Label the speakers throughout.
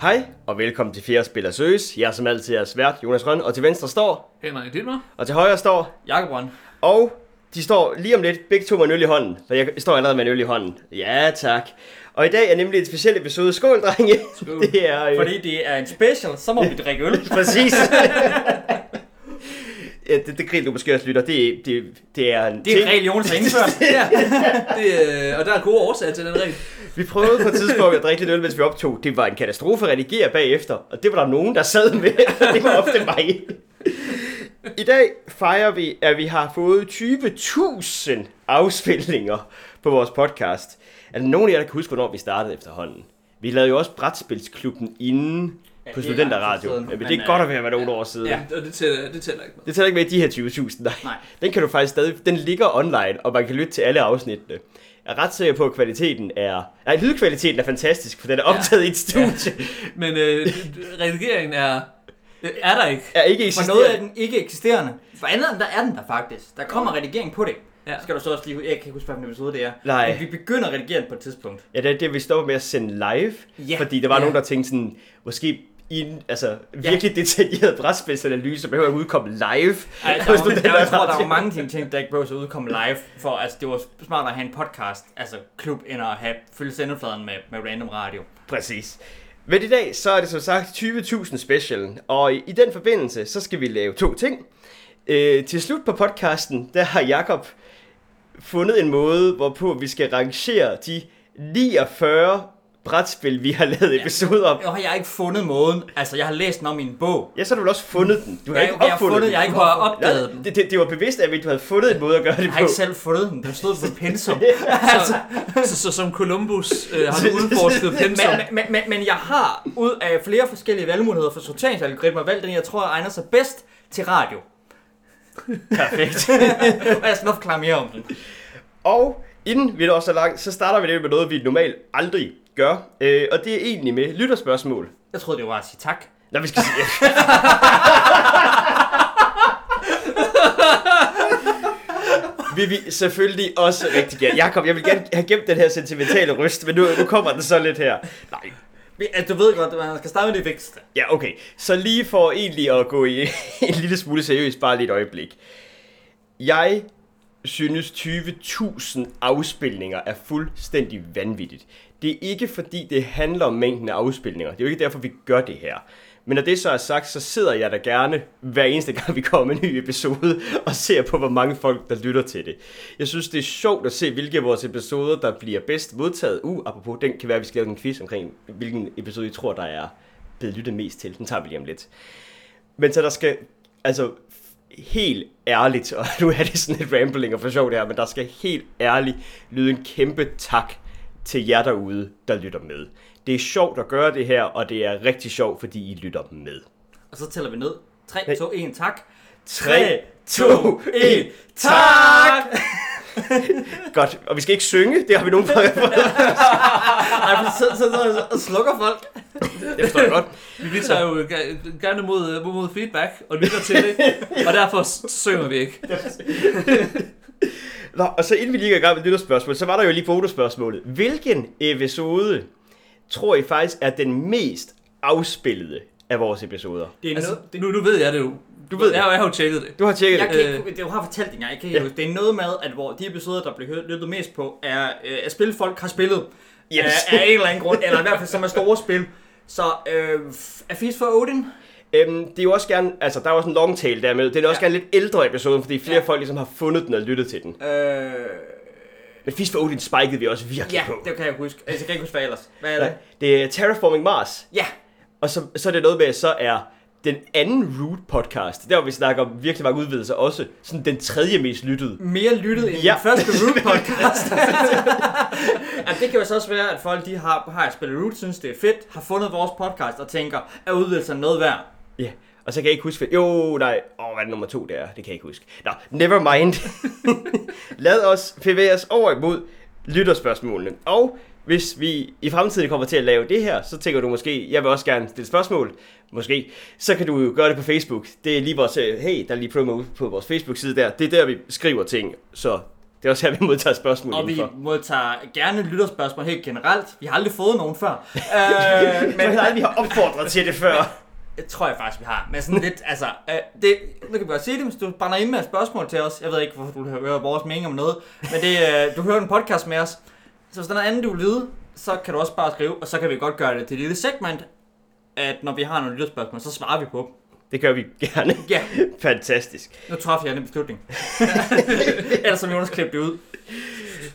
Speaker 1: Hej, og velkommen til 4. Spiller Søs. Jeg er som altid jeres vært, Jonas Røn, og til venstre står,
Speaker 2: Henrik Dittmer.
Speaker 1: og til højre står,
Speaker 3: Jakob Røn.
Speaker 1: og de står lige om lidt, begge to med en øl i hånden. For jeg står allerede med en øl i hånden. Ja, tak. Og i dag er nemlig et speciel episode. Skål, drenge!
Speaker 2: Skål.
Speaker 1: Det er, øh,
Speaker 3: Fordi det er en special, så må vi drikke øl.
Speaker 1: Præcis. ja, det, det griner du måske også, lytter. Det, det, det er en
Speaker 3: Det er en regel, Jonas har indført.
Speaker 2: Ja, det, øh, og der er gode årsager til den regel.
Speaker 1: Vi prøvede på et tidspunkt at drikke lidt øl, mens vi optog. Det var en katastrofe at redigere bagefter, og det var der nogen, der sad med. Det var ofte mig. I dag fejrer vi, at vi har fået 20.000 afspilninger på vores podcast. Er der nogen af jer, der kan huske, hvornår vi startede efterhånden? Vi lavede jo også Brætspilsklubben inden
Speaker 3: Ja,
Speaker 1: på
Speaker 3: det er
Speaker 1: Studenterradio.
Speaker 3: lang tid siden,
Speaker 1: Men det er
Speaker 3: men, øh,
Speaker 1: godt at være nogle år siden.
Speaker 2: Ja, og det tæller, det tæller ikke med.
Speaker 1: Det tæller ikke med i de her 20.000, nej.
Speaker 3: Nej.
Speaker 1: Den kan du faktisk stadig, den ligger online, og man kan lytte til alle afsnittene. Jeg er ret sikker på, at kvaliteten er... Nej, lydkvaliteten er fantastisk, for den er optaget ja. i et studie. Ja.
Speaker 2: Men øh, redigeringen er, øh, er der ikke.
Speaker 1: Er ikke
Speaker 3: For noget af
Speaker 1: eksisterende.
Speaker 3: den ikke eksisterende. For andet end der er den der faktisk. Der kommer redigering på det.
Speaker 2: Ja.
Speaker 3: Ja. Skal du så også lige... Jeg kan ikke huske, hvilken episode det er.
Speaker 1: Nej.
Speaker 3: Men vi begynder at redigere den på et tidspunkt.
Speaker 1: Ja, det er det, vi stopper med at sende live,
Speaker 3: Ja,
Speaker 1: fordi der var
Speaker 3: ja.
Speaker 1: nogen, der tænkte sådan, måske i en altså, virkelig detaljeret brætspilsanalyse, behøver at udkomme live.
Speaker 3: Ej,
Speaker 1: på
Speaker 3: der var, der, jeg tror,
Speaker 1: Studenterradio.
Speaker 3: der var mange ting, ting der ikke blev så udkom live. For altså, det var smartere at have en podcast, altså klub, end at have, fylde sendefladen med, med random radio.
Speaker 1: Præcis. Men i dag, så er det som sagt 20.000 special, og i, i den forbindelse, så skal vi lave to ting. Øh, til slut på podcasten, der har Jakob fundet en måde, hvorpå vi skal rangere de 49 brætspil, vi har lavet ja. episoder om.
Speaker 3: Jeg har jeg ikke fundet måden. Altså, jeg har læst den om i en bog.
Speaker 1: Ja, så har du vel også fundet den. Du har
Speaker 3: Jeg,
Speaker 1: ikke
Speaker 3: jeg har
Speaker 1: opfundet
Speaker 3: fundet,
Speaker 1: den.
Speaker 3: jeg ikke har opdaget den.
Speaker 1: Nej, det, det, det var bevidst, at du havde fundet en måde at gøre det
Speaker 3: Jeg har
Speaker 1: på.
Speaker 3: ikke selv fundet den. Den stod på et pensum.
Speaker 2: Så, så, så som Columbus øh, har du udforsket pensum.
Speaker 3: Men, men, men, men jeg har ud af flere forskellige valgmuligheder for sorteringsalgoritmer valgt den, jeg tror egner sig bedst til radio.
Speaker 1: Perfekt.
Speaker 3: Og jeg skal nok klare mere om den.
Speaker 1: Og inden vi når så langt, så starter vi det med noget, vi normalt aldrig gør. Øh, og det er egentlig med lytterspørgsmål.
Speaker 3: Jeg troede, det var at sige tak.
Speaker 1: Nå, vi skal sige... vil vi selvfølgelig også rigtig gerne... Jakob, jeg vil gerne have gemt den her sentimentale ryst, men nu, nu kommer den så lidt her. Nej,
Speaker 3: Men, altså, Du ved godt, at man skal starte med det vigtigste.
Speaker 1: ja okay. Så lige for egentlig at gå i en lille smule seriøst, bare lige et øjeblik. Jeg synes 20.000 afspilninger er fuldstændig vanvittigt. Det er ikke fordi, det handler om mængden af afspilninger. Det er jo ikke derfor, vi gør det her. Men når det så er sagt, så sidder jeg da gerne hver eneste gang, vi kommer med en ny episode, og ser på, hvor mange folk, der lytter til det. Jeg synes, det er sjovt at se, hvilke af vores episoder, der bliver bedst modtaget. Uh, apropos, den kan være, at vi skal lave en quiz omkring, hvilken episode, I tror, der er blevet lyttet mest til. Den tager vi lige om lidt. Men så der skal, altså helt ærligt, og nu er det sådan lidt rambling og for sjov det her, men der skal helt ærligt lyde en kæmpe tak til jer derude, der lytter med. Det er sjovt at gøre det her, og det er rigtig sjovt, fordi I lytter med.
Speaker 3: Og så tæller vi ned. 3, 2, 1, tak.
Speaker 1: Tre, to, en.
Speaker 3: tak!
Speaker 1: Godt, og vi skal ikke synge, det har vi nogen for.
Speaker 3: Ej, men så, så, så, så, så slukker folk.
Speaker 1: Det forstår jeg godt.
Speaker 2: Vi tager jo ga- gerne mod, øh, mod feedback og lytter til det, og derfor s- synger vi ikke.
Speaker 1: Nå, og så inden vi lige går i gang med lytterspørgsmål, så var der jo lige bonusspørgsmålet. Hvilken episode tror I faktisk er den mest afspillede af vores episoder?
Speaker 3: Det er
Speaker 2: Altså,
Speaker 3: noget, det,
Speaker 2: nu, nu ved jeg det jo.
Speaker 1: Du ved
Speaker 2: jeg,
Speaker 1: det.
Speaker 2: jeg har jo tjekket det.
Speaker 1: Du har tjekket
Speaker 3: jeg
Speaker 1: det.
Speaker 3: kan ikke, det, du har fortalt engang, jeg kan ikke huske. Det er noget med, at hvor de episoder, der bliver hørt- lyttet mest på, er, øh, er spil, folk har spillet. øh,
Speaker 1: Yes.
Speaker 3: Af, af en eller anden grund, eller i hvert fald som er store spil. Så øh, er Feast for Odin?
Speaker 1: Øhm, det er jo også gerne, altså der er også en long tail der med. Det er også
Speaker 3: Ja.
Speaker 1: gerne lidt ældre episode, fordi flere ja.
Speaker 3: Ja.
Speaker 1: folk ligesom har fundet den og lyttet til den.
Speaker 3: Øh,
Speaker 1: Men Fist for Odin spikede vi også virkelig
Speaker 3: ja,
Speaker 1: på.
Speaker 3: det kan jeg huske. Altså, jeg kan ikke huske, hvad ellers. Hvad er
Speaker 1: Nej,
Speaker 3: det?
Speaker 1: det er Terraforming Mars,
Speaker 3: Ja,
Speaker 1: og så, så er det noget med, at så er den anden Root podcast, der hvor vi snakker om virkelig mange udvidelser også, sådan den tredje mest lyttede.
Speaker 3: mere lyttet end
Speaker 1: Ja.
Speaker 3: ja. den første Root podcast. altså, det kan jo så også være, at folk de har, har spillet Root, synes det er fedt, har fundet vores podcast og tænker, er udvidelsen noget værd?
Speaker 1: Ja, og så kan jeg ikke huske, jo nej, åh, hvad er det nummer to der er, det kan jeg ikke huske. Nå, never mind. Lad os bevæge os over imod lytterspørgsmålene. Og hvis vi i fremtiden kommer til at lave det her, så tænker du måske, jeg vil også gerne stille spørgsmål, måske, så kan du jo gøre det på Facebook. Det er lige vores, øh, hey, der er lige promo på vores Facebook-side der, det er der, vi skriver ting, så Det er også her, vi modtager spørgsmål
Speaker 3: Og vi
Speaker 1: indenfor.
Speaker 3: modtager gerne lytterspørgsmål helt generelt. Vi har aldrig fået nogen før. øh,
Speaker 1: Men
Speaker 3: men
Speaker 1: jeg aldrig har opfordret til det før.
Speaker 3: det tror jeg faktisk, vi har. Men sådan lidt, altså, øh, det, nu kan vi godt sige det, hvis du brænder ind med et spørgsmål til os. Jeg ved ikke, hvorfor du hører vores mening om noget, men det, øh, du hører en podcast med os. Så hvis der er noget andet, du vil vide, så kan du også bare skrive, og så kan vi godt gøre det til et lille segment, at når vi har nogle lytterspørgsmål, så svarer vi på dem.
Speaker 1: Det gør vi gerne.
Speaker 3: Ja,
Speaker 1: Fantastisk.
Speaker 3: nu træffer jeg en beslutning. Ellers som Jonas klippede det ud.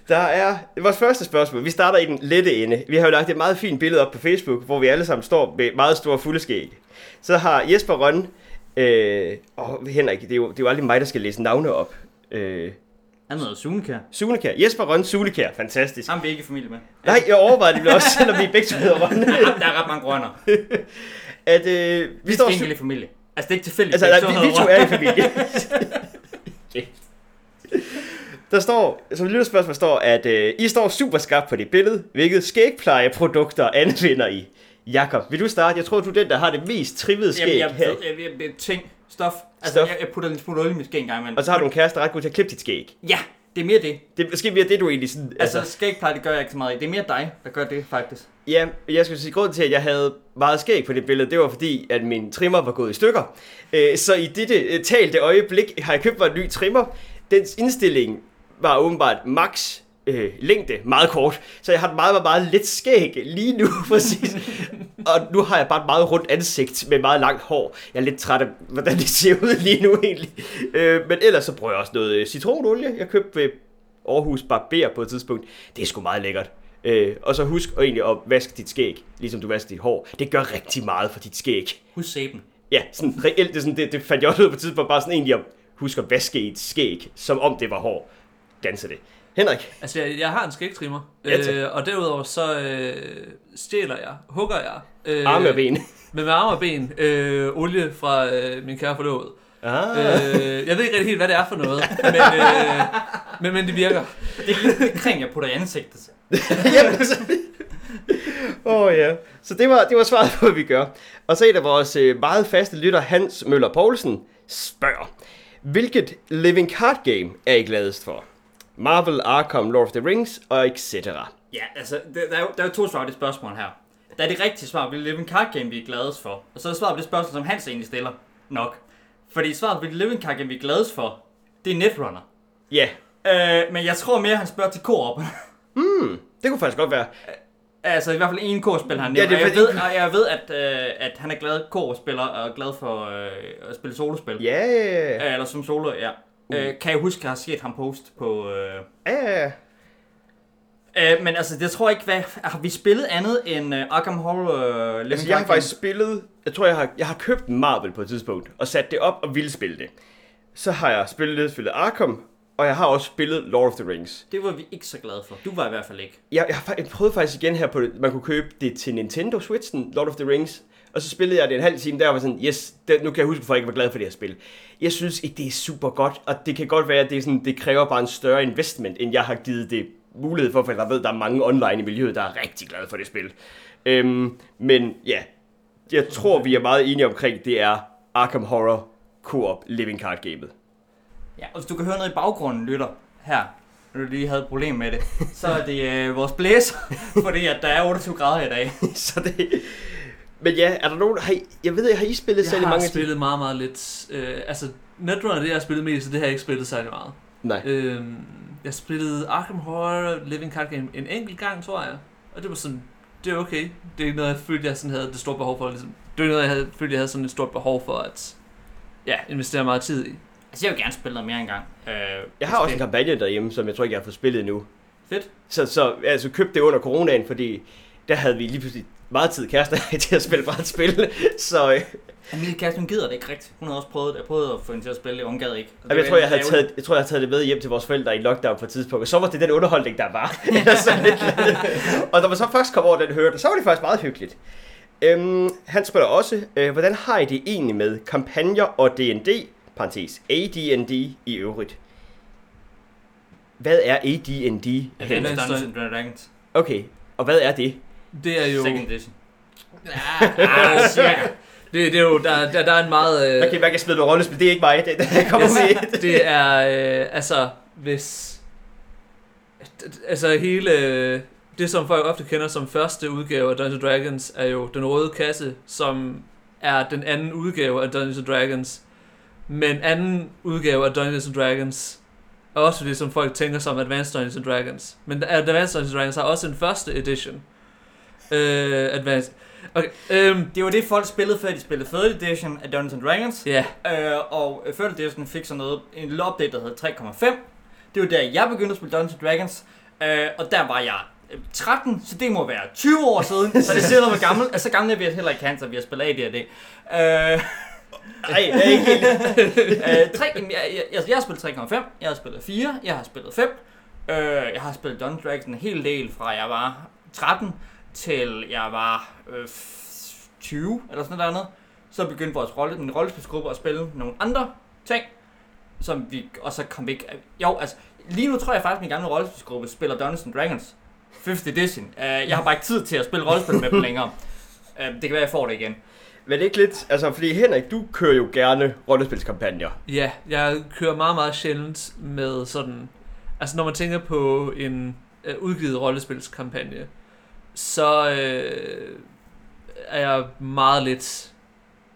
Speaker 1: Der er vores første spørgsmål. Vi starter i den lette ende. Vi har jo lagt et meget fint billede op på Facebook, hvor vi alle sammen står med meget store fulde skæg. Så har Jesper Rønne... Øh, og Henrik, det er, jo, det er jo aldrig mig, der skal læse navne op. Øh,
Speaker 3: Han hedder Sunekær.
Speaker 1: Sunekær. Jesper Rønne Sunekær. Fantastisk.
Speaker 3: Ham er vi ikke i familie med.
Speaker 1: Nej, jeg overvejede det vel også, selvom vi begge to hedder Rønne.
Speaker 3: Ham, der er ret mange grønner.
Speaker 1: At øh, vi
Speaker 3: Vi
Speaker 1: står...
Speaker 3: står
Speaker 1: Su-
Speaker 3: ikke i familie. Altså, det er ikke tilfældigt.
Speaker 1: altså,
Speaker 3: at
Speaker 1: nej,
Speaker 3: så
Speaker 1: vi, vi to
Speaker 3: hedder
Speaker 1: er i familie. Der står, som lytter spørgsmål står, at øh, I står super skarpt på det billede, hvilket skægplejeprodukter anvender I. Jakob, vil du starte? Jeg tror, du er den, der har det mest trivede skæg
Speaker 3: Jamen, jeg,
Speaker 1: her.
Speaker 3: jeg, jeg, jeg, jeg, ting, stof. Altså,
Speaker 1: Stof.
Speaker 3: Jeg, jeg putter en smule olie i mit skæg en gang imellem.
Speaker 1: Og så har du en kæreste, der er ret god til at klippe dit skæg.
Speaker 3: Ja, det er mere det.
Speaker 1: Det er måske mere det, du egentlig sådan...
Speaker 3: Altså, altså skægpleje, det gør jeg ikke så meget i. Det er mere dig, der gør det, faktisk.
Speaker 1: Ja, jeg skulle sige, grunden til, at jeg havde meget skæg på det billede, det var fordi, at min trimmer var gået i stykker. Øh, Så i dette øh, talte øjeblik har jeg købt mig en ny trimmer. Dens indstilling var åbenbart max øh, længde, meget kort. Så jeg har et meget, meget, meget lidt skæg lige nu, præcis. Og nu har jeg bare et meget rundt ansigt med meget langt hår. Jeg er lidt træt af, hvordan det ser ud lige nu egentlig. Øh, Men ellers så bruger jeg også noget øh, citronolie. Jeg købte ved Aarhus Barber på et tidspunkt. Det er sgu meget lækkert. Øh, og så husk at egentlig at vaske dit skæg, ligesom du vasker dit hår. Det gør rigtig meget for dit skæg.
Speaker 3: Husk sæben.
Speaker 1: Ja, sådan reelt, det, er sådan, det, det fandt jeg også ud af på et tidspunkt, bare sådan egentlig at huske at vaske et skæg, som om det var hår. Danser det. Henrik,
Speaker 2: Altså, jeg, jeg har en skægtrimmer,
Speaker 1: Ja, tak.
Speaker 2: øh, og derudover så øh, stjæler jeg, hugger jeg øh,
Speaker 1: arme og ben.
Speaker 2: med, med arme og ben øh, olie fra øh, min kære forlovede.
Speaker 1: Ah.
Speaker 2: Øh, jeg ved ikke rigtig helt, hvad det er for noget, men, øh, men, men det virker.
Speaker 3: Det er lidt kring, jeg putter i ansigtet.
Speaker 1: Jamen, altså. Åh oh, ja. Så det var, det var svaret på, hvad vi gør. Og så en af vores øh, meget faste lytter, Hans Møller Poulsen, spørger. Hvilket living card game er I gladest for? Marvel, Arkham, Lord of the Rings og etc.
Speaker 3: Ja, altså, det, der, er jo, der er jo to svar på det spørgsmål her. Der er det rigtige svar, vi live in card game, vi er gladest for. Og så er der svaret på det spørgsmål, som Hans egentlig stiller. Nok. Fordi svaret på det live in card game, vi er gladest for, det er Netrunner.
Speaker 1: Ja,
Speaker 3: Øh, men jeg tror mere, han spørger til Coop.
Speaker 1: det kunne faktisk godt være.
Speaker 3: altså i hvert fald en Coop-spiller han
Speaker 1: Ja,
Speaker 3: nævner.
Speaker 1: det er
Speaker 3: Ja, jeg,
Speaker 1: fordi-
Speaker 3: ved, og jeg ved, at, øh, at han er glad Coop-spiller og er glad for øh, at spille solospil.
Speaker 1: Ja, Uh. yeah.
Speaker 3: Øh, Eller som solo, ja. Øh, kan jeg huske, at jeg har set ham post på... Øh...
Speaker 1: yeah.
Speaker 3: Øh, men altså, det tror jeg ikke, hvad... Har vi spillet andet end øh, Arkham Horror øh, Living
Speaker 1: Altså, jeg har
Speaker 3: Dark
Speaker 1: faktisk spillet... Jeg tror, jeg har, jeg har købt en Marvel på et tidspunkt, og sat det op og ville spille det. Så har jeg spillet, spillet Arkham, og jeg har også spillet Lord of the Rings.
Speaker 3: Game? Det var vi ikke så glade for. Du var i hvert fald ikke.
Speaker 1: jeg, jeg, har fa- jeg prøvede faktisk igen her på, man kunne købe det til Nintendo Switchen, Lord of the Rings, og så spillede jeg det en halv time der, og var sådan, yes, det, nu kan jeg huske, hvorfor jeg ikke var glad for det her spil. Jeg synes ikke, det er super godt, og det kan godt være, at det, er sådan, det kræver bare en større investment, end jeg har givet det mulighed for, for jeg ved, der er mange online i miljøet, der er rigtig glade for det spil. Øhm, men ja, jeg tror, vi er meget enige omkring, det er Arkham Horror Co-op Living Card Gamet.
Speaker 3: Ja, og hvis du kan høre noget i baggrunden, lytter her, når du lige havde et problem med det, så er det øh, vores blæser, fordi at der er 28 grader i dag.
Speaker 1: så det... Men ja, er der nogen, har I, jeg ved ikke, har I spillet
Speaker 2: Jeg
Speaker 1: særlig
Speaker 2: har
Speaker 1: mange af de-
Speaker 2: spillet meget, meget lidt. Øh, altså, Netrunner er det, jeg har spillet mest, så det har jeg ikke spillet særlig meget.
Speaker 1: Nej.
Speaker 2: Øh, jeg spillede Arkham Horror Living Card Game en enkelt gang, tror jeg. Og det var sådan, det er okay. Det er ikke noget, jeg følte, jeg sådan havde det store behov for. Ligesom. Det var ikke noget, jeg havde, følte, jeg havde sådan et stort behov for at ja, investere meget tid i.
Speaker 3: Altså, jeg vil gerne spille noget mere engang. Øh,
Speaker 1: Jeg har også en kampagne derhjemme, som jeg tror ikke, jeg har fået spillet endnu.
Speaker 3: Fedt.
Speaker 1: Så, så altså, købte det under coronaen, fordi der havde vi lige pludselig meget tid kærester til at spille brætspil. Så øh,
Speaker 3: Emilie Kæresten, hun gider det ikke rigtigt. Hun har også prøvet det. Jeg prøvede at få hende til at spille det, og hun gad ikke. Og det
Speaker 1: jeg, jeg,
Speaker 3: var
Speaker 1: tror, jeg, havde
Speaker 3: ærgerligt.
Speaker 1: taget, jeg tror, jeg havde taget det med hjem til vores forældre i lockdown på et tidspunkt. Og så var det den underholdning, der var. Ellers så lidt. og når man så først kom over den hørte, så var det faktisk meget hyggeligt. Øhm, han spørger også, øh, hvordan har I det egentlig med kampagner og D&D, parentes AD&D i øvrigt? Hvad er AD&D?
Speaker 3: Advanced
Speaker 2: Advanced
Speaker 3: Dungeons and Dragons.
Speaker 1: Okay, og hvad er det?
Speaker 2: Det er jo...
Speaker 3: Second edition.
Speaker 2: Ah, cirka. det, det er jo, der, der, der er en meget... øh-
Speaker 1: Der kan
Speaker 2: Altså,
Speaker 1: man kan smide noget rollespil, det er ikke mig, det, det kommer
Speaker 2: Yes.
Speaker 1: med.
Speaker 2: det er, øh, altså, hvis Altså hele øh, det, som folk ofte kender som første udgave af Dungeons Dragons, er jo den røde kasse, som er den anden udgave af Dungeons Dragons. Men anden udgave af Dungeons Dragons er også det, som folk tænker som Advanced Dungeons Dragons. Men Advanced Dungeons Dragons har også en første edition. Øh, Advanced. Okay, øhm,
Speaker 3: Det var det, folk spillede, før de spillede 3rd edition af Dungeons and Dragons.
Speaker 2: ja,
Speaker 3: Øh, og 3rd edition fik sådan noget, en lille update, der hed 3.5. Det var der, jeg begyndte at spille Dungeons and Dragons. Øh, og der var jeg øh, 13, så det må være 20 år siden. Så det siger noget, hvor gammel. Altså, så gamle er vi heller ikke han, så vi har spillet AD&D. Øh, Nej, jeg er ikke helt. øh, 3, jeg, jeg, jeg, jeg har spillet 3,5, jeg har spillet 4, jeg har spillet 5. Øh, jeg har spillet Dungeons Dragons en hel del fra jeg var 13 til jeg var øh, 20 eller sådan noget andet. Så begyndte vores rolle, min rollespilsgruppe at spille nogle andre ting, som vi, og så kom vi ikke... Jo, altså, lige nu tror jeg faktisk, at min gamle rollespilsgruppe spiller Dungeons and Dragons 5th edition. Øh, jeg har bare ikke tid til at spille rollespil med dem længere. Øh, det kan være, jeg får det igen.
Speaker 1: Men det er ikke lidt, altså fordi Henrik, du kører jo gerne rollespilskampagner.
Speaker 2: Ja, jeg kører meget, meget sjældent med sådan... Altså, når man tænker på en øh, udgivet rollespilskampagne, så øh, er jeg meget lidt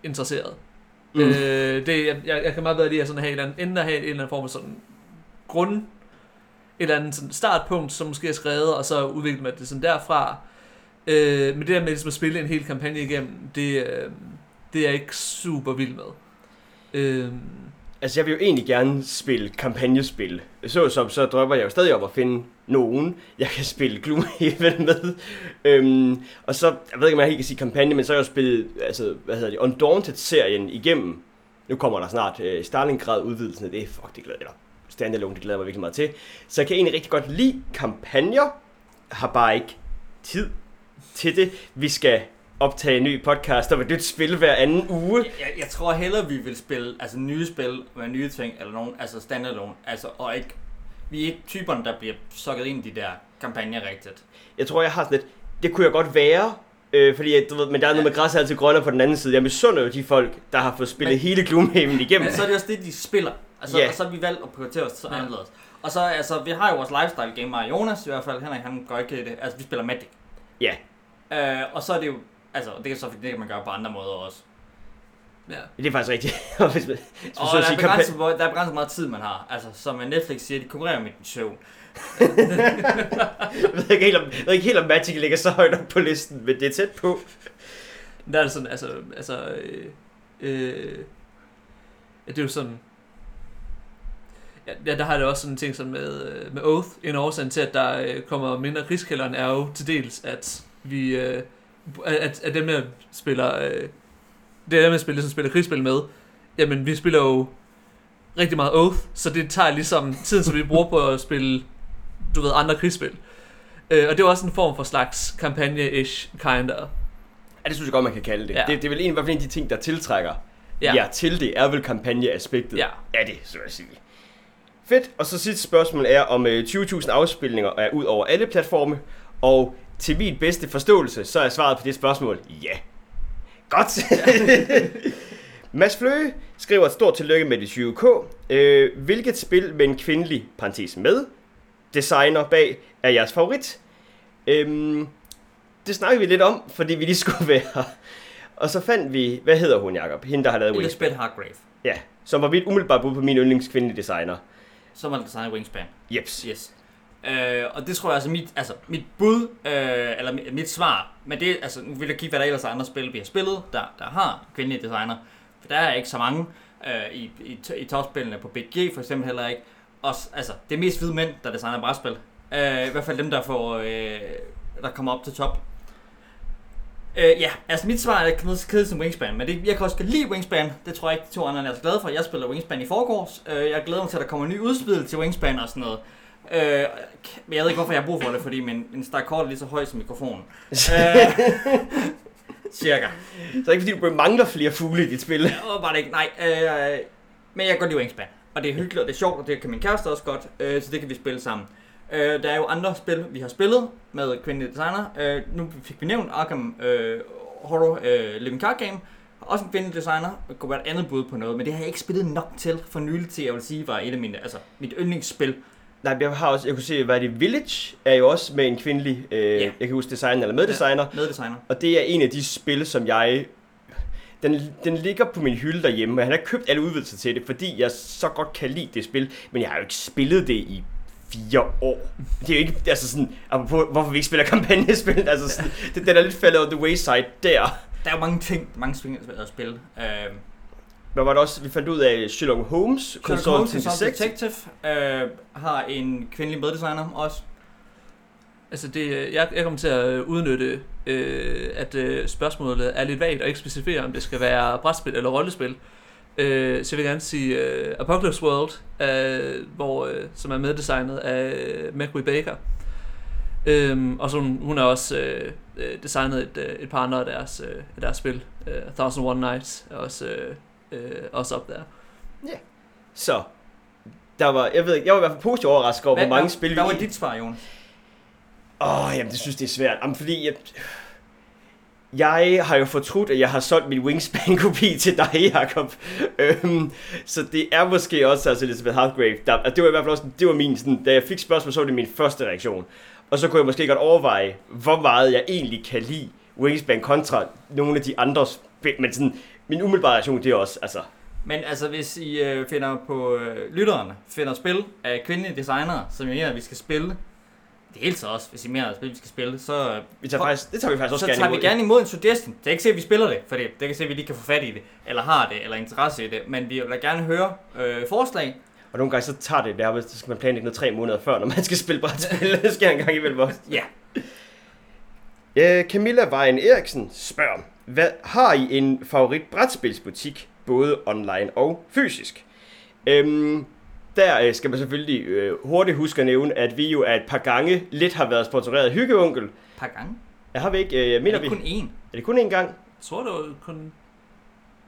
Speaker 2: interesseret. Mm. Øh, det, jeg, jeg, jeg kan meget bedre lide at sådan have en eller anden, enten at have en eller anden form for sådan grund, et eller andet sådan startpunkt, som måske er skrevet, og så udvikler man det sådan derfra. Øh, men det der med ligesom at spille en hel kampagne igennem, det, øh, det er jeg ikke super vild med. Øh,
Speaker 1: Altså, jeg vil jo egentlig gerne spille kampagnespil. Så som så drømmer jeg jo stadig om at finde nogen, jeg kan spille Gloomhaven med. Øhm, og så, jeg ved ikke, om jeg helt kan sige kampagne, men så har jeg jo spillet, altså, hvad hedder det, Undaunted-serien igennem. Nu kommer der snart øh, Stalingrad udvidelsen af det. Fuck, det glæder jeg Standalone, det glæder jeg mig virkelig meget til. Så jeg kan egentlig rigtig godt lide kampagner. Har bare ikke tid til det. Vi skal optage en ny podcast om et nyt spil hver anden uge.
Speaker 3: Jeg, jeg tror hellere, vi vil spille altså nye spil med nye ting, eller nogen, altså standalone, altså, og ikke, vi er ikke typerne, der bliver sokket ind i de der kampagner rigtigt.
Speaker 1: Jeg tror, jeg har sådan lidt, det kunne jeg godt være, øh, fordi, jeg- du ved, men der er noget med græs er altid grønnere på den anden side. Jeg misunder jo de folk, der har fået spillet
Speaker 3: Men-
Speaker 1: hele Gloomhaven igennem.
Speaker 3: Men så er det også det, de spiller, altså,
Speaker 1: Ja.
Speaker 3: yeah. og så har vi valgt at prioritere os så
Speaker 2: Ja.
Speaker 3: anderledes. Og så, altså, vi har jo vores lifestyle game, mig og Jonas i hvert fald, Henrik, han går ikke i det, altså, vi spiller Magic.
Speaker 1: Ja.
Speaker 3: Øh, og så er det jo, altså, det kan så det kan man gøre på andre måder også.
Speaker 2: Ja.
Speaker 1: Det er faktisk rigtigt. Og hvis man, hvis man
Speaker 3: Og
Speaker 1: så
Speaker 3: der, er
Speaker 1: siger, kampa-
Speaker 3: begrænset, hvor- der er begrænset meget tid, man har. Altså, som Netflix siger, de konkurrerer med din søvn.
Speaker 1: jeg ved ikke helt, om, jeg ved ikke helt, om Magic ligger så højt op på listen, men det er tæt på.
Speaker 2: Der er det sådan, altså, altså, øh, øh, ja, det er jo sådan, ja, der- der har det også sådan en ting sådan med, øh, med Oath, en årsag til, at der øh, kommer mindre krigskælderen, er jo til dels, at vi, øh, at, at dem, der spiller, øh, det er dem, der spiller, som spiller krigsspil med, jamen, vi spiller jo rigtig meget Oath, så det tager ligesom tiden, som vi bruger på at spille, du ved, andre krigsspil. Øh, og det er jo også en form for slags kampagne-ish, kinda.
Speaker 1: Ja, det synes jeg godt, man kan kalde det.
Speaker 2: Ja.
Speaker 1: Ja. Det, det er vel en, i hvert fald en af de ting, der tiltrækker
Speaker 2: Ja.
Speaker 1: ja. jer til det, er vel kampagneaspektet
Speaker 2: Ja.
Speaker 1: af det, så at sige. Fedt, og så sidste spørgsmål er, om øh, 20.000 afspilninger er ud over alle platforme, og til min bedste forståelse, så er svaret på det spørgsmål ja. Godt! Mads Fløge skriver et stort tillykke med det 20K. Øh, hvilket spil med en kvindelig parentes med designer bag er jeres favorit? Øhm, det snakkede vi lidt om, fordi vi lige skulle være. Og så fandt vi, hvad hedder hun, Jacob? Hende, der har lavet Wings.
Speaker 3: Elizabeth Hargrave,
Speaker 1: Ja, som var mit umiddelbare bud på min yndlingskvindelige designer.
Speaker 3: som har designet altså Wingspan.
Speaker 1: Jeps.
Speaker 3: Yes. Øh, og det tror jeg altså mit, altså mit bud, øh, eller mit, mit svar, men det, altså nu vil jeg kigge, hvad der ellers er andre spil, vi har spillet, der, der har kvindelige designer, for der er ikke så mange øh, i, i, i topspillene på BG for eksempel heller ikke. Også, altså, det er mest hvide mænd, der designer brætspil. Øh, I hvert fald dem, der får, øh, der kommer op til top. Øh, ja, altså mit svar er noget så kedeligt som Wingspan, men det, jeg kan også godt lide Wingspan. Det tror jeg ikke, de to andre er så glade for. Jeg spiller Wingspan i forgårs. Øh, jeg glæder mig til, at der kommer en ny udspil til Wingspan og sådan noget. Øh, men jeg ved ikke, hvorfor jeg har brug for det, fordi min, min stakort er lige så høj som mikrofonen. Øh, cirka.
Speaker 1: Så det er ikke fordi, du mangler flere fugle i dit spil.
Speaker 3: Jeg var det ikke, nej. Øh, men jeg kan godt lide Wingspan. Og det er hyggeligt, og det er sjovt, og det kan min kæreste også godt, øh, så det kan vi spille sammen. Øh, der er jo andre spil, vi har spillet med kvindelige designer. Øh, nu fik vi nævnt Arkham øh, Horror øh, Living Card Game. Også en kvindelig designer. Det kunne være et andet bud på noget, men det har jeg ikke spillet nok til for nylig til, jeg vil sige, var et af mine, altså, mit yndlingsspil.
Speaker 1: Nej, men jeg har også, jeg kunne se, hvad det Village er jo også med en kvindelig, øh,
Speaker 3: Ja.
Speaker 1: jeg kan huske designer eller meddesigner,
Speaker 3: Meddesigner.
Speaker 1: og det er en af de spil, som jeg... Den, den ligger på min hylde derhjemme, og han har købt alle udvidelser til det, fordi jeg så godt kan lide det spil, men jeg har jo ikke spillet det i fire år. Det er jo ikke, altså sådan, apropos, hvorfor vi ikke spiller kampagnespil, altså sådan, det, den er lidt faldet over the wayside der.
Speaker 3: Der er jo mange ting, mange swing at spille. Øh,
Speaker 1: Men var det også, vi fandt ud af Sherlock Holmes,
Speaker 3: Sherlock Holmes
Speaker 1: Consortium
Speaker 3: som
Speaker 1: Detective.
Speaker 3: Detective øh, har en kvindelig meddesigner også.
Speaker 2: Altså det, øh, jeg, jeg kommer til at øh, udnytte, øh, at øh, spørgsmålet er lidt vagt og ikke specificere, om det skal være brætspil eller rollespil. Øh, så jeg vil gerne sige øh, Apocalypse World, øh, hvor, øh, som er meddesignet af øh, Macquarie Baker. Øhm, og så hun, hun har også øh, øh, designet et, øh, et par andre af deres, øh, af deres spil. Øh, A Thousand One Nights er også, øh, øh, også op der.
Speaker 1: Så, der var, jeg ved ikke, jeg var i hvert fald positivt overrasket over, hvor mange spil vi
Speaker 3: Der var dit svar, Jonas.
Speaker 1: Åh, oh, jamen det synes det er svært. Jamen, fordi jeg... Jeg har jo fortrudt, at jeg har solgt min Wingspan-kopi til dig, Jacob. Øhm, så det er måske også altså Elizabeth Hargrave. Der, altså, det var i hvert fald også, det var min, sådan, da jeg fik spørgsmål, så var det min første reaktion. Og så kunne jeg måske godt overveje, hvor meget jeg egentlig kan lide Wingspan kontra nogle af de andre spil. Men sådan, min umiddelbare reaktion, det er også, altså,
Speaker 3: Men altså, hvis I øh, finder på øh, lytterne, finder spil af kvindelige designere, som jeg mener, vi skal spille, det hele så også, hvis I mener, at spil, vi skal spille, så, øh,
Speaker 1: vi tager faktisk, det tager vi faktisk
Speaker 3: så
Speaker 1: også
Speaker 3: tager vi
Speaker 1: imod.
Speaker 3: gerne imod en suggestion. Det er ikke sikkert, at vi spiller det, for det det kan se, at vi lige kan få fat i det, eller har det, eller interesse i det, men vi vil da gerne høre øh, forslag.
Speaker 1: Og nogle gange så tager det nærmest, så skal man planlægge noget tre måneder før, når man skal spille brætspil. det sker en gang imellem også.
Speaker 3: Ja.
Speaker 1: Øh, Camilla Vejen Eriksen spørger, hvad har I en favorit brætspilsbutik, både online og fysisk? Øhm, der øh, skal man selvfølgelig øh, hurtigt huske at nævne, at vi jo af et par gange lidt har været sponsoreret af Hyggeonkel.
Speaker 3: Et par gange.
Speaker 1: Ja, Har vi ikke? Øh,
Speaker 3: Men
Speaker 1: mener
Speaker 3: det
Speaker 1: vi?
Speaker 3: er kun én.
Speaker 1: Er det kun én gang?
Speaker 2: Jeg tror, det var kun...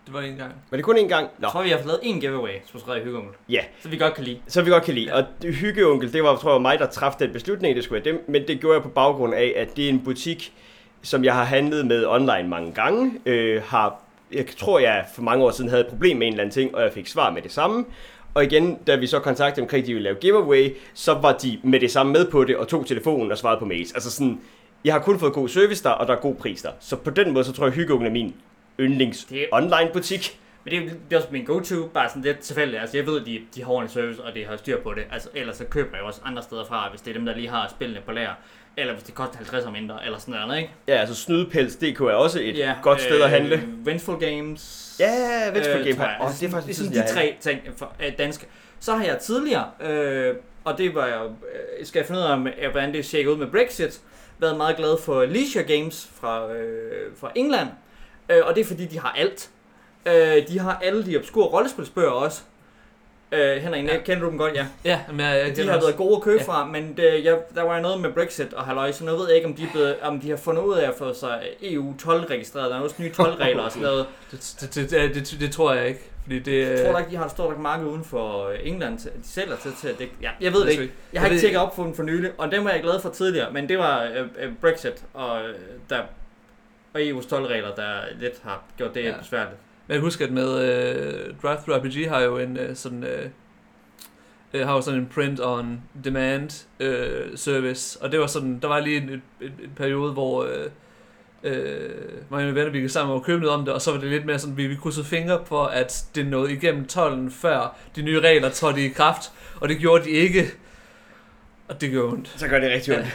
Speaker 2: Det var en gang.
Speaker 1: Var det kun én gang? Nå,
Speaker 3: Jeg tror, vi har lavet én giveaway, som skrev i Hyggegrummel.
Speaker 1: ja.
Speaker 3: Så vi godt kan lide.
Speaker 1: Så vi godt kan lide.
Speaker 2: Ja.
Speaker 1: Og Hyggeonkel, det var, tror jeg, mig, der træffede den beslutning, det skulle være dem. Men det gjorde jeg på baggrund af, at det er en butik, som jeg har handlet med online mange gange. Øh, har, jeg tror, jeg for mange år siden havde et problem med en eller anden ting, og jeg fik svar med det samme. Og igen, da vi så kontaktede dem omkring, at de ville lave giveaway, så var de med det samme med på det, og tog telefonen og svarede på mails. Altså sådan, jeg har kun fået god service der, og der er god pris der. Så på den måde, så tror jeg, Hyggeonkel er min yndlings
Speaker 3: Det er-
Speaker 1: online butik.
Speaker 3: Men det er, det er også min go-to, bare sådan lidt tilfældigt. Altså, jeg ved, de, de har ordentlig service, og de har styr på det. Altså, ellers så køber jeg jo også andre steder fra, hvis det er dem, der lige har spillene på lager. Eller hvis det koster 50 og mindre, eller sådan noget, ikke?
Speaker 1: Ja, altså snydepels.dk er også et godt sted at handle.
Speaker 3: øh, Ventful Games.
Speaker 1: Ja, Ventspil Game
Speaker 3: tror
Speaker 1: har-
Speaker 3: jeg.
Speaker 1: Åh,
Speaker 3: Altså,
Speaker 1: det er faktisk
Speaker 3: sådan,
Speaker 1: sådan,
Speaker 3: de tre ting for, øh, danske. Så har jeg tidligere, øh, og det var jeg, øh, skal jeg finde ud af, om, øh, hvordan det ser ud med Brexit, været meget glad for Leisure Games fra, øh, fra England. Øh, og det er fordi, de har alt. Øh, de har alle de obskure rollespilsbøger også. Øh, Henrik,
Speaker 2: Ja.
Speaker 3: ja. kender du dem godt? Ja.
Speaker 2: Ja, men jeg, jeg
Speaker 3: De
Speaker 2: kender
Speaker 3: har
Speaker 2: også-
Speaker 3: været gode at købe
Speaker 2: Ja.
Speaker 3: ja. fra, men det, jeg, der var jo noget med Brexit og halløj, så nu ved jeg ikke, om de, er blevet, om de har fundet ud af at få sig EU-12-registreret. Der er også nye 12-regler og sådan noget.
Speaker 2: Det, det, det, det, det, det tror jeg ikke, fordi det...
Speaker 3: Jeg tror da ikke, de har et stort nok marked uden for øh, England. til- De sælger til til det. Ja, jeg ved det
Speaker 2: det
Speaker 3: ikke. Jeg har
Speaker 2: Jeg ved-
Speaker 3: ikke tjekket op på den for nylig, og den var jeg glad for tidligere, men det var øh, øh, Brexit og, øh, der, og EU's 12-regler, der lidt har gjort det
Speaker 2: Ja.
Speaker 3: ja. besværligt.
Speaker 2: Men jeg husker, at med øh, Drive Thru RPG har jo en øh, sådan... Øh, øh, har jo sådan en print on demand øh, service, og det var sådan, der var lige en, en, en periode, hvor øh, øh, mig og mine venner, vi gik sammen og købte noget om det, og så var det lidt mere sådan, vi, vi krydsede fingre for, at det nåede igennem tolden, før de nye regler trådte i kraft, og det gjorde de ikke, og det gjorde ondt.
Speaker 1: Så gør det rigtig ondt.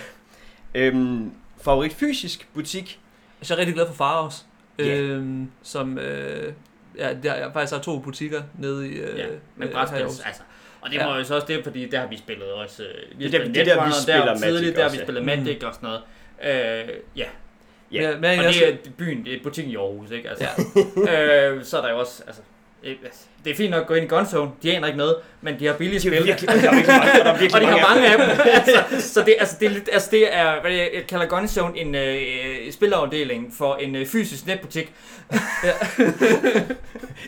Speaker 1: Ja. Øhm, favorit fysisk butik?
Speaker 2: Altså, jeg er rigtig glad for Faros,
Speaker 1: Ja.
Speaker 2: øhm, som... Øh, ja, der, jeg faktisk har to butikker nede i... Øh,
Speaker 3: Ja, men
Speaker 2: øh,
Speaker 3: brætspil,
Speaker 2: her i Aarhus.
Speaker 3: altså. Og det
Speaker 2: Ja.
Speaker 3: må jo så også det, fordi der har vi spillet også. øh, Vi har
Speaker 1: Det er der-
Speaker 3: spillet
Speaker 1: det er der, vi
Speaker 3: Netrunner
Speaker 1: spiller
Speaker 3: der,
Speaker 1: Magic
Speaker 3: tidligt, der har vi
Speaker 1: også, ja. Mm.
Speaker 3: spillet Magic og sådan noget. Øh, ja,
Speaker 1: Ja.
Speaker 2: Men, jeg- men jeg,
Speaker 3: og
Speaker 2: jeg,
Speaker 3: det er byen, det er butikken i Aarhus, ikke? Altså,
Speaker 2: ja,
Speaker 3: øh, så er der jo også, altså, øh, altså, det er fint nok at gå ind i Gunzone, de aner ikke noget, men de har billige
Speaker 1: Det er
Speaker 3: spil,
Speaker 1: jo virkelig, der er virkelig mange, der er virkelig
Speaker 3: og de har mange af
Speaker 1: dem.
Speaker 3: dem. altså, så det, altså, det, er lidt- altså, det er, hvad jeg jeg kalder Gunzone, en øh, spilafdeling for en øh, fysisk netbutik.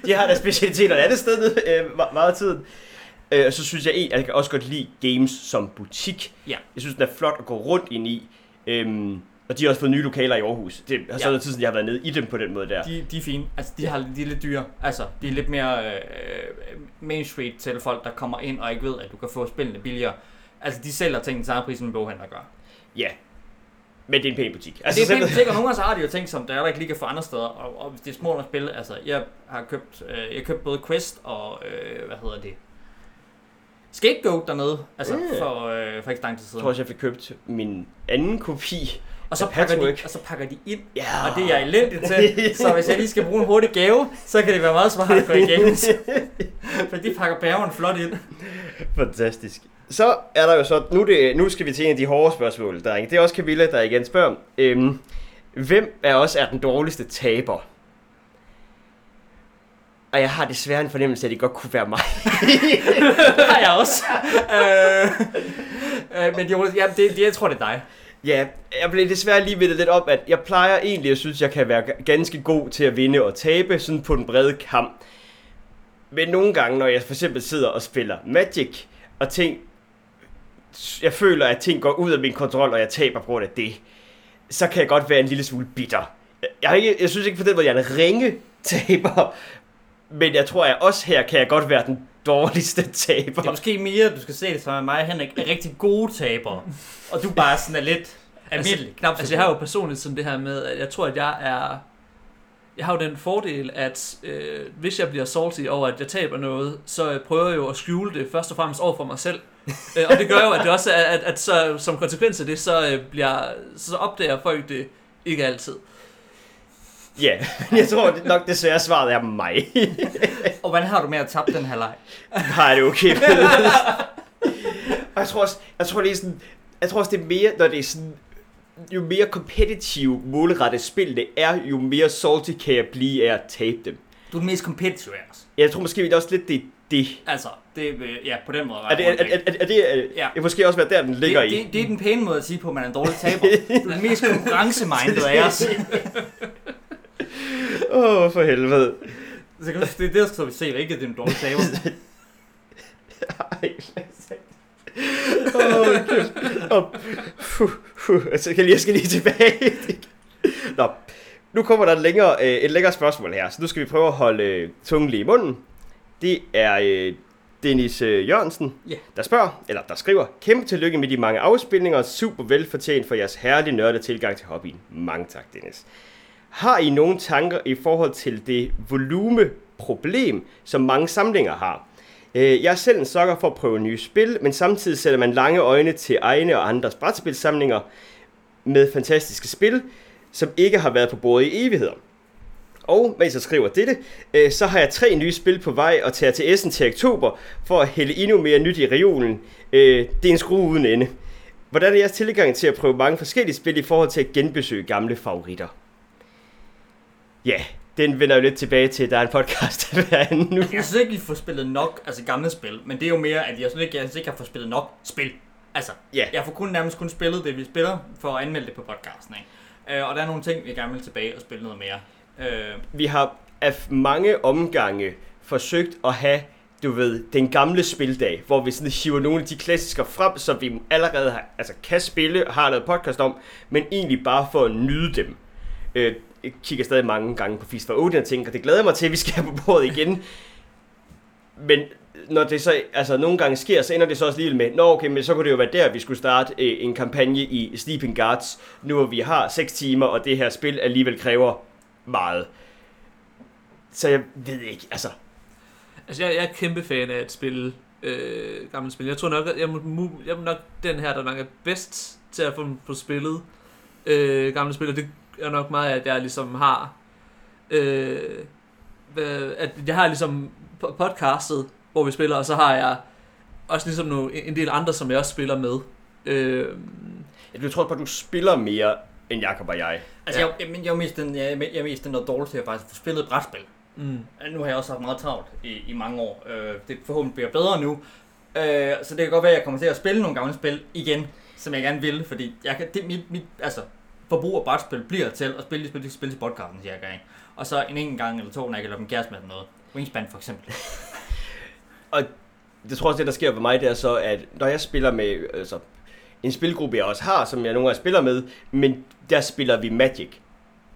Speaker 1: De har deres specialiteter et andet sted øh, me- meget af tiden. Øh, og så synes jeg, at jeg kan også godt lide games som butik.
Speaker 3: Ja.
Speaker 1: Jeg synes, den er flot at gå rundt ind i. Øhm, og de har også fået nye lokaler i Aarhus. Det har så
Speaker 3: Ja.
Speaker 1: noget tid, siden jeg har været nede i dem på den måde der.
Speaker 3: De, de er fine. Altså, de, har, de er lidt dyre. Altså, de er lidt mere øh, main street til folk, der kommer ind og ikke ved, at du kan få spillene billigere. Altså, de sælger ting til samme pris, som en boghandler gør.
Speaker 1: Ja. Men det er en pæn butik.
Speaker 3: Altså, det er
Speaker 1: selv-
Speaker 3: pænt sikkert, nogle gange så har de jo ting, som der heller ikke lige kan få andre steder, og, og hvis det er små nok spil, altså, jeg har købt, øh, jeg købte både Quest og, øh, hvad hedder det, Scapegoat dernede, altså,
Speaker 1: Ja.
Speaker 3: for, øh, for ikke så lang tid
Speaker 1: Jeg
Speaker 3: siden.
Speaker 1: tror også, jeg fik købt min anden kopi.
Speaker 3: Og så,
Speaker 1: af
Speaker 3: pakker de,
Speaker 1: Patchwork.
Speaker 3: og så pakker de ind,
Speaker 1: Ja.
Speaker 3: og det er jeg elendig til, så hvis jeg lige skal bruge en hurtig gave, så kan det være meget smart at gå igennem. For de pakker bæren flot ind.
Speaker 1: Fantastisk. Så er der jo så, nu, er det, nu skal vi til en af de hårde spørgsmål, drenge. Det er også Camilla, der igen spørger, øhm, hvem af os er den dårligste taber? Og jeg har desværre en fornemmelse af, at det godt kunne være mig.
Speaker 3: Det har jeg også. øh, øh, men Jonas, ja, det, det, jeg tror, det er dig.
Speaker 1: Ja, jeg blev desværre lige ved lidt op, at jeg plejer egentlig at synes, at jeg kan være g- ganske god til at vinde og tabe, sådan på den brede kamp. Men nogle gange, når jeg for eksempel sidder og spiller Magic, og ting, jeg føler, at ting går ud af min kontrol, og jeg taber på grund af det, så kan jeg godt være en lille smule bitter. Jeg, har ikke, jeg synes ikke på den måde, jeg er en ringe taber, men jeg tror, at jeg også her kan jeg godt være den dårligste taber.
Speaker 3: Det er måske mere, du skal se det som at mig og Henrik er rigtig gode tabere. Og du bare sådan er lidt almindelig. knap så
Speaker 2: Altså, jeg har jo personligt sådan det her med, at jeg tror, at jeg er... Jeg har jo den fordel, at øh, hvis jeg bliver salty over, at jeg taber noget, så øh, prøver jeg jo at skjule det først og fremmest over for mig selv. øh, og det gør jo, at det også er, at, at så, som konsekvens af det, så, øh, bliver, så opdager folk det ikke altid.
Speaker 1: Ja, jeg tror det nok desværre svaret er mig.
Speaker 3: god. Og hvordan har du med at tabe den her leg?
Speaker 1: har jeg det okay med. og jeg tror også, jeg tror, det er sådan, jeg tror også, det er mere, når det er sådan, jo mere kompetitive målrettet spil det er, jo mere salty kan jeg blive af at tabe dem.
Speaker 3: Du er den mest competitive af os.
Speaker 1: Jeg tror måske det er også lidt, det er det.
Speaker 3: Altså, det, øh, ja, på den måde.
Speaker 1: Er det, er, er, er, er det, er,
Speaker 3: Ja.
Speaker 1: ja. måske også være der, den ligger
Speaker 3: det,
Speaker 1: i.
Speaker 3: det, det, er den pæne måde at sige på, at man er en dårlig taber. Du er den mest konkurrencemindet af os.
Speaker 1: Åh, oh, for helvede.
Speaker 3: Så kan du, det er det, så vi se, ikke at det er en dårlig taber.
Speaker 1: Ej, Åh, kæft. Åh, puh, puh. Altså, jeg, kan lige, jeg skal lige tilbage. Nå, nu kommer der et længere, øh, et længere spørgsmål her, så nu skal vi prøve at holde øh, tungen lige i munden. Det er øh, Dennis øh, Jørgensen,
Speaker 3: Ja.
Speaker 1: der spørger, eller der skriver, kæmpe tillykke med de mange afspilninger, og super velfortjent for jeres herlige nørdede tilgang til hobbyen. Mange tak, Dennis. Har I nogle tanker i forhold til det volumeproblem, som mange samlinger har? Øh, Jeg er selv en sokker for at prøve nye spil, men samtidig sætter man lange øjne til egne og andres brætspilsamlinger med fantastiske spil, som ikke har været på bordet i evigheder. Og mens jeg skriver dette, øh, så har jeg tre nye spil på vej og tager til Essen til oktober for at hælde endnu mere nyt i reolen. Øh, Det er en skrue uden ende. Hvordan er jeres tilgang til at prøve mange forskellige spil i forhold til at genbesøge gamle favoritter? Ja, den vender jo lidt tilbage til, at der er en podcast hver anden nu.
Speaker 3: Jeg synes ikke, vi får spillet nok altså gamle spil, men det er jo mere, at jeg synes ikke, jeg, synes ikke, jeg får spillet nok spil. Altså,
Speaker 1: Ja.
Speaker 3: jeg får kun nærmest kun spillet det, vi spiller, for at anmelde det på podcasten. Ikke? Øh, og der er nogle ting, vi gerne vil tilbage og spille noget mere. Øh,
Speaker 1: vi har af mange omgange forsøgt at have, du ved, den gamle spildag, hvor vi sådan hiver nogle af de klassiker frem, som vi allerede har, altså kan spille og har lavet podcast om, men egentlig bare for at nyde dem. Øh, jeg kigger stadig mange gange på Feast for 8 og tænker, det glæder jeg mig til, at vi skal have på bordet igen. Men når det så altså, nogle gange sker, så ender det så også lige med, nå okay, men så kunne det jo være der, vi skulle starte øh, en kampagne i Sleeping Guards, nu hvor vi har 6 timer, og det her spil alligevel kræver meget. Så jeg ved ikke, altså...
Speaker 2: Altså, jeg, jeg er kæmpe fan af at spille øh, gamle spil. Jeg tror nok, at jeg, må, mu- jeg er nok den her, der nok er bedst til at få dem på spillet øh, gamle spil, og det er nok meget, at jeg ligesom har... Øh, hvad- at jeg har ligesom po- podcastet, hvor vi spiller, og så har jeg også ligesom nogle, en del andre, som jeg også spiller med. Øh,
Speaker 1: Jeg tror bare, du spiller mere end Jakob og jeg.
Speaker 3: altså, ja. jeg, jeg, men jeg, er mest den, jeg, er me- jeg er mest den, der er dårlig til at faktisk få spillet et brætspil.
Speaker 2: mm.
Speaker 3: Øh, Nu har jeg også haft meget travlt i, i mange år. Øh, det forhåbentlig bliver bedre nu. Øh, så det kan godt være, at jeg kommer til at spille nogle gamle spil igen, som jeg gerne vil, fordi jeg kan, det, mit, mit altså, forbrug af brætspil bliver til at spille de spil, de spille til podcasten, siger jeg gerne. Og så en enkelt gang eller to, når jeg kan lade dem kæreste med eller noget. Wingspan for eksempel.
Speaker 1: Det tror også, det der sker for mig, det er så, at når jeg spiller med altså, en spilgruppe, jeg også har, som jeg nogle gange spiller med, men der spiller vi Magic.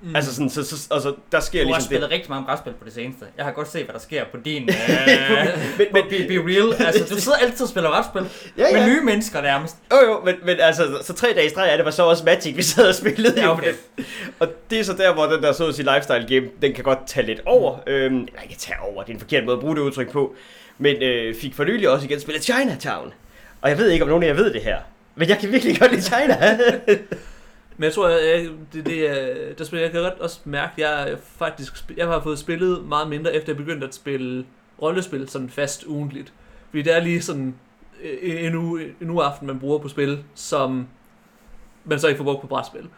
Speaker 1: Mm. Altså sådan, så, så, altså, der sker
Speaker 3: Du
Speaker 1: ligesom
Speaker 3: har også
Speaker 1: det.
Speaker 3: spillet rigtig mange brætspil på det seneste. Jeg har godt set, hvad der sker på din... Øh,
Speaker 1: Men,
Speaker 3: men
Speaker 1: men,
Speaker 3: be, be real. Altså, du sidder altid og spiller brætspil.
Speaker 1: ja,
Speaker 3: Med
Speaker 1: ja.
Speaker 3: nye mennesker nærmest.
Speaker 1: Jo, jo, men, men altså, så tre dage i streg er det, var så også Magic, vi sad og spillede.
Speaker 3: Ja,
Speaker 1: jo.
Speaker 3: okay.
Speaker 1: Og det er så der, hvor den der så at sige lifestyle game, den kan godt tage lidt over. Øhm, eller ikke tage over, det er en forkert måde at bruge det udtryk på. Men øh, fik for nylig også igen spillet Chinatown. Og jeg ved ikke, om nogen af jer ved det her. Men jeg kan virkelig godt lide China.
Speaker 2: Men jeg tror, jeg, jeg, det, det, er- der spiller, jeg kan godt også mærke, at jeg faktisk sp- jeg har fået spillet meget mindre, efter jeg begyndte at spille rollespil sådan fast ugentligt. Fordi det er lige sådan øh, en, uge, en uge aften, man bruger på spil, som man så ikke får brugt på brætspil.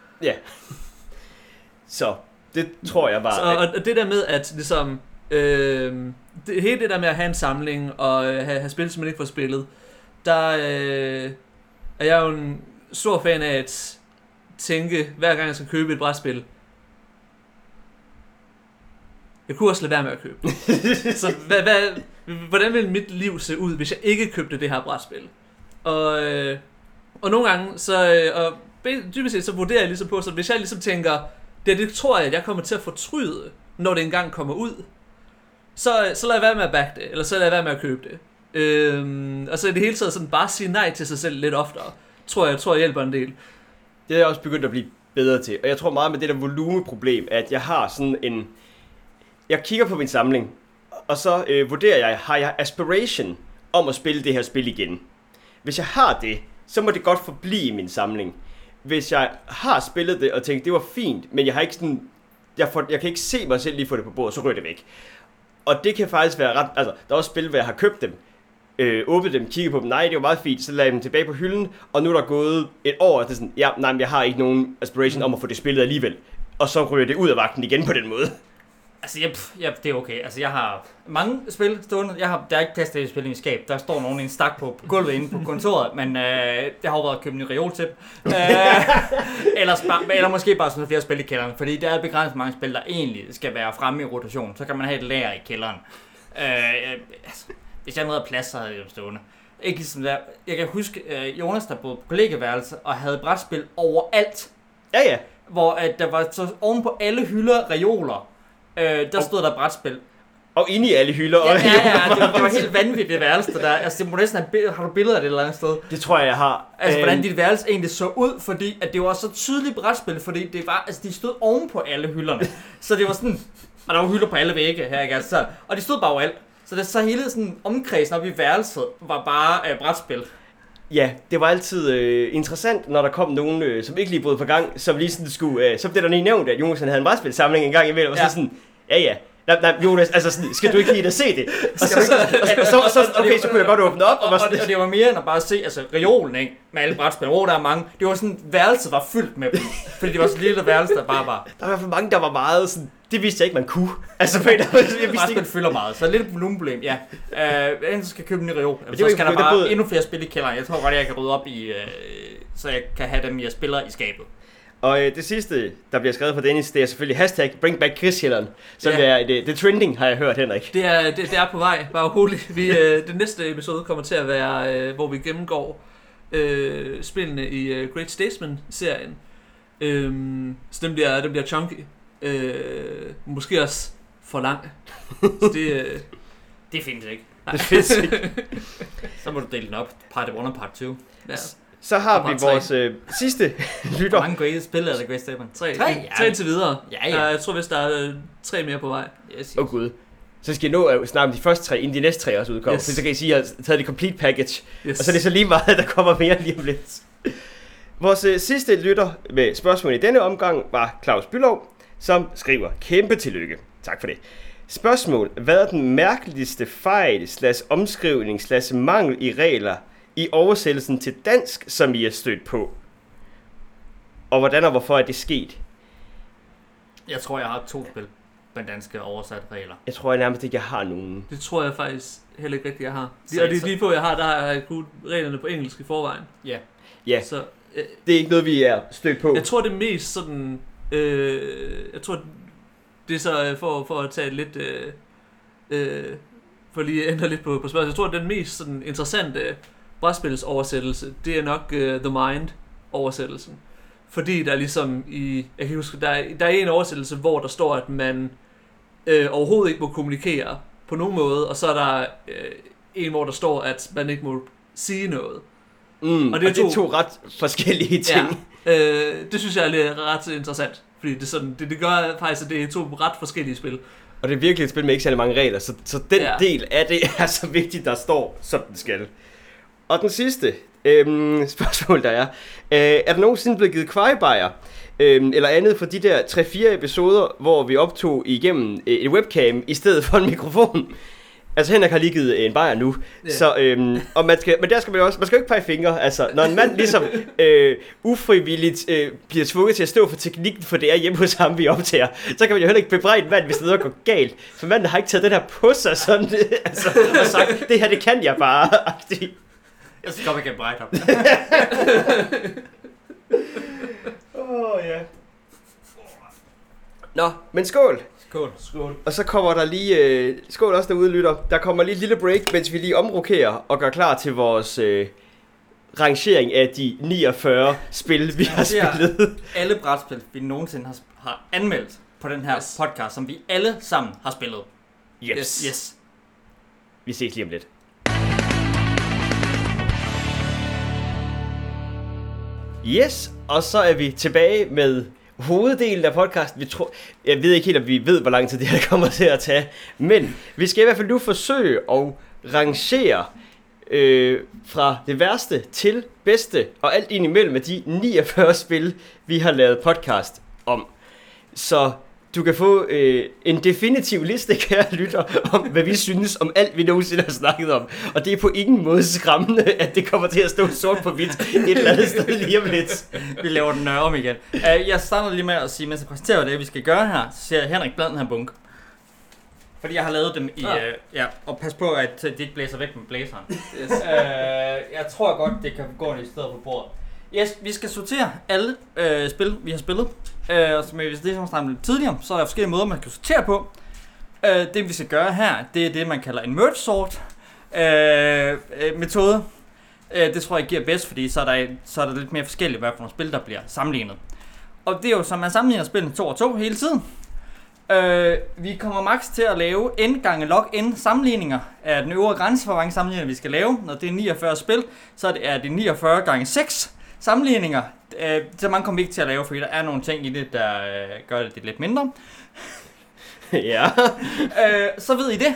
Speaker 1: så det tror jeg
Speaker 2: Så,
Speaker 1: bare.
Speaker 2: og, og det der med, at ligesom, øh, det, hele det der med at have en samling og øh, have, have spil, som man ikke får spillet, der øh, er jeg jo en stor fan af at tænke, hver gang jeg skal købe et brætspil, jeg kunne også lade være med at købe det. Så hvad, hvad, hvordan ville mit liv se ud, hvis jeg ikke købte det her brætspil? Og, øh, og nogle gange, så, øh, og be- dybest set, så vurderer jeg ligesom på, så hvis jeg ligesom tænker, det, det tror jeg, at jeg kommer til at fortryde, når det engang kommer ud. Så, så lad jeg være med at back det, eller så lad jeg være med at købe det. Øhm, og så i det hele taget sådan bare sige nej til sig selv lidt oftere. Tror jeg, tror jeg hjælper en del.
Speaker 1: Det er jeg også begyndt at blive bedre til. Og jeg tror meget med det der volumeproblem, at jeg har sådan en... Jeg kigger på min samling, og så øh, vurderer jeg, har jeg aspiration om at spille det her spil igen? Hvis jeg har det, så må det godt forblive i min samling. Hvis jeg har spillet det og tænkt, det var fint, men jeg har ikke sådan... Jeg, får, jeg kan ikke se mig selv lige få det på bordet, så ryger det væk. Og det kan faktisk være ret... Altså, der er også spil, hvor jeg har købt dem, øh, åbnet dem, kigget på dem, nej, det var meget fint, så lagde jeg dem tilbage på hylden, og nu er der gået et år, og det er sådan, ja, nej, men jeg har ikke nogen aspiration om at få det spillet alligevel. Og så ryger det ud af vagten igen på den måde.
Speaker 3: Altså, jeg, pff, jeg, det er okay. Altså, jeg har mange spil stående. Jeg har, der er ikke plads til at spille i mit skab. Der står nogen i en stak på, på gulvet inde på kontoret, men øh, jeg har overvejet at købe en ny reol til. dem. Øh, ellers, bare, eller måske bare sådan flere spil i kælderen, fordi der er begrænset mange spil, der egentlig skal være fremme i rotation. Så kan man have et lager i kælderen. Øh, øh, altså, hvis jeg havde noget plads, så havde jeg dem stående. Ikke som der. Jeg kan huske øh, Jonas, der boede på kollegeværelse og havde brætspil overalt
Speaker 1: Ja, ja.
Speaker 3: hvor at der var så oven på alle hylder reoler, øh, der stod der brætspil.
Speaker 1: Og inde i alle hylder.
Speaker 3: Ja,
Speaker 1: og-
Speaker 3: ja, ja, det var, det var helt vanvittigt det værelse der. Altså, det må næsten have, bill- har du billeder af det et eller andet sted?
Speaker 1: Det tror jeg, jeg har.
Speaker 3: Altså,
Speaker 1: Øhm,
Speaker 3: hvordan dit værelse egentlig så ud, fordi at det var så tydeligt brætspil, fordi det var, altså, de stod oven på alle hylderne. Så det var sådan, og der var hylder på alle vægge her, ikke? Altså, så- og de stod bare overalt. Så det så hele sådan omkredsen op i værelset var bare øh, brætspil.
Speaker 1: Ja, det var altid øh, interessant, når der kom nogen, øh, som ikke lige boede på gang, som lige sådan skulle, øh, som det der lige nævnte, at Jonas han havde en brætspilsamling en gang imellem, og
Speaker 3: Ja.
Speaker 1: så sådan, ja ja, nej, nej, Jonas, altså sådan, skal du ikke lige da se det? Og så, så, og så, og så, okay, så kunne jeg godt åbne op, og var
Speaker 3: og,
Speaker 1: sådan,
Speaker 3: det, og det var mere end at bare se, altså reolen, ikke? Med alle brætspil, hvor der er mange. Det var sådan, værelset var fyldt med dem. Fordi det var sådan et lille værelse, der bare var.
Speaker 1: Der var i hvert fald mange, der var meget sådan, det vidste jeg ikke, man kunne. Altså, på en eller anden måde, jeg vidste
Speaker 3: Brætspil
Speaker 1: ikke.
Speaker 3: fylder meget, så lidt et volumenproblem, ja. Øh, enten så skal jeg købe en ny reol, eller
Speaker 1: det
Speaker 3: så
Speaker 1: var jo-
Speaker 3: skal der
Speaker 1: det er
Speaker 3: bare
Speaker 1: både-
Speaker 3: endnu flere spil i kælderen. Jeg tror godt, jeg kan rydde op i, øh, så jeg kan have dem, jeg spiller i skabet.
Speaker 1: Og øh, det sidste, der bliver skrevet fra Dennis, det er selvfølgelig hashtag Bring Back Krigshælderen, som
Speaker 2: Ja.
Speaker 1: yeah. er det, det er trending, har jeg hørt, Henrik.
Speaker 2: Det er, det, det er på vej, bare rolig. Vi, øh, den næste episode kommer til at være, øh, hvor vi gennemgår øh, spillene i øh, Great Statesman-serien. Øhm, så den bliver, den bliver chunky. Øh, måske også for lang. Så det, øh,
Speaker 3: Det findes ikke.
Speaker 1: Det findes ikke.
Speaker 3: Så må du dele den op. Part 1 og part 2.
Speaker 2: ja,
Speaker 1: Så har
Speaker 2: Og
Speaker 1: vi
Speaker 2: bare
Speaker 1: vores øh, sidste
Speaker 3: Hvor
Speaker 1: lytter.
Speaker 3: mange grade spil er der Grace Statement?
Speaker 2: tre,
Speaker 3: Tre,
Speaker 2: tre,
Speaker 3: ja.
Speaker 2: tre til videre.
Speaker 3: Ja, ja.
Speaker 2: Øh, Jeg tror, hvis der er øh, tre mere på vej.
Speaker 3: Yes, yes.
Speaker 1: Åh oh, gud. Så skal I nå at snakke om de første tre, inden de næste tre også udkommer.
Speaker 2: Yes.
Speaker 1: Yes. Så kan I sige, at jeg har taget det complete package.
Speaker 2: Yes.
Speaker 1: Og så er det så lige meget, at der kommer mere lige om lidt. Vores øh, sidste lytter med spørgsmål i denne omgang var Claus Bylov, som skriver kæmpe tillykke. Tak for det. Spørgsmål. Hvad er den mærkeligste fejl, slash omskrivning, slash mangel i regler i oversættelsen til dansk, som I er stødt på? Og hvordan og hvorfor er det sket?
Speaker 3: Jeg tror, jeg har to spil med danske oversat regler.
Speaker 1: Jeg tror jeg nærmest ikke, jeg har nogen.
Speaker 2: Det tror jeg faktisk heller ikke rigtigt, jeg har.
Speaker 3: Så-
Speaker 2: Det, og det
Speaker 3: så-
Speaker 2: er lige på, jeg har, der har jeg kun reglerne på engelsk i forvejen.
Speaker 3: Ja.
Speaker 1: Ja,
Speaker 2: Så øh,
Speaker 1: det er ikke noget, vi er stødt på.
Speaker 2: jeg tror, det mest sådan... Øh, jeg tror, det er så øh, for, for at tage lidt... Øh, øh, for lige at ændre lidt på, på spørgsmålet. Jeg tror, den mest sådan, interessante brætspilsoversættelse, det er nok øh, The Mind-oversættelsen. Fordi der ligesom i... Jeg kan huske, der er, der er en oversættelse, hvor der står, at man øh, overhovedet ikke må kommunikere på nogen måde. Og så er der øh, en, hvor der står, at man ikke må sige noget.
Speaker 1: Mm, og det er, og to... Det er to ret forskellige ting.
Speaker 2: Ja, øh, det synes jeg er lidt ret interessant. Fordi det, er sådan, det, det gør faktisk, at det er to ret forskellige spil.
Speaker 1: Og det er virkelig et spil med ikke særlig mange regler, så, så den
Speaker 2: Ja.
Speaker 1: ja. del af det er så vigtigt, der står, som den skal. Og den sidste øhm, spørgsmål, der er. Øh, er der nogensinde blevet givet kvejebajer? Øhm, eller andet for de der 3-4 episoder, hvor vi optog igennem øh, et webcam i stedet for en mikrofon? Altså Henrik har lige givet øh, en bajer nu,
Speaker 2: Ja.
Speaker 1: så, øhm, og man skal, men der skal man jo også, man skal jo ikke pege fingre, altså når en mand ligesom øh, ufrivilligt øh, bliver tvunget til at stå for teknikken, for det er hjemme hos ham, vi optager, så kan man jo heller ikke bebrejde en mand, hvis noget går galt, for manden har ikke taget den her på sig sådan, øh, altså, og sagt, det her det kan jeg bare,
Speaker 3: Jeg skal godt ikke brejde ham.
Speaker 1: Åh, oh, ja. Nå, men skål!
Speaker 3: Skål.
Speaker 2: Skål.
Speaker 1: Og så kommer der lige, øh, skål også derude lytter, der kommer lige et lille break, mens vi lige omrokerer og gør klar til vores øh, rangering af de 49 spil, vi har
Speaker 3: Rangere.
Speaker 1: spillet.
Speaker 3: Alle brætspil, vi nogensinde har, har anmeldt på den her
Speaker 2: Yes.
Speaker 3: yes. podcast, som vi alle sammen har spillet.
Speaker 1: Yes.
Speaker 2: Yes.
Speaker 1: yes.
Speaker 3: Yes.
Speaker 1: Vi ses lige om lidt. Yes, og så er vi tilbage med hoveddelen af podcasten. Vi tror, jeg ved ikke helt, om vi ved, hvor lang tid det her kommer til at tage, men vi skal i hvert fald nu forsøge at rangere øh, fra det værste til bedste, og alt ind imellem af de 49 spil, vi har lavet podcast om. Så du kan få øh, en definitiv liste, kære lytter, om hvad vi synes om alt, vi nogensinde har snakket om. Og det er på ingen måde skræmmende, at det kommer til at stå sort på hvidt et eller andet sted lige om lidt.
Speaker 3: Vi laver den øh, om igen. Uh, jeg starter lige med at sige, mens jeg præsenterer det, vi skal gøre her, så siger jeg Henrik bland den her bunke. Fordi jeg har lavet dem i...
Speaker 2: Ah.
Speaker 3: Uh, ja, og pas på, at øh, det ikke blæser væk med blæseren.
Speaker 2: Yes.
Speaker 3: øh, jeg tror godt, det kan gå i stedet på bordet. Yes, vi skal sortere alle øh, spil, vi har spillet. Øh, og som jeg vist ligesom snakkede om lidt tidligere, så er der forskellige måder, man kan sortere på. Øh, det vi skal gøre her, det er det, man kalder en merge sort øh, øh, metode. Øh, det tror jeg giver bedst, fordi så er der, så er der lidt mere forskelligt, hvad for nogle spil, der bliver sammenlignet. Og det er jo så, man sammenligner spillene to og to hele tiden. Øh, vi kommer max til at lave n gange log n sammenligninger af den øvre grænse for, hvor mange sammenligninger vi skal lave. Når det er 49 spil, så er det- er det 49 gange 6 sammenligninger. Øh, så mange kommer vi ikke til at lave, fordi der er nogle ting i det, der øh, gør det lidt mindre.
Speaker 1: Ja.
Speaker 3: Øh, så ved I det.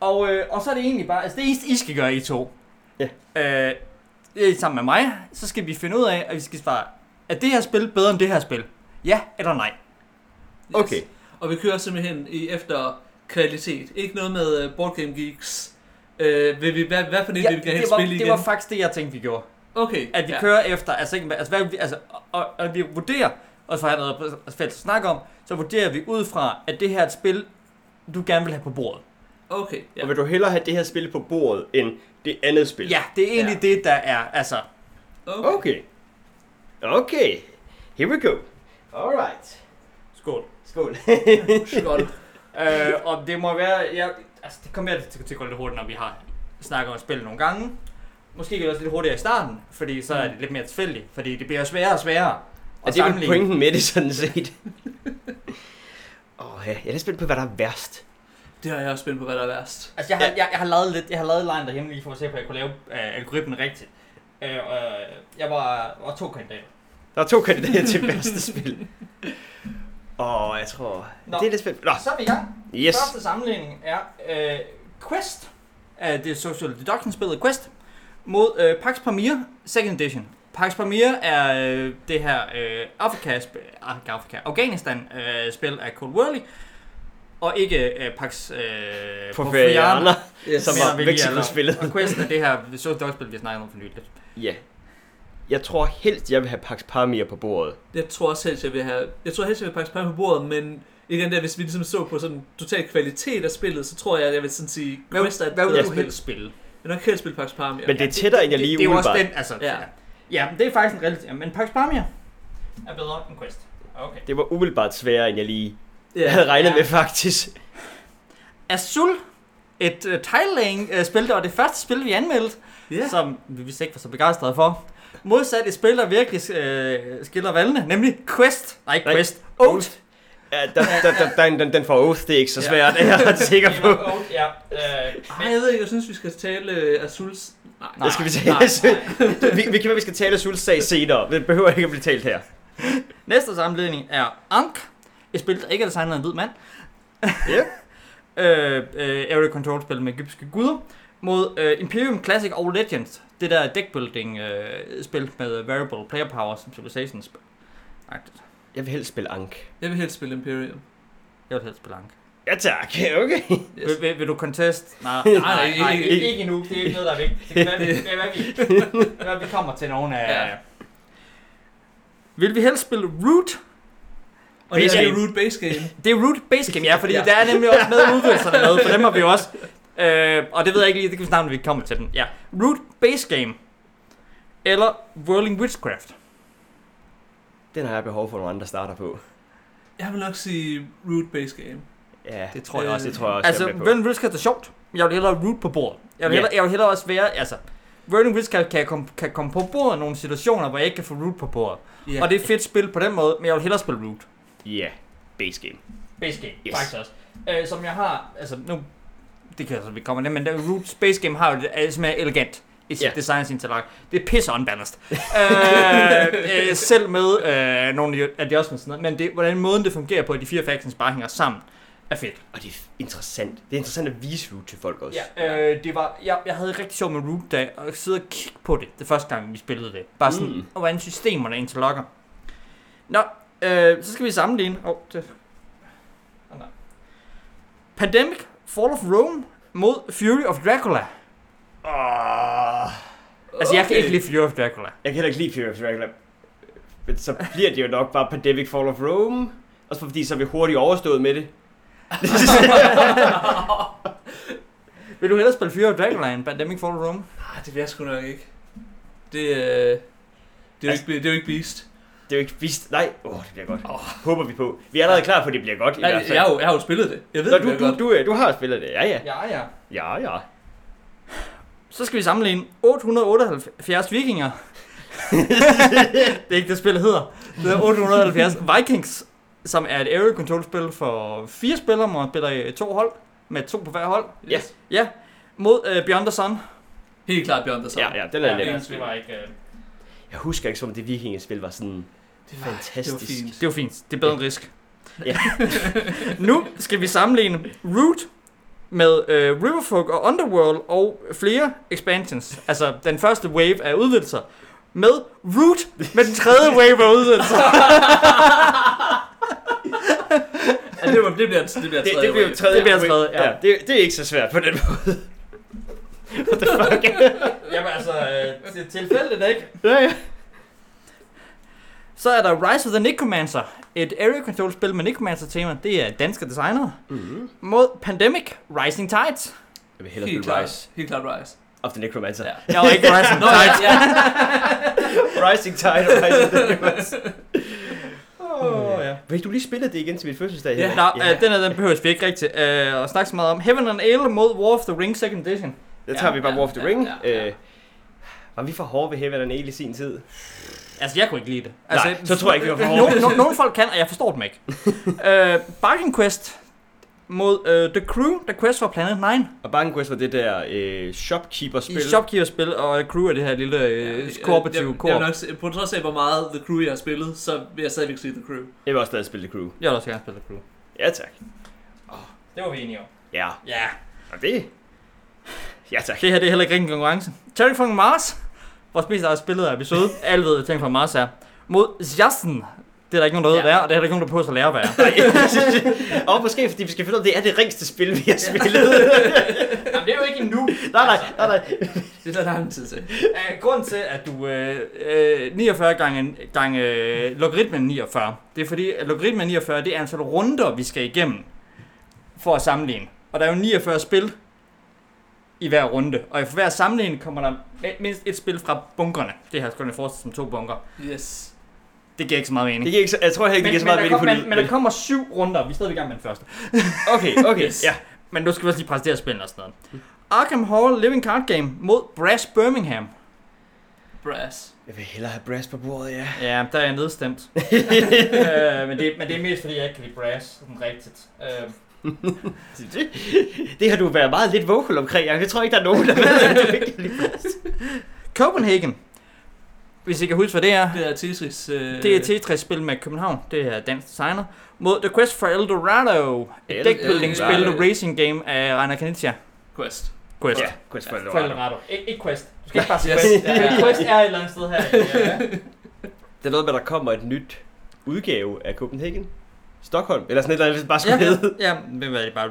Speaker 3: Og, øh, og så er det egentlig bare, altså det eneste, I skal gøre, I to.
Speaker 1: Ja.
Speaker 3: Øh, det er sammen med mig, så skal vi finde ud af, at vi skal svare, er det her spil bedre end det her spil? Ja eller nej?
Speaker 1: Okay.
Speaker 2: Og vi kører simpelthen i efter kvalitet. Ikke noget med uh, Board Game Geeks. Øh, vil vi, hvad, hvad for en ja, vil vi gerne
Speaker 3: det,
Speaker 2: helst
Speaker 3: var,
Speaker 2: spille
Speaker 3: det
Speaker 2: igen?
Speaker 3: var faktisk det, jeg tænkte, vi gjorde.
Speaker 2: okay.
Speaker 3: At vi ja. kører efter, altså, ikke, altså, hvad, vi- altså og, og, og vi vurderer, og så har jeg noget fælles at snakke om, så vurderer vi ud fra, at det her er et spil, du gerne vil have på bordet.
Speaker 2: Okay. Ja.
Speaker 1: Og vil du hellere have det her spil på bordet, end det andet spil?
Speaker 3: Ja, det er egentlig ja. det, der er, altså,
Speaker 2: Okay.
Speaker 1: Okay. Okay. Here we go. Alright.
Speaker 3: skål.
Speaker 1: Skål.
Speaker 2: Godt.
Speaker 3: Øh, og det må være, jeg, altså det kommer jeg til, til at gå lidt hurtigt, når vi har snakket om spil nogle gange. Måske går det også lidt hurtigere i starten, fordi så er det lidt mere tilfældigt, fordi det bliver sværere og sværere.
Speaker 1: Og det er vel pointen med det, sådan set. Åh, oh, ja. jeg er lidt spændt på, hvad der er værst.
Speaker 2: Det har jeg også spændt på, hvad der er værst.
Speaker 3: Altså, jeg har, jeg, jeg har lavet lidt, jeg har lavet lejen derhjemme lige for at se, om jeg kunne lave øh, algoritmen rigtigt. Øh, og jeg var, var to kandidater.
Speaker 1: Der er to kandidater til værste spil. Åh, oh, jeg tror...
Speaker 3: Nå.
Speaker 1: Nå. Det er lidt spændt. Nå,
Speaker 3: Og så er vi i gang.
Speaker 1: yes.
Speaker 3: Første sammenligning er øh, Quest, af det social deduction spillet Quest, mod øh, Pax Pamir Second Edition. Pax Pamir er øh, det her øh, Afrika, Afrika, Afrika, Afghanistan øh, spil af Cold Worley, og ikke øh, Pax øh,
Speaker 1: Porfiriana,
Speaker 2: Yes.
Speaker 1: som
Speaker 3: Mere
Speaker 1: var
Speaker 3: vil I, eller-
Speaker 1: Mexico-spillet.
Speaker 3: Og Quest er det her social deduction spil, vi har snakket om for nylig.
Speaker 1: Ja. Jeg tror helst, jeg vil have Pax Pamir på bordet.
Speaker 2: Jeg tror også helst, jeg vil have... Jeg tror helst, jeg vil pakke spil på bordet, men... Igen der, hvis vi ligesom så på sådan total kvalitet af spillet, så tror jeg, at jeg vil sådan sige,
Speaker 3: Hvad,
Speaker 2: Quest er et
Speaker 3: hvad vil
Speaker 2: bedre
Speaker 3: du
Speaker 2: spil.
Speaker 3: helst spille?
Speaker 2: Jeg vil nok helst spille Pax Parmia.
Speaker 1: Men det er tættere, end jeg
Speaker 3: det,
Speaker 1: lige
Speaker 3: det, er jo også
Speaker 1: umiddelbart.
Speaker 3: den, altså.
Speaker 2: Ja.
Speaker 3: Ja. ja, men det er faktisk en relativ... ja, Men Pax Pamir er bedre end Quest. Okay.
Speaker 1: Det var umiddelbart sværere, end jeg lige
Speaker 2: Ja.
Speaker 1: havde regnet
Speaker 3: Ja.
Speaker 1: med, faktisk.
Speaker 3: Azul, et øh, uh, tile-laying-spil, det var det første spil, vi anmeldte,
Speaker 2: Ja.
Speaker 3: som vi vist ikke var så begejstrede for. Modsat et spil, der virkelig øh, skiller valgene, nemlig Quest. Nej, ikke
Speaker 1: Nej.
Speaker 3: Quest. Oat.
Speaker 1: Ja, der, der, der, der, er en- den, den for Oath, det er ikke så svært, det er jeg ret sikker på.
Speaker 3: Oat, ja. Øh,
Speaker 2: Nej, jeg ved ikke, jeg synes, vi skal tale øh, Azuls... Nej,
Speaker 1: Det skal vi tale. vi, vi kan være, vi skal tale Asuls sag senere. Det behøver ikke at blive talt her.
Speaker 3: Næste sammenligning er Ankh. Et spil, der ikke er designet af en hvid mand.
Speaker 1: Ja.
Speaker 3: øh, øh, Area Control spil med egyptiske guder mod øh, Imperium Classic og Legends. Det der deckbuilding øh, spil med variable player power som civilization spil. Agtigt.
Speaker 1: Jeg vil helst spille Ank.
Speaker 2: Jeg vil helst spille Imperium.
Speaker 3: Jeg vil helst spille Ankh.
Speaker 1: Ja tak, okay.
Speaker 2: Yes.
Speaker 3: Vil, vil, vil, du contest? Nej,
Speaker 2: Nej, nej, ikke-
Speaker 3: ikke endnu. Det er ikke noget, der er vigtigt. Det er, det er, hvad, vi, hvad vi kommer til nogen af.
Speaker 2: Ja.
Speaker 3: Vil vi helst spille Root?
Speaker 2: Og det
Speaker 1: Base
Speaker 2: er
Speaker 1: game.
Speaker 2: Root Base Game.
Speaker 3: Det er Root Base Game, ja, fordi
Speaker 2: Ja.
Speaker 3: ja. der er nemlig også med udvidelserne med, for dem har vi jo også. Øh, og det ved jeg ikke lige, det kan vi snakke om, når vi kommer til den. Ja. Root Base Game. Eller Whirling Witchcraft.
Speaker 1: Den har jeg behov for, at nogle andre starter på.
Speaker 2: Jeg vil nok sige Root Base Game.
Speaker 1: Ja,
Speaker 3: Det
Speaker 2: tror jeg også,
Speaker 1: Det tror jeg også,
Speaker 3: Altså,
Speaker 1: jeg er med på.
Speaker 3: Whirling Witchcraft er sjovt. Jeg vil hellere Root på bordet. Jeg vil,
Speaker 1: Ja.
Speaker 3: hellere, jeg vil hellere også være, altså... Whirling Witchcraft kan, jeg komme, kan komme på bordet i nogle situationer, hvor jeg ikke kan få Root på bordet.
Speaker 2: Ja.
Speaker 3: Yeah. Og det er et fedt spil på den måde, men jeg vil hellere spille Root.
Speaker 1: Ja, base game.
Speaker 3: Space Game,
Speaker 1: Yes.
Speaker 3: yes. faktisk også. Øh, som jeg har, altså nu, det kan jeg så vi kommer ned, men der, Root Space Game har jo det, er simpelthen elegant i sit
Speaker 1: Ja.
Speaker 3: yeah. design sin tallerken. Det er pisse unbalanced. øh, øh, selv med øh, nogle af de- af de også med sådan noget, men det, hvordan måden det fungerer på, at de fire factions bare hænger sammen, er fedt.
Speaker 1: Og det er interessant. Det er interessant at vise Root til folk også.
Speaker 3: Ja, øh, det var, jeg, jeg havde rigtig sjov med Root da, og jeg sidder og kigge på det, det første gang vi spillede det. Bare sådan,
Speaker 1: Mm.
Speaker 3: mm. og hvordan systemerne interlocker. Nå, øh, så skal vi sammenligne. Åh, oh, det... Oh, nej. Pandemic, Fall of Rome mod Fury of Dracula.
Speaker 1: Åh,
Speaker 3: Altså, jeg kan
Speaker 2: Okay.
Speaker 3: ikke lide Fury of Dracula.
Speaker 1: jeg kan heller ikke lide Fury of Dracula. Men så bliver det jo nok bare Pandemic Fall of Rome. Også fordi så er vi hurtigt overstået med det.
Speaker 3: Vil du hellere spille Fury of Dracula end Pandemic, Fall of Rome?
Speaker 2: Ah, det vil jeg sgu nok ikke. Det, øh, det, er jo
Speaker 1: Altså-
Speaker 2: ikke, det er jo ikke Beast.
Speaker 1: Det er jo ikke vist. Nej, åh, oh, det bliver godt.
Speaker 2: Åh.
Speaker 1: Håber vi på. Vi er allerede klar på, at det bliver godt i
Speaker 2: Jeg,
Speaker 1: hvert
Speaker 2: jeg,
Speaker 1: fald.
Speaker 2: jeg, har jo, jeg har jo spillet det. Jeg ved
Speaker 1: Nå,
Speaker 2: det
Speaker 1: du,
Speaker 2: du, godt.
Speaker 1: du, du, øh, du har spillet det, ja ja.
Speaker 3: Ja, ja.
Speaker 1: Ja, ja.
Speaker 3: Så skal vi sammenligne 878 vikinger. det er ikke det, spillet hedder. Det er 870 Vikings, som er et area control spil for fire spillere, hvor man spiller i to hold, med to på hver hold.
Speaker 1: Ja.
Speaker 3: Ja, mod øh, Beyond the Sun.
Speaker 2: Helt klart Bjørn, der så.
Speaker 1: Ja, ja, den er nem.
Speaker 2: det var
Speaker 3: ikke... Øh...
Speaker 1: Jeg husker ikke, som det vikingespil var sådan
Speaker 2: Det var, det var
Speaker 1: fantastisk.
Speaker 2: fint.
Speaker 3: Det er jo fint. Det er bedre end risk.
Speaker 1: Ja.
Speaker 3: nu skal vi sammenligne Root med øh, Riverfolk og Underworld og flere expansions. Altså den første wave af udvidelser. Med Root med den tredje wave af udvidelser.
Speaker 2: Ja, Altså, det, var, det bliver, det bliver
Speaker 1: det,
Speaker 2: tredje
Speaker 1: det bliver
Speaker 2: wave.
Speaker 1: tredje.
Speaker 3: Det bliver tredje, ja.
Speaker 1: det, det, er ikke så svært på den måde. What the fuck?
Speaker 3: Jamen altså, øh, til- tilfældigt ikke?
Speaker 1: ja, ja.
Speaker 3: Så er der Rise of the Necromancer. Et area control spil med Necromancer tema. Det er danske designer.
Speaker 1: Mm-hmm.
Speaker 3: Mod Pandemic Rising Tides.
Speaker 1: Jeg vil hellere
Speaker 2: Helt
Speaker 1: spille
Speaker 2: klart.
Speaker 1: Rise
Speaker 2: Helt klart Rise.
Speaker 1: of the Necromancer.
Speaker 2: Ja.
Speaker 3: Jeg var ikke Rising
Speaker 2: Nå, ja,
Speaker 3: Tides.
Speaker 2: ja.
Speaker 1: Rising Tide og Rise of the Necromancer.
Speaker 3: Åh, ja.
Speaker 1: Vil du lige spille det igen til min fødselsdag?
Speaker 3: Ja,
Speaker 1: Henrik?
Speaker 3: Nå, øh, den her, den behøver vi ikke rigtig øh, at snakke så meget om. Heaven and Ale mod War of the Ring Second Edition.
Speaker 1: Der tager vi bare
Speaker 2: Ja,
Speaker 1: War of the
Speaker 2: ja,
Speaker 1: Ring.
Speaker 2: ja, ja.
Speaker 1: Øh, var vi for hårde ved Heaven and Ale i sin tid?
Speaker 3: Altså, jeg kunne ikke lide det.
Speaker 1: Altså,
Speaker 3: Altså,
Speaker 1: Nej, så tror jeg ikke, vi var for hårde.
Speaker 3: Nogle no, no, folk kan, og jeg forstår dem ikke. øh, Bargain Quest mod øh, The Crew, The Quest for Planet 9.
Speaker 1: Og Bargain Quest var det der øh,
Speaker 3: I
Speaker 1: shopkeeper-spil.
Speaker 3: shopkeeper-spil, og øh, Crew er det her lille øh, kooperative
Speaker 2: jeg, jeg,
Speaker 3: koop.
Speaker 2: vil nok se- På trods af, hvor meget The Crew jeg har spillet, så vil jeg stadigvæk sige The Crew.
Speaker 1: Jeg vil også stadig spille The Crew.
Speaker 3: Jeg vil også gerne spille The Crew.
Speaker 1: Ja tak.
Speaker 3: Det var vi enige om.
Speaker 1: Ja,
Speaker 3: Ja.
Speaker 1: og det... Ja tak.
Speaker 3: Det her det er heller ikke en konkurrence. Terraforming Mars, vores mest eget spillet af episode. Alle ved, at fra Mars er. Mod Jassen. Det er der ikke nogen, der ved,
Speaker 2: Ja.
Speaker 3: hvad er, og det er der ikke nogen, der på at lære, hvad er.
Speaker 1: og måske fordi vi skal finde ud af, det er det ringste spil, vi har spillet.
Speaker 3: Jamen, det er jo ikke endnu.
Speaker 1: nej, nej, nej, nej.
Speaker 2: Det er der lang tid til.
Speaker 3: Uh, grunden til, at du øh, øh, 49 gange, gange øh, logaritmen 49, det er fordi, at logaritmen 49, det er antal runder, vi skal igennem for at sammenligne. Og der er jo 49 spil i hver runde, og i hver sammenligning kommer der mi- mindst et spil fra bunkerne. Det her skulle jeg forestille som to bunker.
Speaker 2: Yes.
Speaker 3: Det giver ikke så meget mening.
Speaker 1: Det gik ikke så, jeg tror heller ikke, det gik så meget
Speaker 3: der
Speaker 1: mening
Speaker 3: kom,
Speaker 1: på
Speaker 3: men, men der
Speaker 1: det.
Speaker 3: kommer syv runder, vi er stadig i gang med den første.
Speaker 1: Okay, okay,
Speaker 2: Yes.
Speaker 1: ja.
Speaker 3: Men nu skal vi også lige præstere spillene og sådan noget. Arkham Horror Living Card Game mod Brass Birmingham.
Speaker 2: brass.
Speaker 1: Jeg vil hellere have brass på bordet, ja.
Speaker 3: Ja, der er jeg nedstemt. øh, men, det, men det er mest fordi, jeg ikke kan lide brass sådan rigtigt. Øh,
Speaker 1: Det, det har du været meget lidt vocal omkring, Jacob. Jeg tror ikke, der er nogen, der ved, at du ikke kan lide brass.
Speaker 3: Copenhagen. Hvis I kan huske, hvad det er.
Speaker 2: Det er Tetris. Øh,
Speaker 3: Det er et Tetris-spil med København. Det er dansk designer. Mod The Quest for El Dorado. Et dækbuilding-spil
Speaker 2: Eldorado.
Speaker 3: og racing game af Rainer Knizia.
Speaker 2: Quest.
Speaker 3: Quest.
Speaker 1: Ja, Quest for
Speaker 3: For El
Speaker 1: Eldorado.
Speaker 3: Dorado. Ik- ikke Quest. Du skal ikke bare sige
Speaker 2: Yes.
Speaker 3: Quest.
Speaker 2: Ja.
Speaker 3: Fordi Quest er et eller andet sted her. øh, Ja.
Speaker 1: Det er noget med, at der kommer et nyt udgave af Copenhagen. Stockholm. Eller sådan et eller andet, hvis det bare skulle
Speaker 3: Ja,
Speaker 1: hedde.
Speaker 3: ja, ja, men hvad er det bare?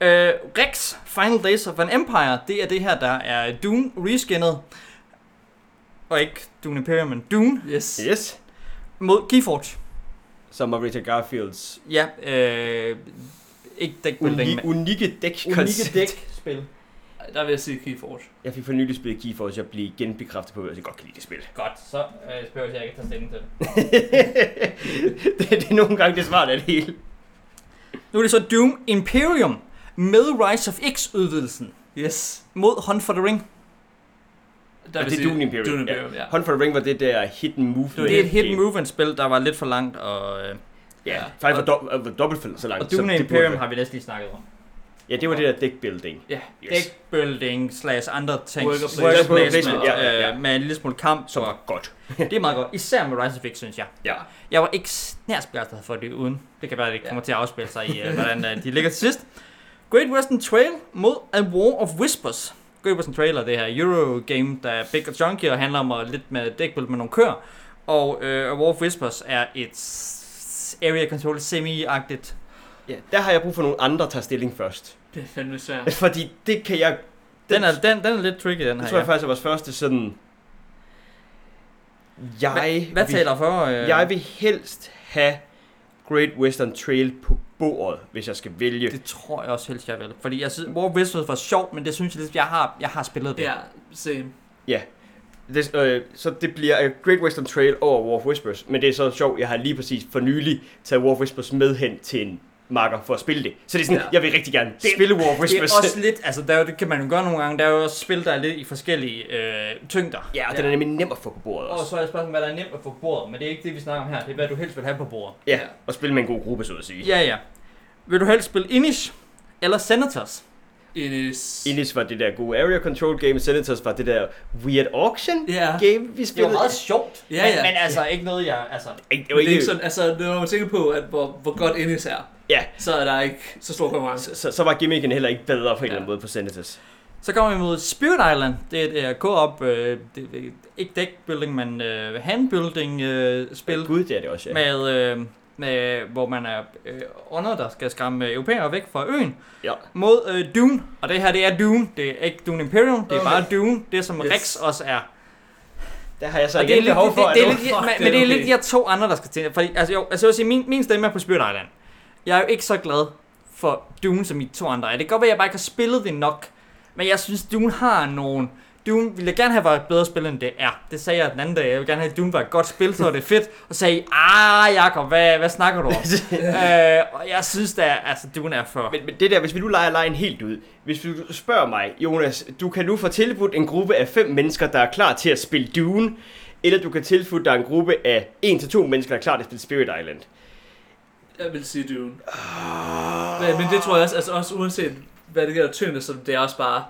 Speaker 3: Ja. Øh, Rex Final Days of an Empire, det er det her, der er Dune reskinnet. Og ikke Dune Imperium, men Dune
Speaker 2: Yes.
Speaker 1: Yes.
Speaker 3: mod Keyforge.
Speaker 1: Som er Richard Garfields
Speaker 3: Ja, øh, ikke deckbuilding,
Speaker 1: uni-
Speaker 3: men
Speaker 1: unikke dækkoncept.
Speaker 3: dækspil.
Speaker 2: Der vil jeg sige Keyforge.
Speaker 1: Jeg fik for nylig spillet Keyforce, jeg blev igen bekræftet på, at jeg godt kan lide det spil.
Speaker 3: Godt, så øh, spørger jeg ikke tage stilling til det.
Speaker 1: det, det, er nogle gange det svar, det hele.
Speaker 3: Nu er det så Doom Imperium med Rise of X-udvidelsen
Speaker 2: Yes.
Speaker 3: mod Hunt for the Ring.
Speaker 2: Der
Speaker 1: Og
Speaker 2: vil
Speaker 1: det er
Speaker 2: sige
Speaker 1: Dune Imperium,
Speaker 2: Dune Imperium, ja.
Speaker 1: Hunt for the Ring var det der hidden move.
Speaker 2: Det var
Speaker 3: Det er et hidden move-and-spil, der var lidt for langt, og, øh,
Speaker 1: Ja,
Speaker 2: Ja.
Speaker 1: faktisk var, do- var dobbelt for- så langt.
Speaker 3: og
Speaker 1: som
Speaker 3: Dune
Speaker 1: det
Speaker 3: Imperium
Speaker 1: burde være.
Speaker 3: har vi næsten lige snakket om.
Speaker 1: Ja, det var det der deck building.
Speaker 2: Ja,
Speaker 1: yes.
Speaker 3: Yes. Deckbuilding slash andre ting.
Speaker 2: Worker placement.
Speaker 3: Worker placement,
Speaker 1: Ja, ja, ja.
Speaker 3: øh, med en lille smule kamp.
Speaker 1: Som
Speaker 3: Så
Speaker 1: var godt.
Speaker 3: det er meget godt. Især med Rise of X, synes jeg.
Speaker 1: Ja.
Speaker 3: Jeg var ikke snært begejstret for det uden. Det kan være, at det kommer til at afspille sig i, øh, hvordan øh, de ligger til sidst. Great Western Trail mod A War of Whispers. Great Western Trail er det her Eurogame, der er big og chunky og handler om at lidt med deckbuild med nogle køer. Og øh, A War of Whispers er et s- area control semi-agtigt.
Speaker 1: ja. Der har jeg brug for nogle andre, der tager stilling først.
Speaker 2: det er fandme svært.
Speaker 1: Fordi det kan jeg...
Speaker 3: Den er, den, den er lidt tricky, den
Speaker 1: Det
Speaker 3: her.
Speaker 1: tror jeg
Speaker 3: ja.
Speaker 1: faktisk er vores første sådan... Jeg...
Speaker 3: Hvad, hvad
Speaker 1: vil-
Speaker 3: taler for? Øh,
Speaker 1: Jeg vil helst have Great Western Trail på bordet, hvis jeg skal vælge.
Speaker 3: Det tror jeg også helst, jeg vil. Fordi jeg synes, War Whispers var sjovt, men det synes jeg lidt, jeg har, jeg har spillet det.
Speaker 2: Ja, same.
Speaker 1: Det, øh, så det bliver øh, Great Western Trail over War of Whispers. Men det er så sjovt, jeg har lige præcis for nylig taget War of Whispers med hen til en marker for at spille det. Så det er sådan,
Speaker 2: Ja.
Speaker 1: ja. jeg vil rigtig gerne spille War of
Speaker 3: Det
Speaker 1: Whispers.
Speaker 3: er også lidt, altså der er jo, det kan man jo gøre nogle gange, der er jo også spil, der er lidt i forskellige øh, tyngder.
Speaker 1: Ja, og den er nemlig nem at få på bordet
Speaker 3: Og
Speaker 1: også.
Speaker 3: så er spørgsmålet, hvad der er nemt at få på bordet, men det er ikke det, vi snakker om her. Det er, hvad du helst vil have på bordet.
Speaker 1: Ja, og spille med en god gruppe, så at sige.
Speaker 3: Ja, ja. Vil du helst spille Inish eller Senators?
Speaker 2: Ines.
Speaker 1: Innis var det der gode area control game, Senators var det der weird auction
Speaker 2: Ja.
Speaker 1: game, vi
Speaker 3: Det er
Speaker 1: spillede.
Speaker 3: jo meget sjovt,
Speaker 2: Ja,
Speaker 3: men,
Speaker 2: ja.
Speaker 3: men altså ikke noget, jeg... Altså,
Speaker 1: Ikke- det
Speaker 2: Det
Speaker 1: var
Speaker 2: er ikke
Speaker 1: ikke,
Speaker 2: sådan, altså, når man tænker på, at hvor, hvor godt Ines er,
Speaker 1: Ja.
Speaker 2: så er der ikke så stor konkurrence.
Speaker 1: så, så, så var gimmicken heller ikke bedre på en
Speaker 2: Ja.
Speaker 1: eller anden måde på Senators.
Speaker 3: Så kommer vi mod Spirit Island. Det er et øh, co-op, øh, det, det- ikke deckbuilding, men øh, handbuilding øh, spil.
Speaker 1: Gud, det er det også, ja.
Speaker 3: med, øh, med, hvor man er øh, ånder, der skal skræmme øh, europæere væk fra øen,
Speaker 1: ja.
Speaker 3: mod øh, Dune. Og det her, det er Dune. Det er ikke Dune Imperium, det er
Speaker 2: Okay.
Speaker 3: bare Dune. Det er som
Speaker 2: Yes.
Speaker 3: yes. Rex også er.
Speaker 1: Der har jeg så
Speaker 3: Og det er
Speaker 1: igen
Speaker 3: lidt,
Speaker 1: behov
Speaker 3: det,
Speaker 1: for,
Speaker 3: det,
Speaker 1: at
Speaker 3: det er
Speaker 1: nogen-
Speaker 3: lidt,
Speaker 2: Fuck,
Speaker 3: men,
Speaker 2: det er
Speaker 3: men det er
Speaker 2: okay.
Speaker 3: lidt de her to andre, der skal til. Fordi, altså, jo, altså, jeg vil sige, min, min stemme er på Spirit Island. Jeg er jo ikke så glad for Dune, som de to andre er. Det kan godt være, at jeg bare ikke har spillet det nok. Men jeg synes, Dune har nogen... Dune ville jeg gerne have været et bedre spil, end det er. Det sagde jeg den anden dag. Jeg vil gerne have, at Dune var et godt spil, så var det fedt. Og sagde, I, ah, Jacob, hvad, hvad snakker du om? øh, og jeg synes da, altså, Dune er for...
Speaker 1: Men, men det der, hvis vi nu leger lejen helt ud, hvis du spørger mig, Jonas, du kan nu få tilbudt en gruppe af fem mennesker, der er klar til at spille Dune, eller du kan tilbudt dig en gruppe af en til to mennesker, der er klar til at spille Spirit Island.
Speaker 2: Jeg vil sige Dune.
Speaker 1: Ah.
Speaker 2: Men, men det tror jeg også, altså også uanset hvad det gælder tyngde, så det er også bare,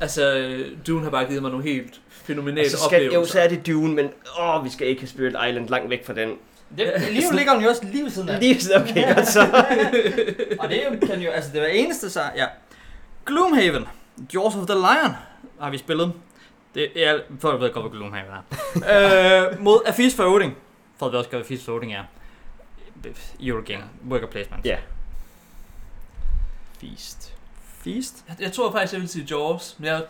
Speaker 2: altså øh, Dune har bare givet mig nogle helt fænomenale
Speaker 1: Og
Speaker 2: altså,
Speaker 1: så skal, jo,
Speaker 2: oplevelser.
Speaker 1: så er det Dune, men åh, vi skal ikke have Spirit Island langt væk fra den.
Speaker 3: Det, lige nu ligger den jo også lige ved siden af.
Speaker 1: Lige sådan, okay, godt så.
Speaker 3: Og det er jo- kan jo, altså det var eneste så, ja. Gloomhaven, Jaws of the Lion, har vi spillet. Det er, for at ved godt, hvad Gloomhaven er. øh, mod A Feast for Odin, for at vi også godt, hvad Feast for Odin er. Eurogame, worker placement.
Speaker 1: Ja. Feast.
Speaker 3: Feast?
Speaker 2: Jeg, jeg tror faktisk, jeg vil sige Jaws, men jeg,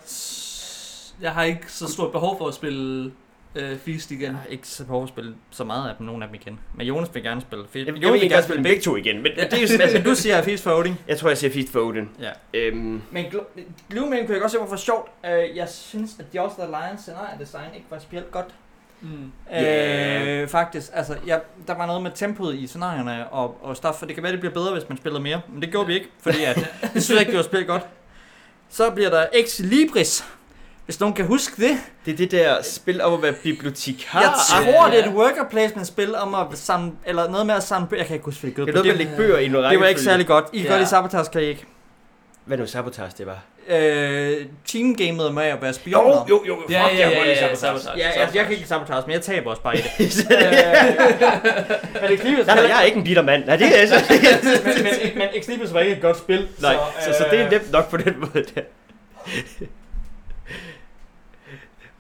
Speaker 2: jeg har ikke så stort behov for at spille øh, Feast
Speaker 3: Jeg
Speaker 2: igen.
Speaker 3: har ikke så behov at spille så meget af dem, nogen af dem igen. Men Jonas vil gerne spille Feast.
Speaker 1: Jeg, jeg vil gerne spille begge to igen, men
Speaker 3: Ja,
Speaker 1: det er jo sådan,
Speaker 3: altså,
Speaker 1: altså,
Speaker 3: du siger A Feast for Odin.
Speaker 1: jeg tror, jeg siger Feast for Odin.
Speaker 3: Ja.
Speaker 1: Øhm,
Speaker 3: Men Glo- Gloomhaven kunne jeg godt se, hvorfor sjovt. Øh, jeg synes, at Jaws of the Lion scenarie-design ikke var specielt godt.
Speaker 2: Mm.
Speaker 1: Ja.
Speaker 3: Øh, faktisk. Altså, ja, der var noget med tempoet i scenarierne og, og stuff, for det kan være, det bliver bedre, hvis man spiller mere. Men det gjorde vi ikke, fordi at, jeg synes ikke, det var spillet godt. Så bliver der Ex Libris Hvis nogen kan huske det.
Speaker 1: Det er det der spil om at være bibliotekar.
Speaker 3: Jeg
Speaker 2: Ah,
Speaker 3: tror,
Speaker 2: ja.
Speaker 3: det er et worker placement spil om at samle, eller noget med at samle bøger. Jeg kan ikke huske, hvilket
Speaker 1: Det er noget med at
Speaker 3: det,
Speaker 1: lægge bøger i noget
Speaker 3: det var ikke særlig godt. I kan
Speaker 2: Ja.
Speaker 3: godt i sabotage, kan I ikke?
Speaker 1: Hvad nu sabotage det var?
Speaker 3: Øh, teamgamet med at være spioner.
Speaker 1: jo, jo.
Speaker 2: Ja, ja, ja, ja, ja,
Speaker 3: Ja, altså, jeg kan ikke sabotage, men jeg taber også bare i det. men Eclipse,
Speaker 1: Nej, nej, jeg er ikke en bitter mand. Nej, det er altså...
Speaker 3: men, men, men Eclipse var ikke et godt spil. øh,
Speaker 1: nej, så, så, det er nemt nok på den måde der.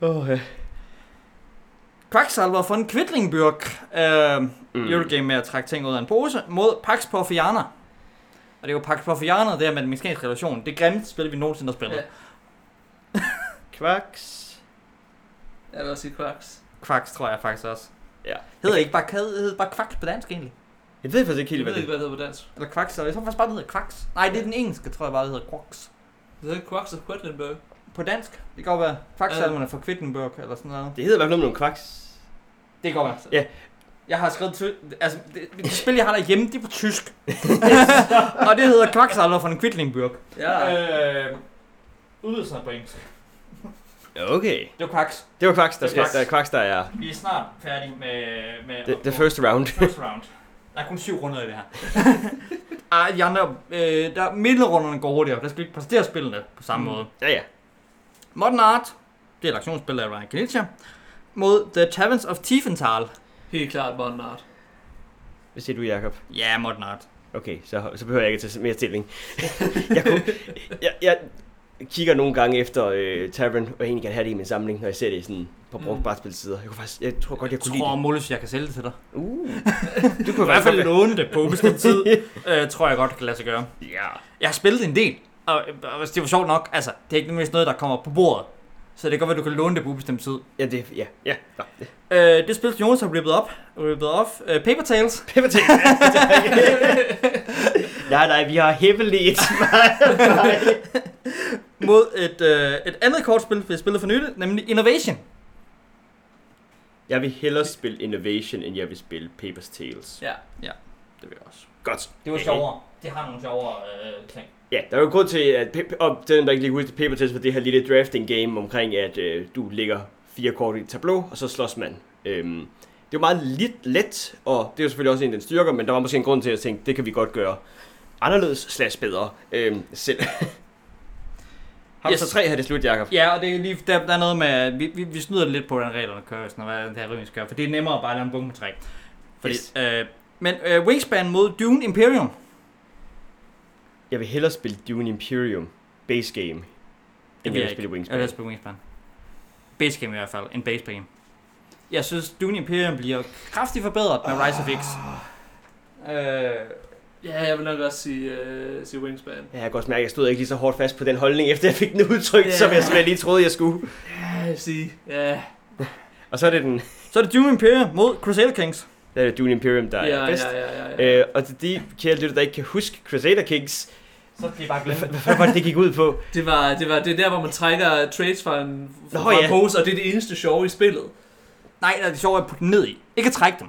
Speaker 1: Åh, ja.
Speaker 3: Quacksalver von Quidlingbyrg. Øh,
Speaker 1: Hmm.
Speaker 3: mm. Eurogame med at trække ting ud af en pose mod Pax Porfiana. Og det var Pax Porfiana, det her med den mexikanske relation. Det grimmeste spil, vi nogensinde har spillet.
Speaker 2: Ja.
Speaker 3: Ja.
Speaker 1: Kvaks.
Speaker 2: Jeg vil også sige Quarks.
Speaker 3: Quacks, tror jeg faktisk også.
Speaker 1: Ja.
Speaker 3: Hedder det ikke bare, hed, hedder det bare Quacks på dansk egentlig?
Speaker 1: Jeg ved faktisk ikke helt,
Speaker 2: Jeg
Speaker 1: hvad
Speaker 2: ved
Speaker 1: det
Speaker 2: ikke,
Speaker 1: er.
Speaker 2: hvad det hedder på dansk.
Speaker 3: Eller Quacks, eller jeg tror faktisk bare, det hedder Quacks. Nej, det er den engelske, tror jeg bare, det hedder Quacks.
Speaker 2: Det hedder Quarks of Quedlinburg.
Speaker 3: På dansk, det kan godt være. Quacksalverne fra Quidlinburg, eller sådan noget.
Speaker 1: Det hedder i hvert fald noget med nogle kvaks.
Speaker 3: Det går godt.
Speaker 1: Ja.
Speaker 3: Jeg har skrevet... Ty- altså, det, det spil, jeg har derhjemme, det er på tysk. og det hedder Quacksalver von Quidlingbyrg.
Speaker 2: Ja.
Speaker 3: Øh, Ydelsen er på engelsk.
Speaker 1: Okay.
Speaker 3: Det var Quacks.
Speaker 1: Det var kvaks, der
Speaker 3: Det
Speaker 1: skal...
Speaker 3: er
Speaker 1: Der er
Speaker 3: Quacks.
Speaker 1: kvaks, der er...
Speaker 3: Vi er snart færdige med... med
Speaker 1: The, the first round.
Speaker 3: first round. Der er kun syv runder i det her. Ej, de andre... Øh, der, middelrunderne går hurtigere. Der skal vi ikke præsentere spillene på samme
Speaker 2: Mm.
Speaker 3: mm. måde.
Speaker 1: Ja, ja.
Speaker 3: Modern Art. Det er et aktionsspil af Ryan Knizia. Mod The Taverns of Tiefenthal.
Speaker 2: Helt klart Modern Art.
Speaker 1: Hvad siger du, Jacob?
Speaker 3: Ja, Modern Art.
Speaker 1: Okay, så, så behøver jeg ikke at tage mere stilling. jeg, kunne, jeg, jeg kigger nogle gange efter øh, Tavern, og jeg egentlig kan have det i min samling, når jeg ser det sådan på brugt
Speaker 2: Mm.
Speaker 1: brætspilsider. Jeg, kunne faktisk, jeg tror godt, jeg
Speaker 3: Jeg
Speaker 1: kunne lide
Speaker 3: tror,
Speaker 1: det.
Speaker 3: Mollis, jeg kan sælge det til dig.
Speaker 1: Uh.
Speaker 3: Du kan i hvert fald låne det på bestemt tid. øh, tror jeg godt kan lade sig gøre.
Speaker 1: ja.
Speaker 3: Jeg har spillet en del, og, og hvis det var sjovt nok, altså, det er ikke nødvendigvis noget, der kommer på bordet. Så det kan godt være, du kan låne det på ubestemt tid.
Speaker 1: Ja, det, ja, ja. Nå.
Speaker 3: Øh, det spil, som Jonas har rippet op, rippet off, øh, Paper Tales.
Speaker 1: Pepper Tales. nej, nej, vi har hemmeligt.
Speaker 3: mod et, øh, et andet kortspil, vi har spillet for nylig, nemlig Innovation.
Speaker 1: jeg vil hellere spille Innovation, end jeg vil spille Papers Tales.
Speaker 2: Ja.
Speaker 3: Det vil jeg også.
Speaker 1: Godt.
Speaker 3: Det var sjovere. Det har nogle sjovere øh, ting.
Speaker 1: Ja, der er jo en grund til, at Pep- og til den, der ikke lige husker paper test, for det her lille drafting game omkring, at øh, du lægger fire kort i et tableau, og så slås man. Øhm, det er jo meget lidt let, og det er jo selvfølgelig også en af den styrker, men der var måske en grund til, at jeg tænkte, det kan vi godt gøre anderledes slash bedre øhm, selv. Ham
Speaker 3: Yes.
Speaker 1: yes. så tre her det slut, Jacob.
Speaker 3: Ja, og det er lige, der, der er noget med, at vi, vi, vi snyder lidt på, hvordan reglerne kører, sådan, og hvad det her rymning skal gøre, for det er nemmere at bare lave en bunke med træ. Fordi,
Speaker 1: Yes.
Speaker 3: øh, men øh, Wingspan mod Dune Imperium.
Speaker 1: Jeg vil hellere spille Dune Imperium base game, end jeg
Speaker 3: vil
Speaker 1: vil
Speaker 3: jeg
Speaker 1: spille
Speaker 3: Jeg
Speaker 1: Wingspan.
Speaker 3: vil spille Wingspan. Base game i hvert fald. En base game. Jeg synes, Dune Imperium bliver kraftigt forbedret med Rise of X. Øh,
Speaker 2: Ja, jeg vil nok også sige, øh, sige Wingspan.
Speaker 1: Ja, jeg kan godt mærke, at jeg stod ikke lige så hårdt fast på den holdning, efter jeg fik den udtrykt,
Speaker 2: Ja.
Speaker 1: yeah. som jeg simpelthen lige troede, jeg skulle.
Speaker 2: Ja, jeg vil sige. Ja,
Speaker 1: Og så er det den,
Speaker 3: så er det Dune Imperium mod Crusader Kings.
Speaker 1: der er det Dune Imperium, der
Speaker 2: ja,
Speaker 1: er
Speaker 2: ja,
Speaker 1: bedst.
Speaker 2: ja, ja, ja.
Speaker 1: Øh, og til de kære lytter, der ikke kan huske Crusader Kings,
Speaker 3: Så bliver bare
Speaker 1: hvad fanden var det, det gik ud på?
Speaker 2: Det var, det var det er der, hvor man trækker trades fra en, fra
Speaker 1: Nå,
Speaker 2: en
Speaker 1: ja.
Speaker 2: pose, og det er det eneste sjove i spillet.
Speaker 3: Nej, det er det sjovt at putte den ned i. Ikke at trække dem.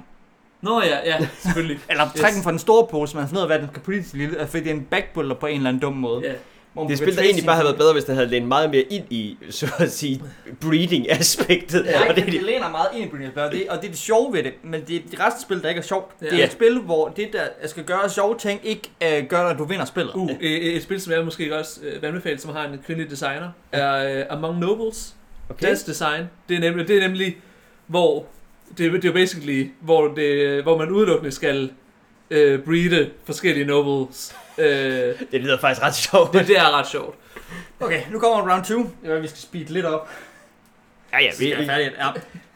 Speaker 2: Nå ja, ja, selvfølgelig.
Speaker 3: Eller trække
Speaker 2: Yes.
Speaker 3: yes. dem fra den store pose, man finder ud af, hvad den skal putte i sin lille, fordi det er en backbuller på en eller anden dum måde.
Speaker 2: Ja.
Speaker 3: Hvor man
Speaker 1: Det
Speaker 3: kan
Speaker 1: spil, der
Speaker 3: trade
Speaker 1: egentlig bare
Speaker 3: sine
Speaker 1: havde været
Speaker 3: ting.
Speaker 1: bedre, hvis der havde lænet meget mere ind i, så at sige, breeding-aspektet.
Speaker 3: Ja,
Speaker 1: og det,
Speaker 3: det, det læner meget ind i Britney Spears, det, og det er det sjove ved det, men det er det resten af spillet, der ikke er sjovt.
Speaker 2: Ja.
Speaker 3: Ja. Det er et spil, hvor det, der skal gøre sjove ting, ikke øh, gør, at du vinder spillet.
Speaker 2: Uh, et, et spil, som jeg måske også øh, vil anbefale, som har en kvindelig designer, er øh, Among Nobles. Okay.
Speaker 1: okay.
Speaker 2: Deres design, det er nemlig, det er nemlig hvor, det, er- det er basically, hvor, det, hvor man udelukkende skal øh, breede forskellige nobles. Øh, det,
Speaker 1: det lyder faktisk ret sjovt.
Speaker 2: det er ret sjovt.
Speaker 3: Okay, nu kommer round 2. Det er, vi skal speede lidt op.
Speaker 1: Ja, ja, vi,
Speaker 3: vi er
Speaker 1: vi,
Speaker 3: færdige.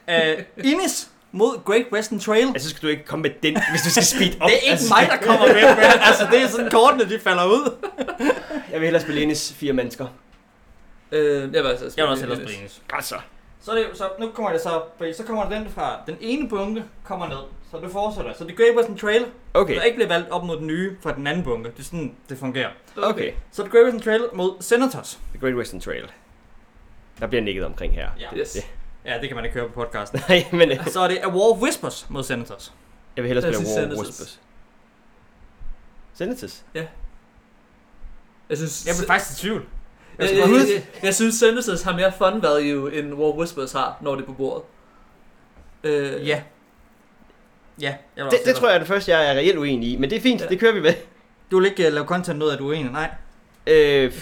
Speaker 3: Ja. Uh, Ines mod Great Western Trail.
Speaker 1: altså skal du ikke komme med den, hvis du skal speed op.
Speaker 3: Det er ikke
Speaker 1: altså,
Speaker 3: mig, der kommer med, men altså det er sådan kortene, de falder ud.
Speaker 1: Jeg vil hellere spille Enes fire mennesker.
Speaker 2: Øh, jeg vil altså Dennis.
Speaker 3: Ines.
Speaker 1: Altså.
Speaker 3: Så, er det, jo- så nu kommer det så, så kommer den fra den ene bunke kommer ned, så du fortsætter. Så det Great Western Trail, okay.
Speaker 1: Okay,
Speaker 3: der ikke bliver valgt op mod den nye fra den anden bunke. Det er sådan, det fungerer.
Speaker 1: okay.
Speaker 3: Så det Great Western Trail mod Senators.
Speaker 1: The Great Western Trail. Der bliver nikket omkring her.
Speaker 3: Ja.
Speaker 2: Yes.
Speaker 1: Det-
Speaker 3: Ja, det kan man ikke høre på podcasten.
Speaker 1: Nej, men øh,
Speaker 3: så er det A War of Whispers mod Senators.
Speaker 1: jeg vil hellere
Speaker 2: Lad os
Speaker 1: spille
Speaker 2: sige
Speaker 1: War
Speaker 2: Senators.
Speaker 1: Whispers. Senators?
Speaker 2: Jeg synes,
Speaker 3: Jeg blev faktisk i tvivl.
Speaker 1: Øh,
Speaker 2: Jeg,
Speaker 3: Jeg skal
Speaker 2: jeg,
Speaker 3: bare
Speaker 2: jeg,
Speaker 3: huske-
Speaker 2: jeg, jeg synes, Sentences har mere fun value, end War Whispers har, når det er på bordet. Øh,
Speaker 3: Ja. Ja, jeg
Speaker 1: Det, det tror jeg er det første, jeg er reelt uenig i, men det er fint,
Speaker 2: Ja.
Speaker 1: det kører vi med.
Speaker 3: Du vil ikke øh, lave content ud af, at du er enig. Nej,
Speaker 1: Øh,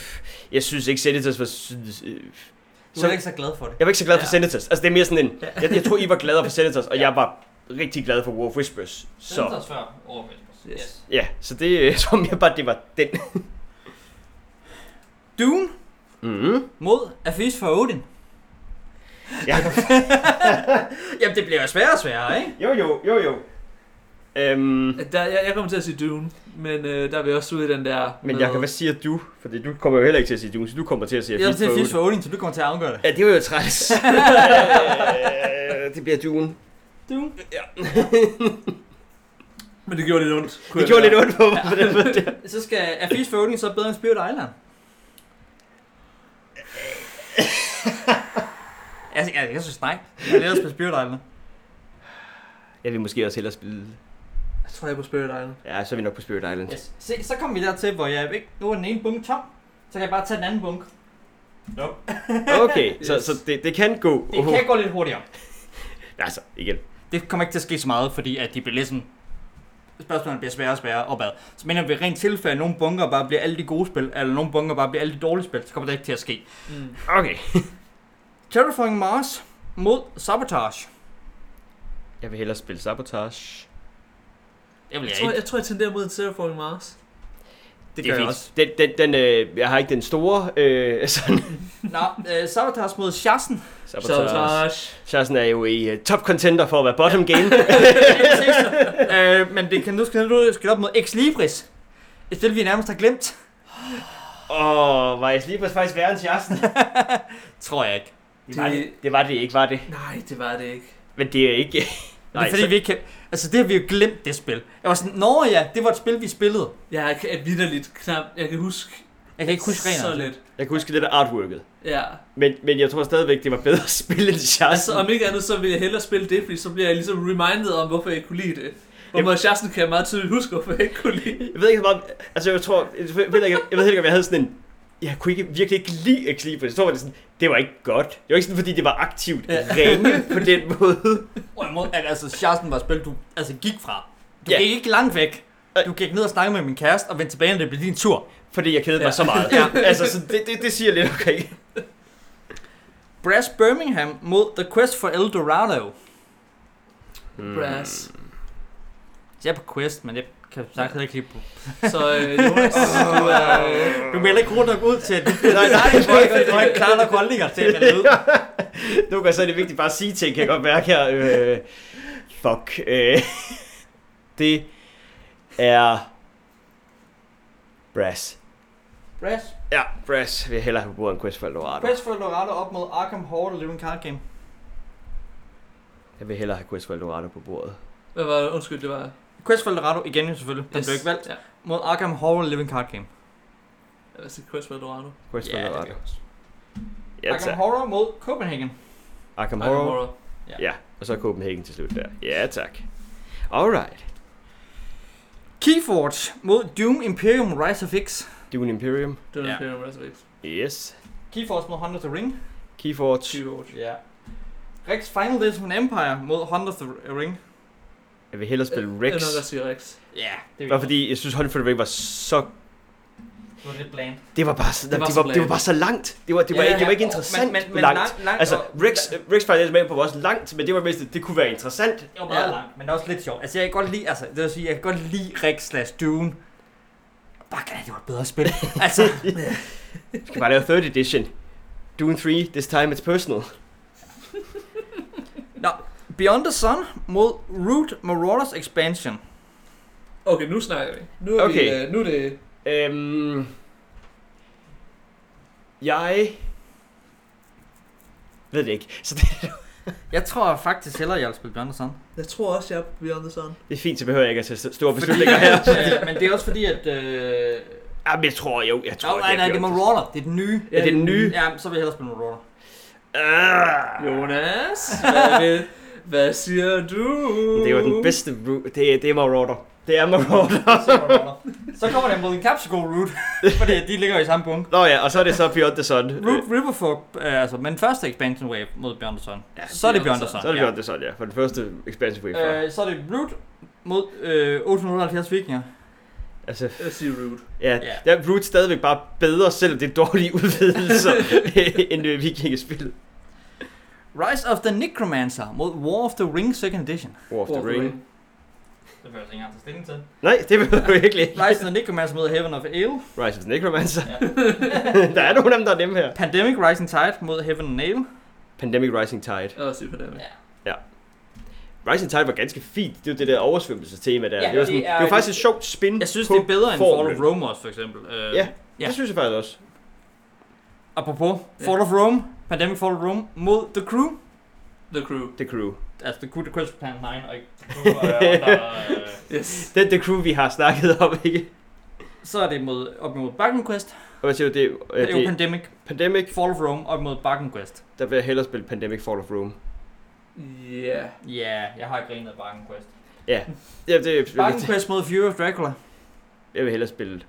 Speaker 1: jeg synes ikke, Senators var... s- øh,
Speaker 3: du
Speaker 1: Så-
Speaker 3: er ikke så glad for det.
Speaker 1: Jeg var ikke så glad for
Speaker 2: Ja.
Speaker 1: Senators. Altså, det er mere sådan en...
Speaker 3: Ja.
Speaker 1: Jeg, jeg tror, I var glade for Senators, og jeg var rigtig glad for War of Whispers. Så,
Speaker 3: før over Vespers.
Speaker 2: Yes.
Speaker 1: ja, så det øh, jeg tror mere bare, det var den.
Speaker 3: Dune
Speaker 1: Mm.
Speaker 3: mod A Feast for Odin.
Speaker 1: Ja.
Speaker 3: Jamen, det bliver jo sværere og sværere, ikke?
Speaker 1: Jo, jo, jo, jo. Øhm,
Speaker 2: At Der, jeg, jeg kommer til at sige Dune, men øh, der er vi også ude i den der...
Speaker 1: men Jacob, hvad siger du? Fordi du kommer jo heller ikke til at sige Dune, så du kommer til at sige
Speaker 3: Jeg er til
Speaker 1: for
Speaker 3: A
Speaker 1: Odin.
Speaker 3: Feast for Odin, så du kommer til at afgøre det.
Speaker 1: Ja, det var jo træls. Øh, det bliver Dune.
Speaker 3: Dune.
Speaker 2: Men det gjorde lidt ondt. kunne
Speaker 1: Det
Speaker 2: jeg
Speaker 1: gjorde
Speaker 2: mærke.
Speaker 1: lidt ondt på mig på den måde. der.
Speaker 3: Så skal A Feast for Odin så bedre end Spirit Island. altså, jeg, jeg synes nej. Jeg har lavet Spirit Island.
Speaker 1: Jeg vil måske også hellere spille...
Speaker 2: Jeg tror, jeg er på Spirit Island.
Speaker 1: Ja, så er vi nok på Spirit Island.
Speaker 3: Yes. Se, så kommer vi dertil, hvor jeg ikke... Nu er den ene bunke tom. Så kan jeg bare tage den anden bunke.
Speaker 1: Okay,
Speaker 2: Yes.
Speaker 1: så, så det, det kan gå. Uhuh.
Speaker 3: Det kan gå lidt hurtigere.
Speaker 1: Altså, igen.
Speaker 3: Det kommer ikke til at ske så meget, fordi at de bliver ligesom... Spørgsmålene bliver sværere og sværere opad. Så mener vi rent tilfælde, at nogle bunker bare bliver alle de gode spil, eller nogle bunker bare bliver alle de dårlige spil, så kommer det ikke til at ske.
Speaker 2: Mm.
Speaker 1: Okay.
Speaker 3: Terraforming Mars mod Sabotage.
Speaker 1: Jeg vil hellere spille Sabotage.
Speaker 3: Det vil
Speaker 2: Jeg,
Speaker 3: jeg,
Speaker 2: tror,
Speaker 3: ikke.
Speaker 2: jeg tror, jeg tenderer mod en Terraforming Mars.
Speaker 3: Det gør jeg
Speaker 1: fint.
Speaker 3: også.
Speaker 1: Den, den, den, øh, jeg har ikke den store øh, sådan.
Speaker 3: Nå, øh, Sabotage mod Shassen.
Speaker 1: Sabotage. Charlesen er jo i uh, top contender for at være bottom game.
Speaker 3: øh, men det kan nu skal du skal op mod Ex Libris. Et spil, vi nærmest har glemt.
Speaker 1: Åh, oh, var jeg lige præcis faktisk værre end Charlesen?
Speaker 3: Tror jeg ikke.
Speaker 1: Det, var det, det var det ikke, var det.
Speaker 2: Nej, det var det ikke.
Speaker 1: Men det er ikke...
Speaker 3: Nej, det
Speaker 1: Nej,
Speaker 3: er fordi,
Speaker 1: så-
Speaker 3: vi ikke kan... Altså, det har vi jo glemt, det spil. Jeg var sådan, nå ja, det var et spil, vi spillede.
Speaker 2: Jeg kan- er vidderligt knap. Jeg kan huske
Speaker 3: Jeg kan ikke huske
Speaker 2: så
Speaker 3: reglerne.
Speaker 2: lidt.
Speaker 1: Jeg kan huske det der artworket.
Speaker 2: Ja.
Speaker 1: Men, men jeg tror stadigvæk, det var bedre at spille end
Speaker 2: Altså,
Speaker 1: Charlesen.
Speaker 2: om ikke andet, så vil jeg hellere spille det, fordi så bliver jeg ligesom reminded om, hvorfor jeg ikke kunne lide det. Hvor
Speaker 1: Jamen-
Speaker 2: mod Shasten kan jeg meget tydeligt huske, hvorfor jeg ikke kunne lide det.
Speaker 1: Jeg ved ikke så meget... Altså, jeg tror... Jeg ved, jeg ved, ikke, jeg ved ikke, om jeg havde sådan en... Jeg kunne ikke, virkelig ikke lide Ex Libris. Jeg tror, det, var sådan, det var ikke godt. Det var ikke sådan, fordi det var aktivt
Speaker 2: Ja.
Speaker 1: ringe på den måde.
Speaker 3: Hvorimod, at altså, Charleston var et spil, du altså, gik fra. Du
Speaker 1: Ja.
Speaker 3: gik ikke langt væk. Du gik ned og snakkede med min kæreste, og vendte tilbage, når det blev din tur.
Speaker 1: Fordi jeg kedede mig
Speaker 2: Ja.
Speaker 1: så meget.
Speaker 3: Ja.
Speaker 1: Altså, så det, det, det siger lidt okay.
Speaker 3: Brass Birmingham mod The Quest for El Dorado.
Speaker 1: Mm.
Speaker 2: Brass.
Speaker 3: Så jeg er på Quest, men jeg kan sagt ikke lige på.
Speaker 2: Så øh, Jonas, du er... Øh,
Speaker 3: Du melder ikke hurtigt nok ud til, at du nej,
Speaker 1: nej,
Speaker 3: nej,
Speaker 1: nej,
Speaker 3: du har ikke, du har
Speaker 2: nej.
Speaker 3: ikke klare nok holdninger til at melde ud.
Speaker 1: Nu gør så er det vigtigt bare at sige ting, kan jeg godt mærke her. Øh, fuck. Øh, det er... Brass.
Speaker 3: Brass.
Speaker 1: Ja, Brass vil jeg hellere have på bordet end Quest for Eldorado.
Speaker 3: Quest for El Dorado op mod Arkham Horror Living Card Game.
Speaker 1: Jeg vil hellere have Quest for Eldorado på bordet.
Speaker 2: hvad var det? Undskyld, det var...
Speaker 3: Quest for El Dorado igen jo selvfølgelig. Den
Speaker 2: Yes.
Speaker 3: blev ikke valgt.
Speaker 2: Ja.
Speaker 3: Mod Arkham Horror Living Card Game.
Speaker 2: Jeg vil sige Quest for Eldorado.
Speaker 1: Quest for
Speaker 3: Ja, det
Speaker 1: Eldorado.
Speaker 3: kan jeg også.
Speaker 1: Ja,
Speaker 3: Arkham
Speaker 1: tak.
Speaker 3: Horror mod Copenhagen.
Speaker 1: Arkham
Speaker 2: Arkham
Speaker 1: Horror.
Speaker 2: Horror.
Speaker 1: Ja, og så Copenhagen til slut der. Ja, tak. Alright.
Speaker 3: Keyforge mod Doom Imperium Rise of X.
Speaker 1: Dune Imperium.
Speaker 2: Det var
Speaker 3: Ja.
Speaker 2: ja. Imperium Reservates.
Speaker 1: Yes.
Speaker 3: Keyforge mod Honor of the Ring.
Speaker 1: Keyforge.
Speaker 2: Keyboard.
Speaker 3: Ja. Rex Final Days of an Empire mod Honor of the Ring.
Speaker 1: Jeg vil hellere spille
Speaker 3: Øh,
Speaker 2: Jeg
Speaker 1: Rex.
Speaker 2: er nok også sige Rex.
Speaker 3: Ja, det
Speaker 1: Bare fordi jeg synes, Hunt for the Ring var så...
Speaker 3: Det var lidt bland.
Speaker 1: Det var bare så, det
Speaker 2: Det
Speaker 1: var,
Speaker 2: var
Speaker 1: det
Speaker 2: så
Speaker 1: var, det var
Speaker 2: bland.
Speaker 1: bare så langt. Det var, det var, ikke, det var ikke interessant
Speaker 3: men, men, men
Speaker 1: langt.
Speaker 3: langt, langt
Speaker 1: Altså,
Speaker 3: og-
Speaker 1: Rex, øh, Rex Finance Manpower var også langt, men det var mest, det kunne være interessant.
Speaker 3: Det var meget
Speaker 2: Ja.
Speaker 3: langt, men også lidt sjovt. Altså, jeg kan godt lide, altså, det vil sige, jeg kan godt lide Rex slash Dune. Bare kan det var et bedre spil. altså,
Speaker 1: Vi skal bare lave 3rd edition. Dune 3, this time it's personal.
Speaker 3: Beyond the Sun mod Root Marauders Expansion.
Speaker 2: Okay, nu snakker vi. Nu er,
Speaker 1: Okay.
Speaker 2: vi, øh, nu er det...
Speaker 1: Øhm, jeg ved det ikke, så det,
Speaker 3: Jeg tror faktisk hellere, jeg vil spille Beyond the Sun.
Speaker 2: Jeg tror også, jeg er på Beyond the Sun.
Speaker 1: det er fint, så behøver jeg ikke at tage store beslutninger her.
Speaker 3: øh, men det er også fordi, at... Øh...
Speaker 1: Jamen, jeg tror jo, jeg tror,
Speaker 3: Oh, nej, nej, det er Marauder. Det er den nye.
Speaker 1: Ja, det er den nye.
Speaker 3: Ja, men så vil jeg hellere spille Marauder.
Speaker 1: Ah,
Speaker 2: Jonas, hvad, vil, hvad siger du?
Speaker 1: det er jo den bedste, ru- det er, det er Marauder. Det er Marauder.
Speaker 3: så kommer der mod en Capsico Route, fordi de ligger i samme bunke.
Speaker 1: Nå ja, og så er det så Beyond the Sun. Øh,
Speaker 3: Route Riverfolk, øh, altså, men første expansion wave mod Beyond the Sun.
Speaker 2: Ja,
Speaker 3: så er det
Speaker 2: Beyond
Speaker 3: Beyond
Speaker 2: the
Speaker 3: the Sun.
Speaker 1: Så er det Beyond the Sun, ja. For den første expansion wave fra.
Speaker 3: Øh, så er det Root mod øh, 878 vikinger.
Speaker 1: Altså,
Speaker 2: Jeg siger rude.
Speaker 1: ja,
Speaker 3: ja.
Speaker 1: der er Root stadigvæk bare bedre, selvom det er dårlige udvidelser, end øh, vikingespillet.
Speaker 3: Rise of the Necromancer mod War of the Ring Second Edition.
Speaker 1: War of the Ring.
Speaker 3: Det behøver jeg altså ikke engang tage stilling til.
Speaker 1: Nej, det behøver du virkelig ikke.
Speaker 3: Rise of the Necromancer mod Heaven of Ale.
Speaker 1: Rise of the Necromancer. der er nogle af dem, der er nemme her.
Speaker 3: Pandemic Rising Tide mod Heaven and Ale.
Speaker 1: Pandemic Rising Tide.
Speaker 2: Jeg er også på det.
Speaker 3: Ja.
Speaker 1: Rising Tide var ganske fint. Det var det der oversvømmelsestema der.
Speaker 3: Ja,
Speaker 1: det, var
Speaker 3: det
Speaker 1: sådan, det,
Speaker 3: er-
Speaker 1: var faktisk et sjovt spin
Speaker 3: Jeg synes,
Speaker 1: på
Speaker 3: det er bedre end Fall
Speaker 1: formlen.
Speaker 3: of Rome også, for eksempel. Øh,
Speaker 1: Ja.
Speaker 3: Ja.
Speaker 1: Det synes jeg faktisk også.
Speaker 3: Apropos,
Speaker 2: Ja.
Speaker 3: Fall of Rome, Pandemic Fall of Rome mod The Crew.
Speaker 2: The Crew.
Speaker 1: The Crew.
Speaker 3: Altså, The Crew, The Quest Plan 9, og ikke The Crew, øh, under, øh,
Speaker 2: Yes.
Speaker 1: Det er The Crew, vi har snakket om, ikke?
Speaker 3: Så er det mod, op mod Bargain Quest.
Speaker 1: Og hvad siger du, det, er- øh,
Speaker 3: Det er jo
Speaker 1: det er
Speaker 3: Pandemic,
Speaker 1: Pandemic.
Speaker 3: Fall of Rome op mod Bargain Quest.
Speaker 1: Der vil jeg hellere spille Pandemic Fall of Rome.
Speaker 2: Ja.
Speaker 3: Ja, yeah, jeg har grinet Bargain Quest.
Speaker 1: Ja, det, jeg,
Speaker 3: Bargain
Speaker 1: vil,
Speaker 3: Quest mod Fury of Dracula.
Speaker 1: jeg vil hellere spille...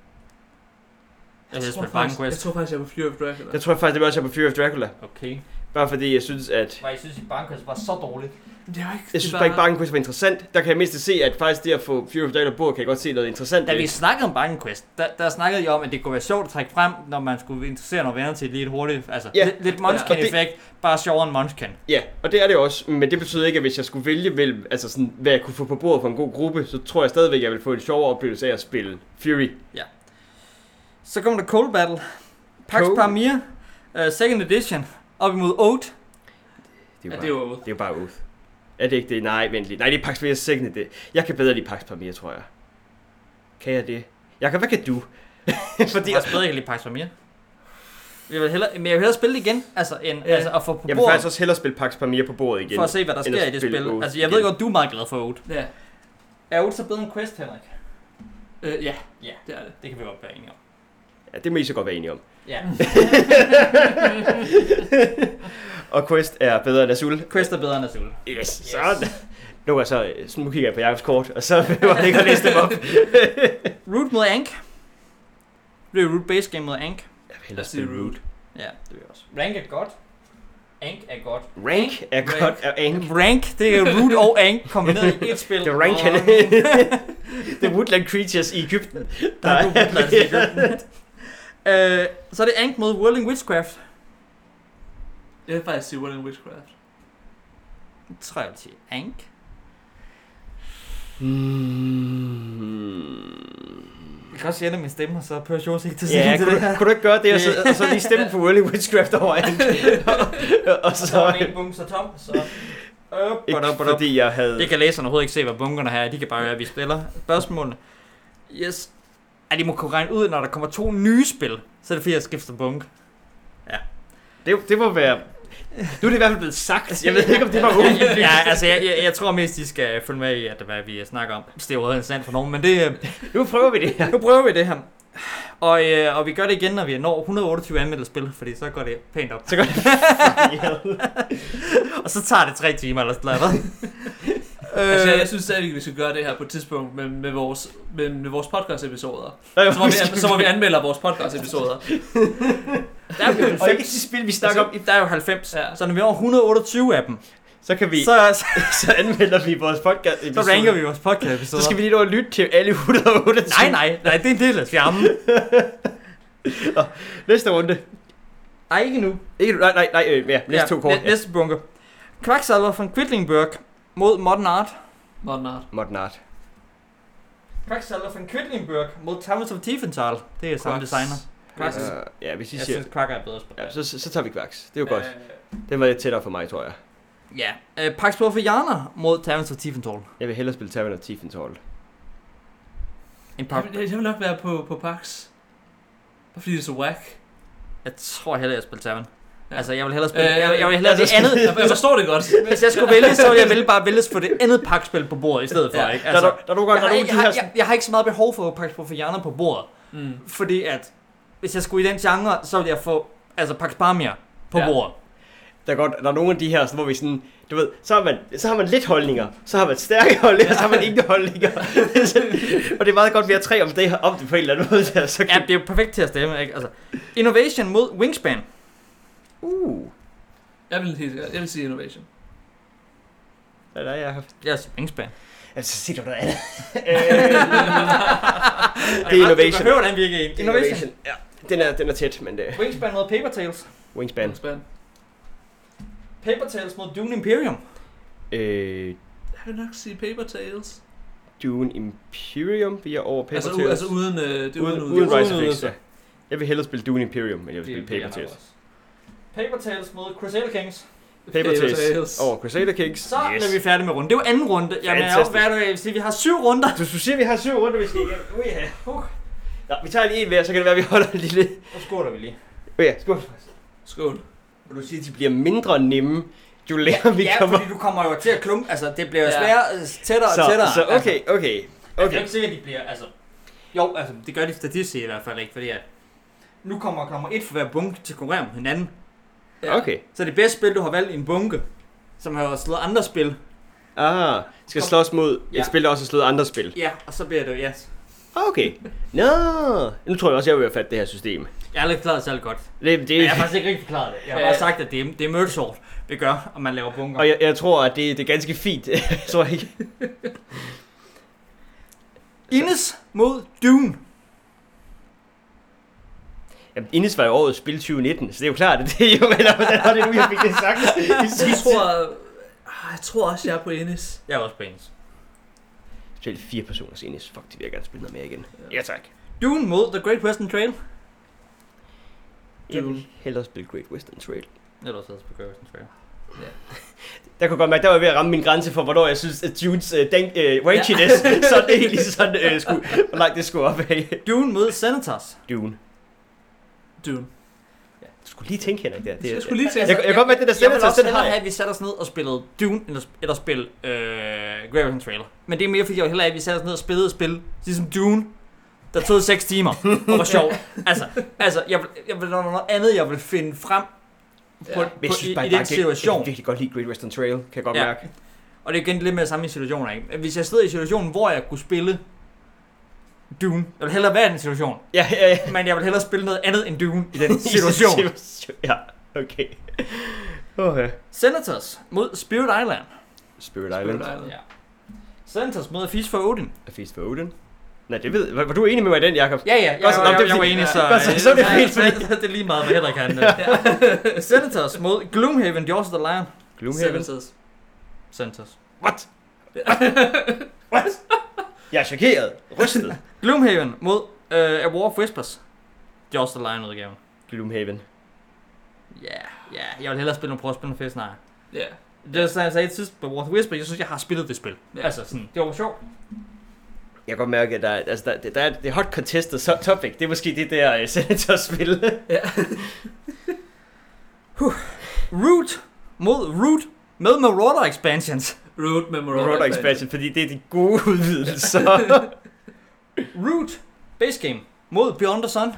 Speaker 3: Jeg
Speaker 2: tror
Speaker 3: spille Bargain
Speaker 2: faktisk-
Speaker 3: Quest.
Speaker 2: Jeg tror faktisk, jeg er på Fury of Dracula.
Speaker 1: Jeg tror faktisk, det var også jeg er på Fear of Dracula.
Speaker 3: Okay.
Speaker 1: Bare fordi jeg synes, at...
Speaker 3: Hvad jeg synes, at Bargain Quest var så dårligt.
Speaker 2: Det er jo ikke... det er
Speaker 1: Jeg synes bare ikke, Bargain Quest var interessant. Der kan jeg mindst se, at faktisk det at få Fear of Dracula på, kan jeg godt se noget interessant.
Speaker 3: Da
Speaker 1: i.
Speaker 3: vi snakkede om Bargain Quest, der, der snakkede jeg om, at det kunne være sjovt at trække frem, når man skulle interessere nogle venner til et lidt hurtigt. Altså,
Speaker 1: Ja.
Speaker 3: yeah. lidt, lidt
Speaker 1: Ja, og det-
Speaker 3: Munchkin-effekt, bare sjovere end Munchkin.
Speaker 1: Ja, og det er det også, men det betyder ikke, at hvis jeg skulle vælge mellem, altså sådan, hvad jeg kunne få på bordet for en god gruppe, så tror jeg stadigvæk, at jeg ville få en sjovere oplevelse af at spille Fury.
Speaker 3: Så kommer der Cold Battle. Pax
Speaker 1: Cold.
Speaker 3: Pamir, uh, second edition, op imod Oat.
Speaker 2: Ja,
Speaker 1: jo
Speaker 2: det
Speaker 1: bare,
Speaker 2: er jo...
Speaker 1: det er jo bare Oath. Er det ikke det? Nej, vent lige. Nej, det er Pax Pamir Second det. Jeg kan bedre lide Pax Pamir, tror jeg. Kan jeg det? Jakob, hvad kan du? Fordi,
Speaker 3: Fordi jeg stadig ikke lide Pax Pamir. Jeg vil hellere, men jeg vil hellere spille det igen, altså, end,
Speaker 2: Ja.
Speaker 3: ja. altså at få på
Speaker 1: jeg vil
Speaker 3: bordet,
Speaker 1: faktisk også hellere spille Pax Pamir på bordet igen.
Speaker 3: for at se, hvad der
Speaker 1: end at
Speaker 3: sker i det
Speaker 1: spille
Speaker 3: spil.
Speaker 1: Oath
Speaker 3: Altså, jeg ved
Speaker 1: igen.
Speaker 3: godt, du er meget glad for Oat.
Speaker 2: Ja.
Speaker 3: Er Oat så bedre end Quest, Henrik?
Speaker 2: Øh, ja.
Speaker 3: Ja.
Speaker 2: Det er det.
Speaker 3: Det kan vi godt være enige om.
Speaker 1: Ja, det må I så godt være enige om.
Speaker 3: Ja.
Speaker 1: Og Quest er bedre end Azul.
Speaker 3: Quest er bedre end Azul.
Speaker 1: Yes, yes. sådan. Nu, er så, så nu kigger jeg på Jakobs kort, og så var det ikke at læse dem op.
Speaker 3: Root mod Ank. Det er Root base game mod Ank.
Speaker 1: Jeg vil hellere
Speaker 2: Jeg siger
Speaker 1: spille Root.
Speaker 2: Root.
Speaker 3: Ja.
Speaker 1: Det vil jeg også.
Speaker 3: Rank er godt. Ank er godt.
Speaker 1: Rank er
Speaker 2: Rank.
Speaker 1: godt, og Ank
Speaker 3: Rank, det er Root og Ank kombineret i et spil.
Speaker 1: Det er Rank, han The Woodland Creatures i Ægypten.
Speaker 3: Der er god plads i Egypten. Øh, så er det Ank mod Whirling Witchcraft.
Speaker 2: Jeg vil faktisk sige Willing Witchcraft.
Speaker 3: 3 til Ank.
Speaker 1: Mm. Hmm.
Speaker 3: Jeg kan også sige, at min stemme, og så pører Sjors ikke til
Speaker 1: Ja, kunne, du- kunne du ikke gøre det, og så, og så lige stemme
Speaker 3: Ja.
Speaker 1: på Whirling Witchcraft over Ank? og, og så...
Speaker 3: bunke så tom, så... Øp,
Speaker 1: Ikke fordi jeg havde...
Speaker 3: Det kan læserne overhovedet ikke se, hvad bunkerne her er. De kan bare høre, at vi spiller. Spørgsmålene. Yes. Ja, de må kunne regne ud, når der kommer to nye spil. Så er det fordi, jeg skifter bunk.
Speaker 1: Det, det må være... Nu er det i hvert fald blevet sagt. Jeg ved ikke, om det var åbent.
Speaker 3: ja, altså, jeg, jeg, jeg, tror mest, de skal følge med i, at hvad vi snakker om. Hvis det er overhovedet interessant for nogen, men det, øh,
Speaker 1: Nu prøver vi det her.
Speaker 3: nu prøver vi det her. Og, øh, og vi gør det igen, når vi når 128 anmeldte spil, fordi så går det pænt op.
Speaker 1: Så går det
Speaker 3: Og så tager det tre timer eller sådan noget.
Speaker 2: Altså, jeg, jeg
Speaker 3: øh,
Speaker 2: synes stadigvæk, vi skal gøre det her på et tidspunkt med, med vores, med, med vores podcast-episoder.
Speaker 1: Nej,
Speaker 2: Så må, vi, an- så må vi anmelde vores podcast-episoder.
Speaker 3: der, er jo
Speaker 1: Og ikke
Speaker 3: 90,
Speaker 1: de spil, vi snakker
Speaker 3: altså,
Speaker 1: om. i-
Speaker 3: der er jo 90,
Speaker 2: Ja.
Speaker 3: ja. så når vi når 128 af dem,
Speaker 1: Så kan vi...
Speaker 3: så, så,
Speaker 1: Så anmelder vi vores podcast.
Speaker 3: så ranker vi vores podcast
Speaker 1: Så skal vi lige nå at lytte til alle 128.
Speaker 3: Nej, nej, nej, det er en del af fjammen.
Speaker 1: Næste runde.
Speaker 3: Nej, ikke nu.
Speaker 1: Ikke, nej, nej, nej, øh, ja, næste ja, to kort.
Speaker 3: Næ- næste bunke. Quacksalver fra Quiddlingburg mod Modern Art.
Speaker 2: Modern Art.
Speaker 1: ja. Modern Art.
Speaker 3: Quacksalver fra Quiddlingburg mod Towers of Tiefenthal. Det er samme
Speaker 2: Quacks.
Speaker 3: designer. Quacks.
Speaker 2: Øh,
Speaker 1: Uh, ja, hvis I
Speaker 3: Jeg
Speaker 1: siger...
Speaker 3: synes, Quack er bedre spil.
Speaker 1: Ja, så, så, så tager vi kvaks. Det er jo godt.
Speaker 3: Øh,
Speaker 1: Den var lidt tættere for mig, tror jeg.
Speaker 3: Ja. Øh, Pax for Jana mod Towers of Tiefenthal.
Speaker 1: Jeg vil hellere spille Tavern of Tiefenthal.
Speaker 3: En par...
Speaker 2: Jeg, vil- jeg vil nok være på, på Pax. Bare fordi det er så whack.
Speaker 3: Jeg tror hellere, jeg spiller Tavern.
Speaker 2: Ja.
Speaker 3: Altså, jeg vil hellere spille...
Speaker 2: Øh,
Speaker 3: jeg, vil- jeg vil hellere det
Speaker 1: altså,
Speaker 3: andet...
Speaker 2: Jeg, jeg forstår det godt.
Speaker 3: Hvis jeg skulle vælge, så ville jeg vælge bare vælges for det andet pakspil på bordet i stedet for,
Speaker 2: Ja.
Speaker 3: ikke?
Speaker 1: Altså,
Speaker 3: Altså,
Speaker 1: der, der, der er nogle
Speaker 3: jeg,
Speaker 1: gange, der er
Speaker 3: har,
Speaker 1: nogle
Speaker 3: ikke-
Speaker 1: af
Speaker 3: jeg,
Speaker 1: de her...
Speaker 3: har, jeg, jeg har ikke så meget behov for Pax Profiana på bordet,
Speaker 2: Mm.
Speaker 3: fordi at hvis jeg skulle i den genre, så ville jeg få altså Pax Pamir på
Speaker 2: Ja.
Speaker 3: bordet.
Speaker 1: Der er, godt, der er nogle af de her, sådan, hvor vi sådan, du ved, så har, man, så har man lidt holdninger, så har man stærke holdninger, så har man ingen holdninger. og det er meget godt, at vi har tre om det, om det på en eller anden måde. Der, så
Speaker 3: Ja,
Speaker 1: kan...
Speaker 3: det er jo perfekt til at stemme, ikke? Altså, innovation mod Wingspan.
Speaker 1: Uh,
Speaker 2: Jeg vil, helt, sikkert- jeg vil sige innovation.
Speaker 1: der er jeg.
Speaker 3: Jeg siger Wingspan.
Speaker 1: Altså, sig du noget andet. det er innovation.
Speaker 3: behøver den virke en. Innovation.
Speaker 1: Innovation. Ja, den er, den er tæt, men det
Speaker 3: Wingspan mod Paper Tales.
Speaker 1: Wingspan.
Speaker 2: Spændende.
Speaker 3: Paper Tales mod Dune Imperium.
Speaker 1: Øh,
Speaker 2: Jeg vil nok sige Paper Tales.
Speaker 1: Dune Imperium, vi er over Paper
Speaker 2: altså, u-
Speaker 1: Tales.
Speaker 2: altså uden, øh, det er
Speaker 1: uden,
Speaker 2: uden,
Speaker 1: uden, uden Rise of
Speaker 3: uden
Speaker 1: X, ja. Jeg vil hellere spille Dune Imperium, men jeg vil spille
Speaker 3: Det-
Speaker 1: Paper
Speaker 3: det er
Speaker 1: Tales.
Speaker 3: også. Paper Tales mod Crusader Kings.
Speaker 1: Paper Tales over Crusader Kings.
Speaker 3: Så yes. er vi færdige med runden. Det var anden runde. Jamen, jeg er også
Speaker 1: Fantastisk.
Speaker 3: værd at sige, vi har syv runder.
Speaker 1: Du, du siger, vi har syv runder, vi skal igennem. Uh, uh. Nå, vi tager lige en mere, så kan det være, vi holder en lille...
Speaker 3: Så skåler vi lige.
Speaker 1: Uh, ja. Skål.
Speaker 2: Skål.
Speaker 1: Vil du sige, at de bliver mindre nemme, jo længere vi
Speaker 3: ja,
Speaker 1: kommer?
Speaker 3: fordi du kommer jo til at klumpe. Altså, det bliver jo
Speaker 2: Ja.
Speaker 3: sværere, øh, tættere og
Speaker 1: Så,
Speaker 3: tættere.
Speaker 1: så okay, okay.
Speaker 3: Altså, okay. Jeg
Speaker 1: okay.
Speaker 3: er ikke sikker, at de bliver, altså... Jo, altså, det gør de statistisk i hvert fald ikke, fordi at... Nu kommer nummer et for hver bunke til at konkurrere med hinanden.
Speaker 1: Okay.
Speaker 3: Så det bedste spil, du har valgt i en bunke, som har slået andre spil.
Speaker 1: Ah, skal
Speaker 3: Kom.
Speaker 1: slås mod
Speaker 3: Ja.
Speaker 1: et spil, der også har slået andre spil.
Speaker 3: Ja, og så bliver det jo, ja.
Speaker 1: Ah, Okay. Nå, nu tror jeg også, jeg vil have fat det her system.
Speaker 3: Jeg har ikke forklaret særlig godt.
Speaker 1: Det,
Speaker 3: Men
Speaker 1: det,
Speaker 3: jeg har faktisk ikke rigtig forklaret det. Jeg har
Speaker 2: Ja.
Speaker 3: bare sagt, at det er, det er mødesort, vi gør, om man laver bunker.
Speaker 1: og jeg, jeg tror, at det, det er ganske fint. jeg tror ikke.
Speaker 3: Ines mod Dune.
Speaker 1: Jamen, Ines var jo årets spil 2019, så det er jo klart, at det er jo, eller hvordan var det nu, jeg fik det sagt?
Speaker 2: Jeg tror, ah, jeg tror også, jeg er på Ennis.
Speaker 3: Jeg er også på Ines.
Speaker 1: Spil fire personers Ines. Fuck, det vil jeg gerne spille noget mere igen.
Speaker 2: Ja.
Speaker 1: Ja, tak.
Speaker 3: Dune mod The Great Western Trail.
Speaker 1: Jeg
Speaker 2: Dune.
Speaker 1: vil hellere spille Great Western Trail.
Speaker 3: Eller også på Great Western Trail.
Speaker 1: Der kunne jeg godt mærke, der var jeg ved at ramme min grænse for, hvornår jeg synes, at Dunes uh, dank, uh, wankiness, ja. så det er lige sådan, uh, skulle, hvor langt det skulle op af.
Speaker 3: Dune mod Senators.
Speaker 1: Dune.
Speaker 2: Dune.
Speaker 1: Du skulle lige tænke, Henrik, der. Det,
Speaker 2: Jeg skulle lige til
Speaker 1: jeg, jeg, jeg kan godt mærke, at den der
Speaker 3: Jeg
Speaker 1: stemme
Speaker 3: vil
Speaker 1: til
Speaker 3: også
Speaker 1: den
Speaker 3: hellere
Speaker 1: har
Speaker 3: have,
Speaker 1: jeg.
Speaker 3: at vi satte os ned og spillede Dune, end at, end at spille øh, Great Western Trail. Men det er mere, fordi jeg hellere, at vi satte os ned og spillede et spil, ligesom Dune, der tog 6 timer og var sjov. altså, altså jeg, vil, jeg vil, der var noget andet, jeg vil finde frem på,
Speaker 2: Ja.
Speaker 1: Men
Speaker 3: ja. på,
Speaker 1: jeg
Speaker 3: i,
Speaker 1: synes bare, jeg
Speaker 3: i den
Speaker 1: kan- Jeg
Speaker 3: situation.
Speaker 1: kan virkelig godt lide Great Western Trail, kan jeg godt
Speaker 3: Ja.
Speaker 1: mærke.
Speaker 3: Og det er igen lidt med samme i situationer, ikke? Hvis jeg sidder i situationen, hvor jeg kunne spille Dune, jeg vil hellere være i den situation,
Speaker 1: Ja, ja, ja.
Speaker 3: men jeg vil hellere spille noget andet end Dune i den situation.
Speaker 1: Situation. ja, okay. Okay.
Speaker 3: Senators mod Spirit Island.
Speaker 1: Spirit Island.
Speaker 2: Ja.
Speaker 3: Senators mod Fish for Odin.
Speaker 1: A Feast for Odin. Nej, det ved Var, var du enig med mig i den, Jacob?
Speaker 3: Ja, ja, jeg,
Speaker 1: Godt, nå,
Speaker 3: jeg,
Speaker 1: det er
Speaker 3: jeg, jeg var
Speaker 1: fordi-
Speaker 3: enig, så...
Speaker 1: Godt, så- så er det
Speaker 3: Ja,
Speaker 1: fint,
Speaker 3: så-
Speaker 1: fordi-
Speaker 3: så er det er lige meget, hvad Henrik kan. øh. Senators mod Gloomhaven, The Jaws of the Lion.
Speaker 1: Gloomhaven.
Speaker 2: Senators.
Speaker 3: Senators.
Speaker 1: What? What? Jeg er chokeret. Rystet.
Speaker 3: Gloomhaven mod uh, A War of Whispers. Jaws of the Lion udgaven.
Speaker 1: Gloomhaven.
Speaker 3: Ja, ja, jeg vil hellere spille nogle prøve at spille nogle fest, nej.
Speaker 2: Ja.
Speaker 3: Det er sådan, jeg sagde sidst på War of Whisper, jeg synes, jeg har spillet det spil.
Speaker 2: Ja.
Speaker 3: Ja. Altså sådan, det var sjovt.
Speaker 1: Jeg kan godt mærke, at der, er- altså, der, der, der er det er hot contested so- topic. Det er måske det der uh, Senator-spil.
Speaker 3: Root mod Root med Marauder Expansions.
Speaker 2: Road med Marauder,
Speaker 1: Rotor Expansion, fordi det er de gode udvidelser.
Speaker 3: Root Base Game mod Beyond the Sun.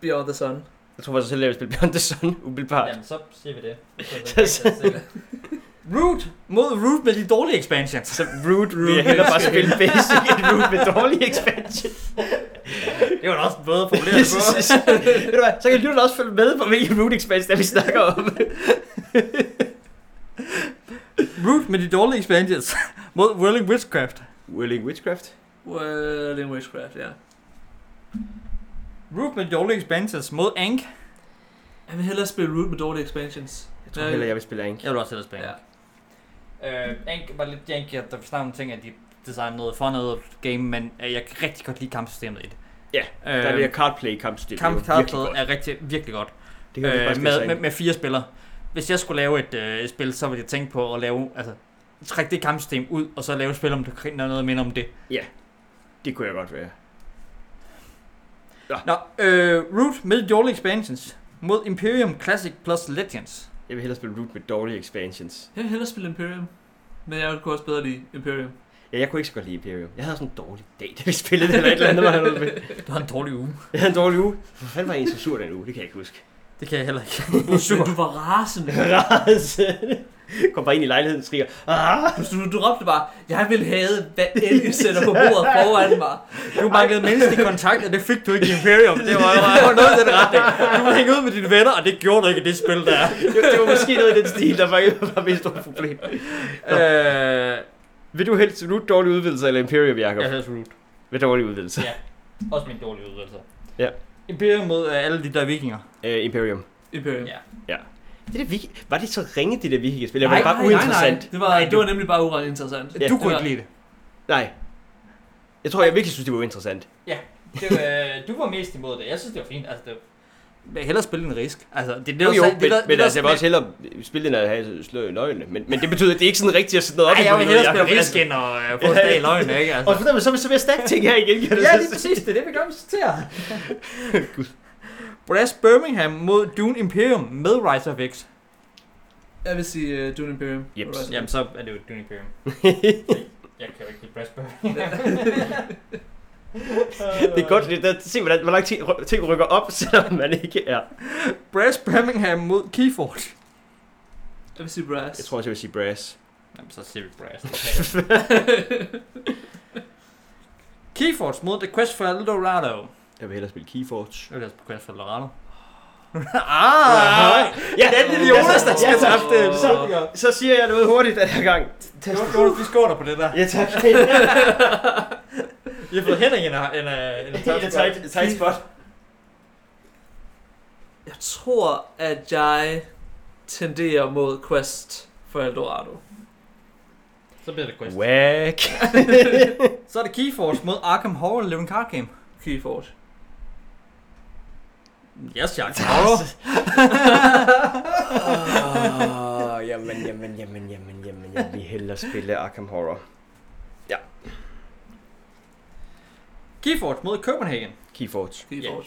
Speaker 2: Beyond the Sun.
Speaker 1: jeg tror faktisk selv, at jeg vil spille Beyond the Sun, umiddelbart.
Speaker 3: Jamen, så siger vi det.
Speaker 1: Så-
Speaker 3: Root mod Root med de dårlige expansions.
Speaker 1: Så Root vil jeg hellere bare spille Basic end Root med dårlig expansion.
Speaker 3: Det var da også en bedre formuleret på.
Speaker 1: Ved du hvad, så kan lytterne også følge med på, hvilken Root expansion, der vi snakker om.
Speaker 3: Root med de dårlige expansions mod Whirling Witchcraft.
Speaker 1: Willing Witchcraft.
Speaker 2: Well, in Witchcraft, ja.
Speaker 3: Root med de dårlige expansions mod Ank.
Speaker 2: Jeg vil hellere spille Root med dårlige expansions.
Speaker 1: Jeg tror hellere, jeg vil spille Ank.
Speaker 3: Jeg vil også hellere spille
Speaker 2: Ja.
Speaker 3: Øh, Ank var lidt janky, at der var snart nogle ting, at de designede noget for noget game, men øh, jeg kan rigtig godt lide kampsystemet i det.
Speaker 1: Ja,
Speaker 3: øh,
Speaker 1: Der er det her cardplay kampstil. det er jo virkelig
Speaker 3: Kampkartet
Speaker 1: godt.
Speaker 3: er rigtig, virkelig godt.
Speaker 1: Det kan vi
Speaker 3: øh,
Speaker 1: faktisk
Speaker 3: med,
Speaker 1: med,
Speaker 3: med, med fire spillere. Hvis jeg skulle lave et øh, spil, så ville jeg tænke på at lave, altså, trække det kampsystem ud, og så lave et spil, om det der er noget minder om det.
Speaker 1: Det kunne jeg godt være.
Speaker 3: Nå, øh, Root med dårlige expansions mod Imperium Classic plus Legends.
Speaker 1: Jeg vil hellere spille Root med dårlige expansions.
Speaker 2: Jeg vil hellere spille Imperium. Men jeg kunne også bedre lide Imperium.
Speaker 1: Ja, jeg kunne ikke så godt lide Imperium. Jeg havde sådan en dårlig dag, da vi spillede det eller et eller andet. Var jeg, noget med.
Speaker 3: Det var en dårlig uge.
Speaker 1: jeg havde en dårlig uge. Hvor fanden var jeg egentlig så sur den uge? Det kan jeg ikke huske.
Speaker 3: Det kan jeg heller ikke.
Speaker 2: Du, du var rasende.
Speaker 1: Rase. Kom bare ind i lejligheden og skriger. Ah!
Speaker 2: Du, du, du råbte bare, jeg vil have, hvad end I sætter på bordet foran mig.
Speaker 3: Du manglede menneskelig kontakt, og det fik du ikke i Imperium. Det var, det var noget i den retning. Du ville hænge ud med dine venner, og det gjorde du ikke i det spil, der er.
Speaker 1: Det, det var måske noget i den stil, der faktisk var mest stort problem.
Speaker 3: Øh,
Speaker 1: Vil du helst Root dårlig udvidelse eller Imperium, Jacob?
Speaker 3: jeg havde slut.
Speaker 1: Ved dårlig udvidelse.
Speaker 3: Ja. Også min dårlige udvidelse.
Speaker 1: Ja.
Speaker 3: Imperium mod øh, alle de der vikinger.
Speaker 1: Øh, Imperium.
Speaker 2: Imperium.
Speaker 3: Ja.
Speaker 1: Det der, vik- var det så ringe, det der vikingespil? Det
Speaker 3: Nej,
Speaker 1: var bare uinteressant.
Speaker 2: Det var,
Speaker 3: Nej,
Speaker 2: det var nemlig bare uret interessant.
Speaker 1: Ja.
Speaker 3: Du kunne
Speaker 2: Ja.
Speaker 3: ikke lide det.
Speaker 1: Nej. Jeg tror, jeg virkelig synes, det var uinteressant.
Speaker 3: det var, øh, du var mest imod det. Jeg synes, det var fint. Altså, det var... Jeg vil hellere spille en risk. Altså, det, det
Speaker 1: Jo,
Speaker 3: var
Speaker 1: jo,
Speaker 3: sa-
Speaker 1: men,
Speaker 3: det, der,
Speaker 1: men
Speaker 3: det,
Speaker 1: altså, jeg vil også hellere spille end at have slået i løgne. Men, men det betyder, at det er ikke sådan rigtigt at sætte noget op.
Speaker 3: Nej,
Speaker 1: i
Speaker 3: jeg vil
Speaker 1: hovedet,
Speaker 3: hellere spille
Speaker 1: Jacob. Altså-
Speaker 3: risk end at øh, få slag i løgn, ikke? Altså,
Speaker 1: Og så, så, så vil jeg stack ting her igen. Kan det så-
Speaker 3: præcis, det er det, vi gør, vi citerer. Brass Birmingham mod Dune Imperium med Rise of X.
Speaker 2: Jeg vil sige uh, Dune Imperium.
Speaker 1: Jeps.
Speaker 2: Horizon.
Speaker 3: Jamen, så er det jo Dune Imperium. jeg kan jo ikke lide Brass Birmingham.
Speaker 1: det er godt, det er, se, hvordan, hvor lang tid ry- ting rykker op, selvom man ikke er.
Speaker 3: Brass Birmingham mod Keyford.
Speaker 2: Jeg vil sige Brass.
Speaker 1: Jeg tror også, jeg vil sige brass.
Speaker 3: Jamen, så siger vi Brass. Keyforge mod The Quest for Eldorado.
Speaker 1: Jeg vil hellere spille Keyforge.
Speaker 3: Jeg vil altså på Quest for Eldorado. ah!
Speaker 1: Ja,
Speaker 3: den lille Jonas, der skal have haft det.
Speaker 1: Så, så siger jeg noget hurtigt den her gang.
Speaker 3: Nu er du skåler på det der.
Speaker 1: Ja, tak.
Speaker 3: Vi har fået Henrik en, en, en,
Speaker 1: Helt tight, tight spot.
Speaker 2: Jeg tror, at jeg tenderer mod Quest for Eldorado.
Speaker 3: Så bliver det Quest.
Speaker 1: Whack.
Speaker 3: Så er det Keyforge mod Arkham Horror Living Card Game.
Speaker 2: Keyford.
Speaker 3: Yes, Jack. Horror.
Speaker 1: oh, jamen, jamen, jamen, jamen, jamen, jeg vil hellere spille Arkham Horror.
Speaker 3: Keyforge mod Copenhagen.
Speaker 1: Keyforge.
Speaker 2: Keyford.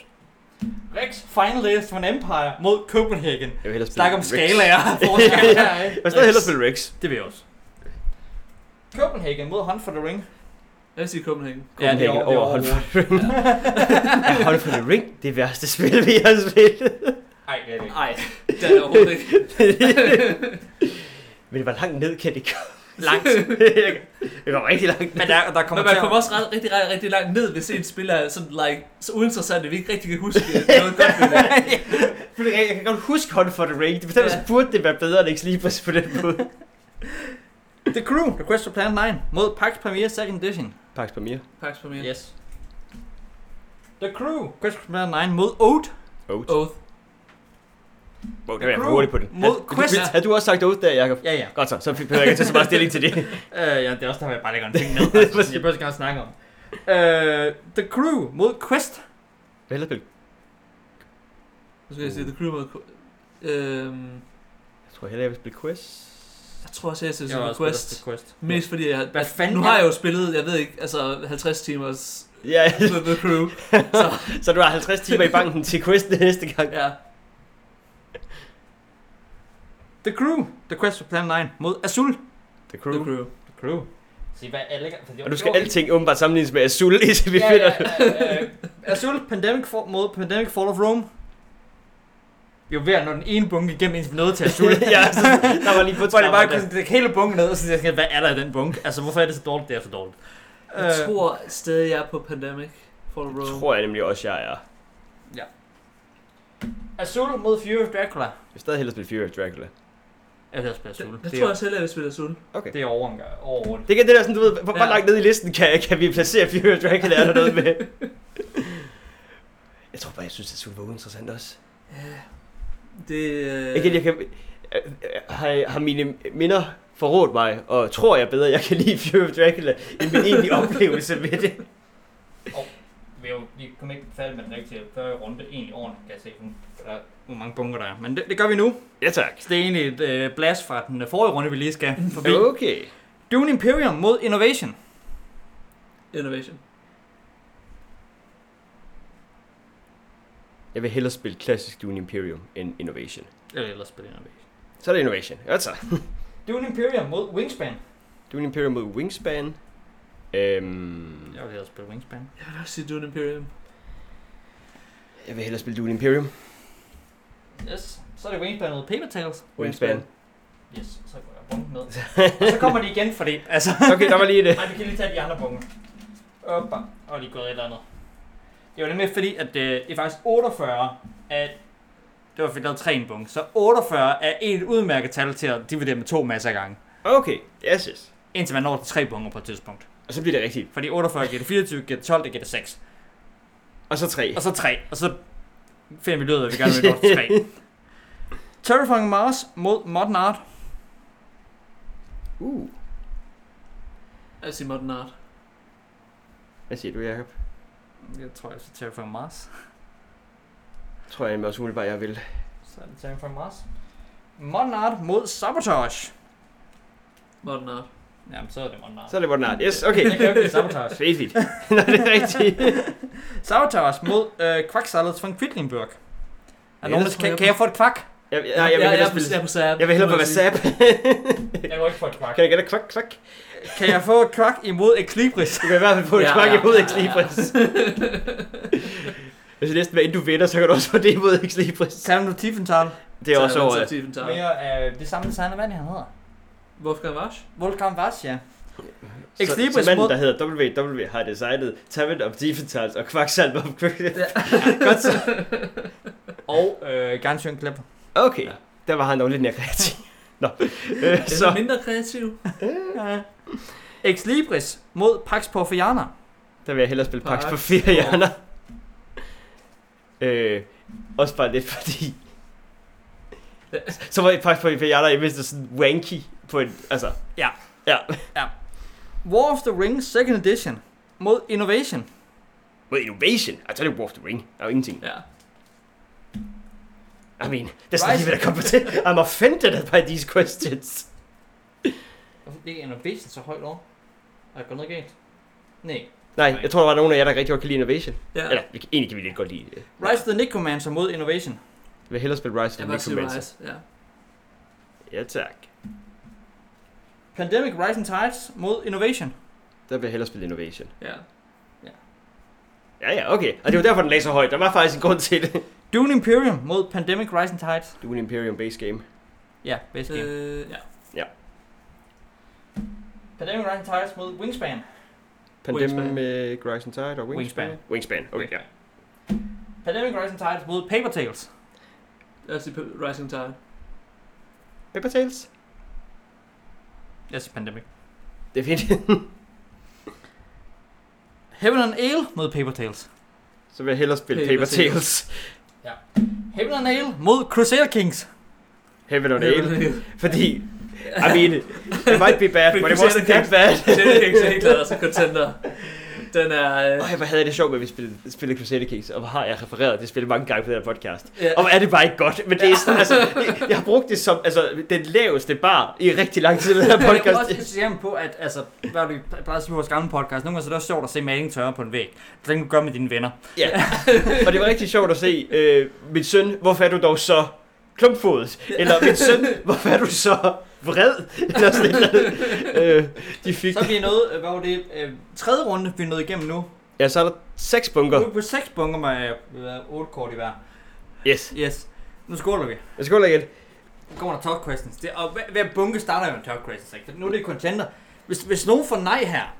Speaker 3: Rex Finalist for an Empire mod
Speaker 1: Jeg
Speaker 3: Copenhagen.
Speaker 1: vil hellere spille
Speaker 3: Snak om
Speaker 1: Rex.
Speaker 3: skalaer. Forskelle her, ikke?
Speaker 1: Jeg vil stadig hellere spille Rex.
Speaker 3: Det vil jeg også. Copenhagen mod Hunt for the Ring.
Speaker 2: Jeg vil sige Copenhagen.
Speaker 3: Ja, det er
Speaker 1: Copenhagen
Speaker 3: over- det er
Speaker 1: over Hold for the Ring. Er Hold for the Ring det værste spil, vi har spillet?
Speaker 3: Ej, det er det
Speaker 2: Nej, det er jeg overhovedet ikke.
Speaker 1: Men hvor langt ned kan det komme?
Speaker 3: Langt.
Speaker 1: Det kommer rigtig langt
Speaker 3: Men der, der kommer
Speaker 2: Men
Speaker 3: til
Speaker 2: man
Speaker 3: at-
Speaker 2: kommer også ret, rigtig, rigtig, rigtig langt ned, hvis en spiller er sådan, like, så uinteressant, at vi ikke rigtig kan huske noget godt ved det.
Speaker 1: Jeg kan godt huske Hold for the Ring. Det bestemt,
Speaker 2: Ja.
Speaker 1: ja. burde det være bedre end X-Libris på den måde.
Speaker 3: The Crew, The Quest for Planet 9 mod Pax Premier Second Edition.
Speaker 1: Pax Pamir.
Speaker 2: Pax på mere.
Speaker 3: Yes. The Crew, Quest for Planet 9 mod Oat.
Speaker 1: Oath.
Speaker 2: Oath.
Speaker 1: Wow,
Speaker 3: The
Speaker 1: der var jeg
Speaker 3: Crew
Speaker 1: hurtigt på den.
Speaker 3: Mod
Speaker 1: Havde-
Speaker 3: Quest.
Speaker 1: Havde du også sagt Oath der, Jacob?
Speaker 3: Ja, ja.
Speaker 1: Godt så, så behøver jeg ikke tage så meget stilling til det.
Speaker 3: Øh, ja, det er også der, hvor jeg bare lægger en ting ned. altså, sådan, jeg behøver ikke engang snakke om. Øh, The Crew mod Quest.
Speaker 1: Hvad hellere spille?
Speaker 2: Nu skal jeg sige The Crew mod... Qu- Øhm,
Speaker 1: Jeg tror hellere, jeg vil spille Quest.
Speaker 2: jeg tror også, jeg siger The Quest.
Speaker 3: Quest.
Speaker 2: Mest fordi jeg...
Speaker 3: Hvad fanden?
Speaker 2: Nu har jeg jo spillet, jeg ved ikke, altså 50 timers
Speaker 1: Ja,
Speaker 2: The The Crew.
Speaker 1: så du har 50 timer i banken til Quest næste gang.
Speaker 2: Ja.
Speaker 3: The Crew, The Quest for Planet 9 mod Azul.
Speaker 1: The
Speaker 2: The Crew.
Speaker 3: The Crew. Se, hvad jeg lægger...
Speaker 1: Og du skal alting åbenbart sammenlignes med Azul, indtil vi
Speaker 3: ja,
Speaker 1: finder
Speaker 3: ja, ja, ja. Azul, Pandemic for, mod Pandemic Fall of Rome. Vi var ved at nå den ene bunke igennem, indtil vi nåede til Azul.
Speaker 1: ja, så, der var lige på
Speaker 3: Hvor det bare kunne lægge hele bunken ned, og så tænkte jeg, hvad er der i den bunke? Altså, hvorfor er det så dårligt? Det er så dårligt. Øh.
Speaker 2: Jeg tror stadig, jeg er på Pandemic. For
Speaker 1: Det
Speaker 2: Rome.
Speaker 1: tror jeg nemlig også, jeg er.
Speaker 3: Øh, Azul mod Fury of Dracula.
Speaker 1: Jeg vil stadig hellere spille Fury of Dracula.
Speaker 3: Jeg vil også spille
Speaker 2: Det,
Speaker 3: Azul.
Speaker 2: det
Speaker 3: er-
Speaker 2: tror jeg selv, at jeg spiller Azul.
Speaker 3: Det er over, en gang- over rundt.
Speaker 1: Det kan det der sådan, du ved, hvor, hvor
Speaker 2: Ja.
Speaker 1: langt ned i listen kan, kan vi placere Fury of Dracula eller noget med? Jeg tror bare, jeg synes, at Azul var uinteressant også.
Speaker 2: Det, øh,
Speaker 1: Igen, jeg kan... øh, øh, Har, har mine minder forrådt mig, og tror jeg bedre, jeg kan lide Fury of Dracula, end min egentlige oplevelse ved det.
Speaker 3: Vi, er jo, vi kom ikke færdig med den rigtige første runde egentlig ordentligt, kan jeg se. Der er, hvor mange bunker der er. Men det, det gør vi nu.
Speaker 1: Ja tak.
Speaker 3: Så det er egentlig et øh, blast fra den øh, forrige runde, vi lige skal forbi.
Speaker 1: Okay.
Speaker 3: Dune Imperium mod Innovation.
Speaker 2: øh, Innovation.
Speaker 1: Jeg vil hellere spille klassisk Dune Imperium end Innovation.
Speaker 3: Eller ellers spille Innovation.
Speaker 1: Så er det Innovation. Godt så.
Speaker 3: Dune Imperium mod Wingspan.
Speaker 1: Dune Imperium mod Wingspan. Øhm,
Speaker 3: Jeg vil hellere spille Wingspan.
Speaker 2: Jeg vil også sige Dune Imperium.
Speaker 1: jeg vil hellere spille Dune Imperium.
Speaker 3: Yes. Så er det Wingspan og noget Paper Tales.
Speaker 1: Wingspan.
Speaker 3: Yes, så går jeg bunken med. Og så kommer de igen for det. Altså.
Speaker 1: Okay, der var lige det.
Speaker 3: Nej, vi kan lige tage de andre bunker. Oppa. Og lige gået et eller andet. Det var nemlig fordi, at øh, det er faktisk 48 af... Det var fordi, der var tre i en bunke. Så 48 er et udmærket tal til at dividere med to masser af gange.
Speaker 1: Okay, yes, yes.
Speaker 3: Indtil man når til tre bunker på et tidspunkt.
Speaker 1: Og så bliver det rigtigt.
Speaker 3: Fordi 48 giver det 24, giver det 12, det giver det 6.
Speaker 1: Og så tre.
Speaker 3: Og så 3. Og så finder vi ud af, at vi gerne vil nå til 3. Terrifying Mars mod Modern Art.
Speaker 1: Uh,
Speaker 2: Jeg siger modern art.
Speaker 1: hvad siger du, Jacob?
Speaker 3: Jeg tror, jeg skal Terrifying Mars.
Speaker 1: Tror jeg nemlig også umiddelbart, jeg vil.
Speaker 3: Så er det Terrifying Mars. Modern Art mod Sabotage.
Speaker 2: Modern art.
Speaker 3: Jamen, så er det Modern Art.
Speaker 1: Så er det vores nart. Yes, okay.
Speaker 3: Jeg kan jo ikke lide Sabotage.
Speaker 1: Facet. Nå, det er rigtigt.
Speaker 3: Sabotage mod øh, Quacksallet von Quidlingberg. Er
Speaker 1: Ja,
Speaker 3: nogen,
Speaker 2: det
Speaker 3: der,
Speaker 2: tror jeg
Speaker 3: kan,
Speaker 2: på.
Speaker 3: kan jeg få et kvak?
Speaker 1: Jeg, jeg, jeg, vil
Speaker 2: jeg,
Speaker 1: hellere
Speaker 2: er på- jeg,
Speaker 1: spille...
Speaker 2: er på Zap,
Speaker 1: Jeg vil hellere
Speaker 2: må
Speaker 1: være
Speaker 2: sige.
Speaker 1: sap.
Speaker 3: Jeg går ikke få et kvak.
Speaker 1: Kan jeg gætte kvak, kvak?
Speaker 3: Kan jeg få et kvak imod et klibris?
Speaker 1: Du kan i hvert fald få et
Speaker 2: Ja,
Speaker 1: kvak
Speaker 2: ja,
Speaker 1: imod
Speaker 2: ja,
Speaker 1: et
Speaker 2: ja,
Speaker 1: klibris. Hvis det næsten hvad end du vinder, så kan du også få det imod et klibris.
Speaker 3: Sam nu Tiefenthal.
Speaker 1: Det er
Speaker 2: Så
Speaker 1: også
Speaker 2: man
Speaker 1: over.
Speaker 2: så til inventar.
Speaker 3: Mere øh, det samme design af hvad er det, han hedder.
Speaker 2: Wolfgang Marsch?
Speaker 3: Volkan Vasya.
Speaker 1: Så,
Speaker 3: Exlibris
Speaker 1: så manden,
Speaker 3: mod-
Speaker 1: der hedder WW, har designet Tavit of Defensives og Quacksalve of Quacksalve.
Speaker 3: Godt så. Og øh, Gansjøen Klepper.
Speaker 1: Okay, der var han dog lidt mere kreativ. Nå, øh,
Speaker 2: Den
Speaker 1: så...
Speaker 2: er mindre kreativ.
Speaker 3: Ja. Ex Libris mod Pax Porfiana.
Speaker 1: Der vil jeg hellere spille Pax på
Speaker 2: Pax
Speaker 1: fire
Speaker 2: på-
Speaker 1: hjerner. Øh, også bare lidt fordi... Så var Pax på fire hjerner i mindste sådan wanky på en... Altså,
Speaker 3: War of the Rings Second Edition mod Innovation.
Speaker 1: mod innovation. Altså, det er War of the Ring. Der er jo ingenting.
Speaker 2: Ja.
Speaker 1: I mean, that's not
Speaker 3: Rise-
Speaker 1: even a competition. I'm offended by these questions.
Speaker 3: Hvorfor ligger Innovation så højt over? Er der gået noget galt? Nej.
Speaker 1: Nej, jeg tror, der var nogen af jer, der rigtig godt kan lide innovation.
Speaker 2: ja.
Speaker 1: Ja. Eller, vi kan- egentlig kan vi lidt godt lide det.
Speaker 3: Rise of the Necromancer mod Innovation.
Speaker 1: Jeg vil hellere spille Rise of
Speaker 2: Jeg vil
Speaker 1: the
Speaker 2: bare sige
Speaker 1: Necromancer.
Speaker 2: Rise. Ja.
Speaker 1: Ja, tak.
Speaker 3: Pandemic Rising Tides mod Innovation.
Speaker 1: Der vil jeg hellere spille innovation.
Speaker 2: ja.
Speaker 1: Ja, ja, okay. Og det var derfor, den lagde så højt. Der var faktisk en grund til det.
Speaker 3: Dune Imperium mod Pandemic Rising Tides.
Speaker 1: Du er en Imperium base game.
Speaker 3: Ja, best game.
Speaker 2: Øh, ja.
Speaker 3: Pandemic Rising Tides mod Wingspan.
Speaker 1: Pandem
Speaker 2: Wingspan.
Speaker 1: med Rise and Tide og Wingspan.
Speaker 3: Wingspan.
Speaker 1: Wingspan, okay, ja.
Speaker 3: Pandemic Rising Tides mod Paper Tales.
Speaker 2: Jeg vil sige Pe- Rising Tide.
Speaker 1: Paper Tales?
Speaker 3: Jeg siger Pandemic.
Speaker 1: Det er fint.
Speaker 3: Heaven and Ale mod Paper Tales.
Speaker 1: Så vil jeg hellere spille Paper,
Speaker 2: Paper
Speaker 1: Tales.
Speaker 3: Heaven and Ale mod Crusader Kings.
Speaker 1: Heaven on Ale. Fordi, I mean, it might be bad, but it wasn't that bad.
Speaker 2: Crusader Kings er helt klart altså contender. Den er... Øh,
Speaker 1: Øj, hvor havde jeg det sjovt med, at vi spillede, spillede Crusader Kings, og hvor har jeg refereret det spil mange gange på den her podcast.
Speaker 2: ja.
Speaker 1: Og hvor er det bare ikke godt, men det er sådan, altså, jeg- jeg har brugt det som altså, den laveste bar i rigtig lang tid i den her
Speaker 3: Men jeg kunne også
Speaker 1: podcast.
Speaker 3: insistere på, at altså, hvad er det, vi plejede at sige på vores gamle podcast, nogle gange så er det også sjovt at se maling tørre på en væg. Det kan du gøre med dine venner.
Speaker 1: Ja. Og det var rigtig sjovt at se, øh, min søn, hvorfor er du dog så klumpfodet? Eller min søn, hvorfor er du så vred? Eller sådan et eller andet. Øh, de fik...
Speaker 3: Så vi er nået, øh, hvad var det, øh, tredje runde, vi er nået igennem nu.
Speaker 1: Ja, så er der seks bunker.
Speaker 3: Nu er vi på seks bunker med øh, otte kort i hver.
Speaker 1: Yes.
Speaker 3: Yes. Nu skåler vi.
Speaker 1: Jeg skåler igen.
Speaker 3: Nu kommer der top questions. Det, og hver, hver bunke starter jo med top questions, ikke? For nu er det contender. Hvis, hvis nogen får nej her,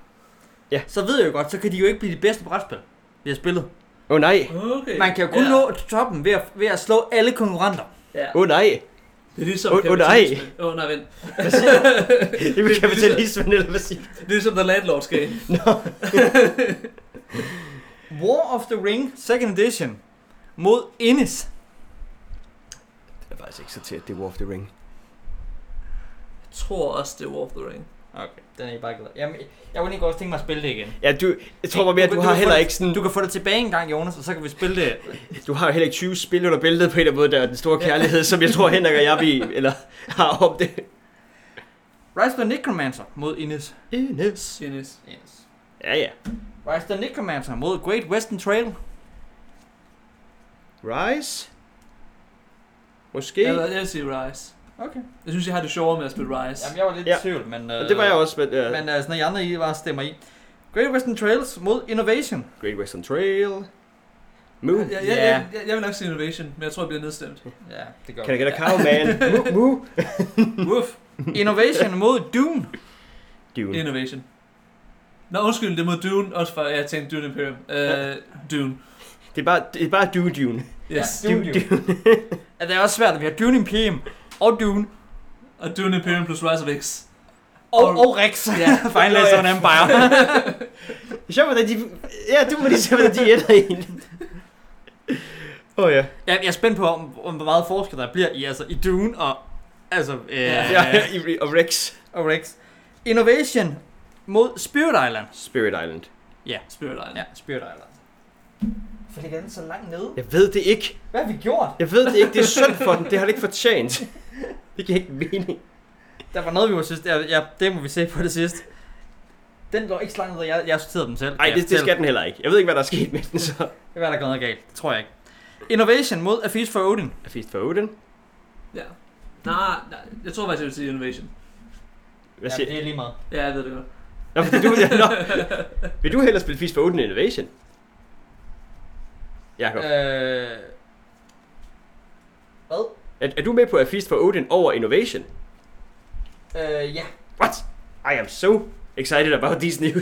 Speaker 1: Ja.
Speaker 3: så ved jeg jo godt, så kan de jo ikke blive de bedste brætspil, vi har spillet.
Speaker 1: Åh oh, nej.
Speaker 2: Okay.
Speaker 3: Man kan jo kun
Speaker 2: ja.
Speaker 3: nå toppen ved at, ved at slå alle konkurrenter.
Speaker 2: Ja.
Speaker 1: Åh oh, nej.
Speaker 2: Det er ligesom
Speaker 1: Åh, åh, nej.
Speaker 2: kapitalismen. Åh, nej, vent. ligesom-
Speaker 1: Det er kapitalismen, eller hvad siger du?
Speaker 2: Det er ligesom The Landlord's Game.
Speaker 3: War of the Ring Second Edition mod Innis.
Speaker 1: Det er faktisk ikke så tæt, det er War of the Ring.
Speaker 2: Jeg tror også, det er War of the Ring.
Speaker 3: Okay, den er I bare glad. Jamen, jeg kunne ikke også tænke mig at spille det igen.
Speaker 1: Ja, du, jeg tror bare mere, du
Speaker 3: Du kan-
Speaker 1: har
Speaker 3: du
Speaker 1: heller
Speaker 3: kan-
Speaker 1: ikke sådan,
Speaker 3: Du kan få det tilbage en gang, Jonas, og så kan vi spille det.
Speaker 1: du har heller ikke 20 spil under bæltet på en eller anden måde, der er den store kærlighed, som jeg tror Henrik og jeg vi, eller har om det.
Speaker 3: Rise the Necromancer mod Innis.
Speaker 1: Ines.
Speaker 2: Genius.
Speaker 3: Yes.
Speaker 1: Ja, ja.
Speaker 3: Rise the Necromancer mod Great Western Trail.
Speaker 1: Rise. Måske.
Speaker 2: Jeg vil, jeg vil sige Rise.
Speaker 3: Okay.
Speaker 2: Jeg synes, jeg har det sjovere med at spille Rise.
Speaker 3: Jamen, jeg var lidt
Speaker 1: Ja.
Speaker 3: i tvivl, men...
Speaker 1: Og det var jeg også, men,
Speaker 3: Øh,
Speaker 1: uh,
Speaker 3: men altså, når I andre I bare stemmer i. Great Western Trails mod Innovation.
Speaker 1: Great Western Trail. Moo.
Speaker 2: Jeg, jeg,
Speaker 3: Ja.
Speaker 2: jeg, jeg, jeg vil nok sige Innovation, men jeg tror, jeg bliver nedstemt.
Speaker 3: Ja, det gør
Speaker 1: Kan I get a cow, man? Moo, moo.
Speaker 2: Woof.
Speaker 3: Innovation mod Dune.
Speaker 1: Dune.
Speaker 2: Innovation. Nå, undskyld, det er mod Dune. Også for, jeg tænkte Dune Imperium. Uh, Dune.
Speaker 1: Det er bare, det er bare Dune Dune.
Speaker 2: Yes.
Speaker 3: Ja, Dune, Dune. Ja, det er også svært, at vi har Dune Imperium og Dune
Speaker 2: Og Dune Imperium plus Rise of X.
Speaker 3: og,
Speaker 2: Og-
Speaker 3: og Rex.
Speaker 2: Ja.
Speaker 3: Final Laser and Empire.
Speaker 1: Det er sjovt, hvordan de... Ja, du må lige se, hvordan de ender egentlig. Åh oh, ja.
Speaker 3: jeg, jeg er spændt på, om, om hvor meget forskel der bliver i, altså, i Dune og, altså, øh,
Speaker 2: Ja.
Speaker 1: ja. i- Og Rex.
Speaker 3: og Rex. Innovation mod Spirit Island.
Speaker 1: Spirit Island.
Speaker 2: Spirit Island.
Speaker 3: Ja, Spirit Island. For det er så langt nede.
Speaker 1: Jeg ved det ikke.
Speaker 3: Hvad har vi gjort?
Speaker 1: Jeg ved det ikke. Det er synd for den. Det har det ikke fortjent. Det giver ikke mening.
Speaker 3: Der var noget, vi var sidst. Ja, ja, det må vi se på det sidste. Den lå ikke så langt ned. Jeg, jeg sorterede den selv.
Speaker 1: Nej, det,
Speaker 3: Jeg
Speaker 1: det
Speaker 3: fortæller.
Speaker 1: skal den heller ikke. Jeg ved ikke, hvad der er sket med den så.
Speaker 3: Det var der gået noget galt. Det tror jeg ikke. Innovation mod A Feast for Odin.
Speaker 1: A Feast for Odin.
Speaker 2: ja. Nej, nej, jeg tror faktisk, jeg vil sige Innovation.
Speaker 1: Hvad siger
Speaker 3: er lige meget.
Speaker 2: Ja, jeg ved det godt.
Speaker 1: Nå, fordi du... Ja, nå. Vil du hellere spille Feast for Odin end Innovation? Jakob,
Speaker 3: Øh... Hvad?
Speaker 1: er, er, du med på A Feast for Odin over Innovation?
Speaker 3: Øh, ja.
Speaker 1: What? I am so excited about these news.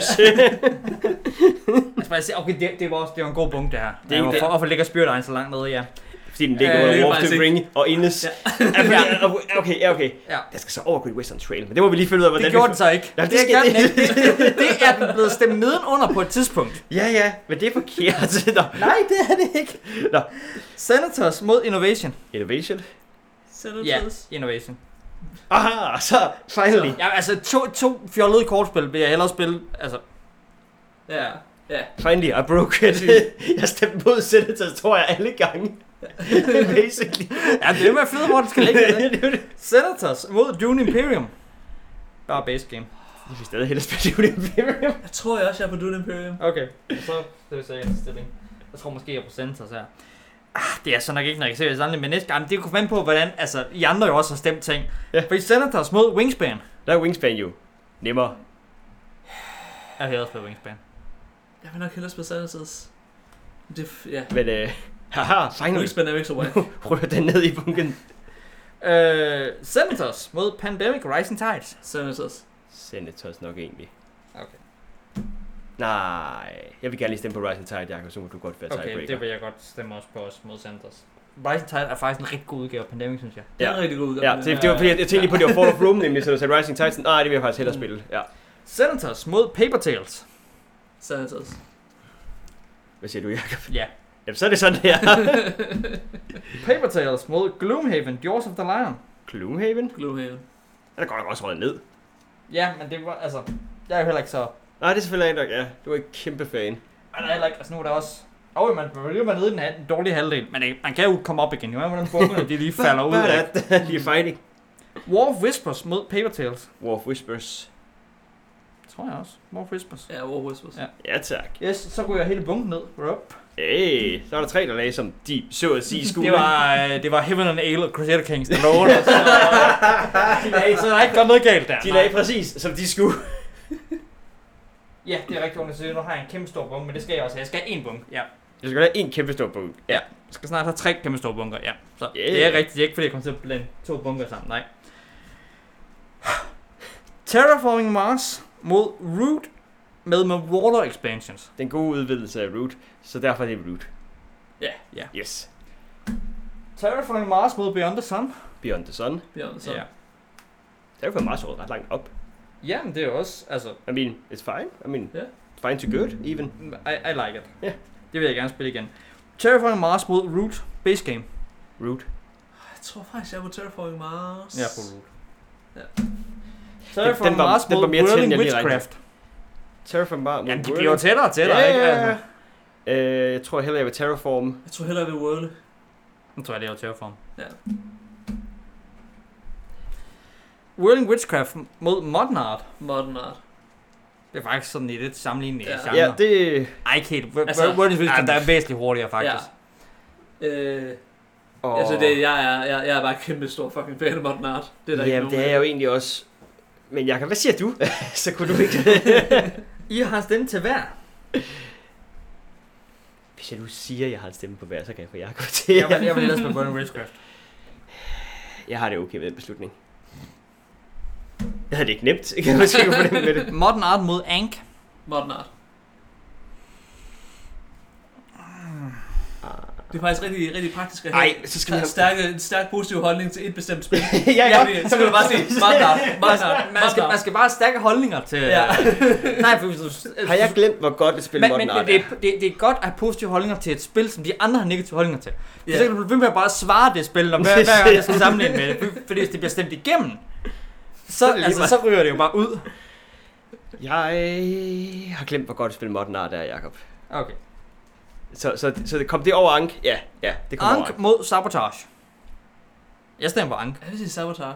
Speaker 3: Altså, man siger, okay, det, det, var også, det var en god punkt, det her.
Speaker 1: er
Speaker 3: Det er
Speaker 1: ikke
Speaker 3: hvorfor,
Speaker 1: det.
Speaker 3: hvorfor ligger Spirit Island så langt nede, ja.
Speaker 1: Fordi den ligger
Speaker 3: Øh, det
Speaker 1: under
Speaker 2: er
Speaker 1: War of
Speaker 2: faktisk
Speaker 1: the Ring og Innes.
Speaker 2: Ja.
Speaker 1: Ja. Okay, okay, ja, okay.
Speaker 3: Ja.
Speaker 1: Jeg skal så over Great Western Trail, men det må vi lige finde ud af, hvordan
Speaker 3: Det gjorde
Speaker 1: vi...
Speaker 3: den så ikke.
Speaker 1: Ja, det
Speaker 3: det,
Speaker 1: skal
Speaker 3: gør
Speaker 1: det.
Speaker 3: den ikke. det er den blevet stemt nedenunder på et tidspunkt.
Speaker 1: Ja, ja, men det er forkert. Nå.
Speaker 3: Nej, det er det ikke.
Speaker 1: Nå.
Speaker 3: Senators mod Innovation.
Speaker 1: Innovation.
Speaker 2: Senators.
Speaker 3: Innovation.
Speaker 1: Aha, så finally.
Speaker 3: Ja, altså to, to fjollede kortspil vil jeg hellere spille. Altså,
Speaker 2: Ja. ja. Ja.
Speaker 1: Finally, I broke it. jeg stemte mod Senators, tror jeg, alle gange. Basically.
Speaker 3: ja, det er med fede, hvor den skal ligge. er det?
Speaker 1: det er jo det.
Speaker 3: Senators mod Dune Imperium. Bare base game.
Speaker 1: Jeg vil stadig hellere spille Dune Imperium.
Speaker 2: Jeg tror jeg også, jeg er på Dune Imperium.
Speaker 3: Okay, så det er sikkert en stilling. Jeg tror måske, jeg er på Senators her. Ah, det er så nok ikke en rigtig sammenligning, men næste gang, det kunne komme an på, hvordan altså, I andre jo også har stemt ting.
Speaker 1: Ja.
Speaker 3: Fordi Senators mod Wingspan.
Speaker 1: Der er Wingspan jo nemmere.
Speaker 3: Jeg har også spillet Wingspan.
Speaker 2: Jeg vil nok hellere spille Senators. Det, er f- ja.
Speaker 1: Men øh, haha, finally.
Speaker 2: Wingspan er jo ikke så whack.
Speaker 1: Rører den ned i bunken.
Speaker 3: Øh, Senators mod Pandemic Rising Tides.
Speaker 2: Senators.
Speaker 1: Senators nok egentlig.
Speaker 3: Okay.
Speaker 1: Nej, jeg vil gerne lige stemme på Rising Tide, Jakob, så må du godt være
Speaker 3: Okay,
Speaker 1: tiebreaker.
Speaker 3: det vil jeg godt stemme også på os mod Senators. Rising Tide er faktisk en rigtig god udgave af Pandemic, synes jeg.
Speaker 2: Det er
Speaker 1: Ja.
Speaker 2: en rigtig god udgang.
Speaker 1: Ja, det, det var fordi, jeg, jeg tænkte lige på, at det var Fall of Rome, nemlig, så du sagde Rising Titan. Nej, det vil jeg faktisk hellere
Speaker 3: Mm.
Speaker 1: spille. Ja.
Speaker 3: Senators mod Paper Tales.
Speaker 2: Senators.
Speaker 1: Hvad siger du, Jacob?
Speaker 3: Ja.
Speaker 1: Jamen, så er det sådan her.
Speaker 3: Paper Tales mod Gloomhaven, Jaws of the Lion.
Speaker 1: Gloomhaven?
Speaker 2: Gloomhaven.
Speaker 1: Den er godt nok også røget ned.
Speaker 3: Ja, men det var, altså, jeg er jo heller ikke så...
Speaker 1: Nej, det er selvfølgelig ikke nok, ja. Du er ikke kæmpe fan.
Speaker 3: Man er heller ikke, altså nu er der også... Åh, oh, man man vil jo være nede i den anden dårlige halvdel, men øh, man kan jo komme op igen, jo, hvordan bukkerne de lige falder ud.
Speaker 1: Hvad er
Speaker 3: Af.
Speaker 1: det? Lige fighting.
Speaker 3: War of Whispers mod Paper Tales.
Speaker 1: War of Whispers.
Speaker 3: Tror jeg også. War of Whispers.
Speaker 2: Ja, War Whispers.
Speaker 3: Ja.
Speaker 1: Ja, tak.
Speaker 3: Yes, så ryger hele bunken ned. Rup.
Speaker 1: Hey, så er der tre, der lagde, som de så at sige skulle.
Speaker 3: Det var, øh, det var Heaven and Ale og Crusader Kings, der lå under, så, øh, så der er ikke gået noget galt der.
Speaker 1: De lagde præcis, som de skulle.
Speaker 3: Ja, det er rigtig ondt at sige. Nu har jeg en kæmpe stor bunke, men det skal jeg også have. Jeg skal have en bunke. Ja.
Speaker 1: Jeg skal have en kæmpe stor punkt.
Speaker 3: Ja. Jeg skal snart have tre kæmpe store bunker, ja. Så yeah. det
Speaker 1: Yeah.
Speaker 3: er rigtigt. Det er ikke, fordi jeg kommer til at blande to bunker sammen, nej. Terraforming Mars mod Root med med Water Expansions.
Speaker 1: Den gode udvidelse af Root, så derfor er det Root.
Speaker 2: Ja.
Speaker 3: Ja.
Speaker 1: Yes.
Speaker 3: Terraforming Mars mod Beyond the Sun.
Speaker 1: Beyond the Sun.
Speaker 2: Beyond the Sun.
Speaker 3: Ja.
Speaker 1: Der er jo meget ret langt op.
Speaker 3: ja, men det er jo også, altså,
Speaker 1: I mean, it's fine. I mean,
Speaker 2: Ja.
Speaker 1: fine to good, even.
Speaker 3: I, I like it.
Speaker 1: Ja.
Speaker 3: Det vil jeg gerne spille igen. Terraforming Mars mod Root. Base game.
Speaker 1: Root.
Speaker 2: Jeg tror faktisk, jeg er på Terraforming Mars.
Speaker 3: Ja, på Root.
Speaker 2: Ja.
Speaker 3: Terraforming
Speaker 1: Den- den var-
Speaker 3: Mars
Speaker 1: den var
Speaker 3: mod
Speaker 1: mere tændt,
Speaker 3: Whirling
Speaker 1: end jeg lige regnede.
Speaker 3: Witchcraft.
Speaker 1: Terraform Bar.
Speaker 3: Ja, de bliver jo tættere og tættere,
Speaker 1: Ja,
Speaker 3: ikke?
Speaker 1: ja, ja.
Speaker 3: Altså,
Speaker 1: Øh, jeg tror hellere, jeg vil terraform.
Speaker 2: Jeg tror hellere, jeg vil World.
Speaker 3: nu tror jeg, det er jo Terraform.
Speaker 2: Ja.
Speaker 3: Whirling Witchcraft mod Modern Art.
Speaker 2: Modern Art.
Speaker 3: Det er faktisk sådan i lidt sammenlignet ja.
Speaker 2: Ja.
Speaker 3: genre.
Speaker 1: Ja,
Speaker 3: Ja, det...
Speaker 1: det...
Speaker 3: Ej, Kate,
Speaker 2: Altså,
Speaker 3: altså, World is Wisdom,
Speaker 1: jamen.
Speaker 3: der er væsentligt hurtigere faktisk. Ja.
Speaker 2: Øh,
Speaker 1: Og...
Speaker 2: oh. Altså, det, jeg, er, jeg, jeg er bare kæmpe stor fucking fan af Modern Art. Det er der
Speaker 1: Jamen,
Speaker 2: ikke
Speaker 3: øh.
Speaker 1: det er jeg jo egentlig også. Men Jakob, hvad siger du? så kunne du ikke...
Speaker 3: I har stemt til hver.
Speaker 1: Hvis jeg nu siger, at jeg har en stemme på hver, så kan jeg få Jacob til.
Speaker 3: Jeg vil, jeg vil ellers spille Burning Racecraft.
Speaker 1: Jeg har det okay med den beslutning. Jeg havde det ikke nemt, kan man sige på det med det.
Speaker 3: Modern Art mod Ank.
Speaker 2: Modern Art. Det er faktisk rigtig, rigtig praktisk at have
Speaker 1: Ah. Ej, så skal
Speaker 2: en
Speaker 1: man-
Speaker 2: stærk, en stærk positiv holdning til et bestemt spil.
Speaker 1: ja, ja.
Speaker 2: Fordi Så kan du bare sige, Modern Art, Modern Art,
Speaker 3: Man skal,
Speaker 2: Modern
Speaker 3: man
Speaker 2: Art.
Speaker 3: skal bare have stærke holdninger til...
Speaker 2: Ja.
Speaker 3: Nej, for hvis du...
Speaker 1: Har jeg glemt, hvor godt et spil
Speaker 3: men,
Speaker 1: Modern
Speaker 3: men, men
Speaker 1: Art
Speaker 3: det,
Speaker 1: er?
Speaker 3: er, det, det er godt at have positive holdninger til et spil, som de andre har negative holdninger til. Yeah.
Speaker 2: Ja.
Speaker 3: Så kan du blive ved med at bare svare det spil, når hver, hver gang jeg skal sammenligne med det. Fordi hvis det bliver stemt igennem, så,
Speaker 1: er det lige
Speaker 3: altså,
Speaker 1: meget.
Speaker 3: så ryger det jo bare ud.
Speaker 1: Jeg øh, har glemt, hvor godt et spil Modern Art er, Jacob.
Speaker 3: Okay.
Speaker 1: Så, så, så det kom det over Ank? Ja, ja, det kom over
Speaker 3: Ank
Speaker 1: Ank.
Speaker 3: mod Sabotage. Jeg stemmer på Ank.
Speaker 2: Jeg vil sige sabotage.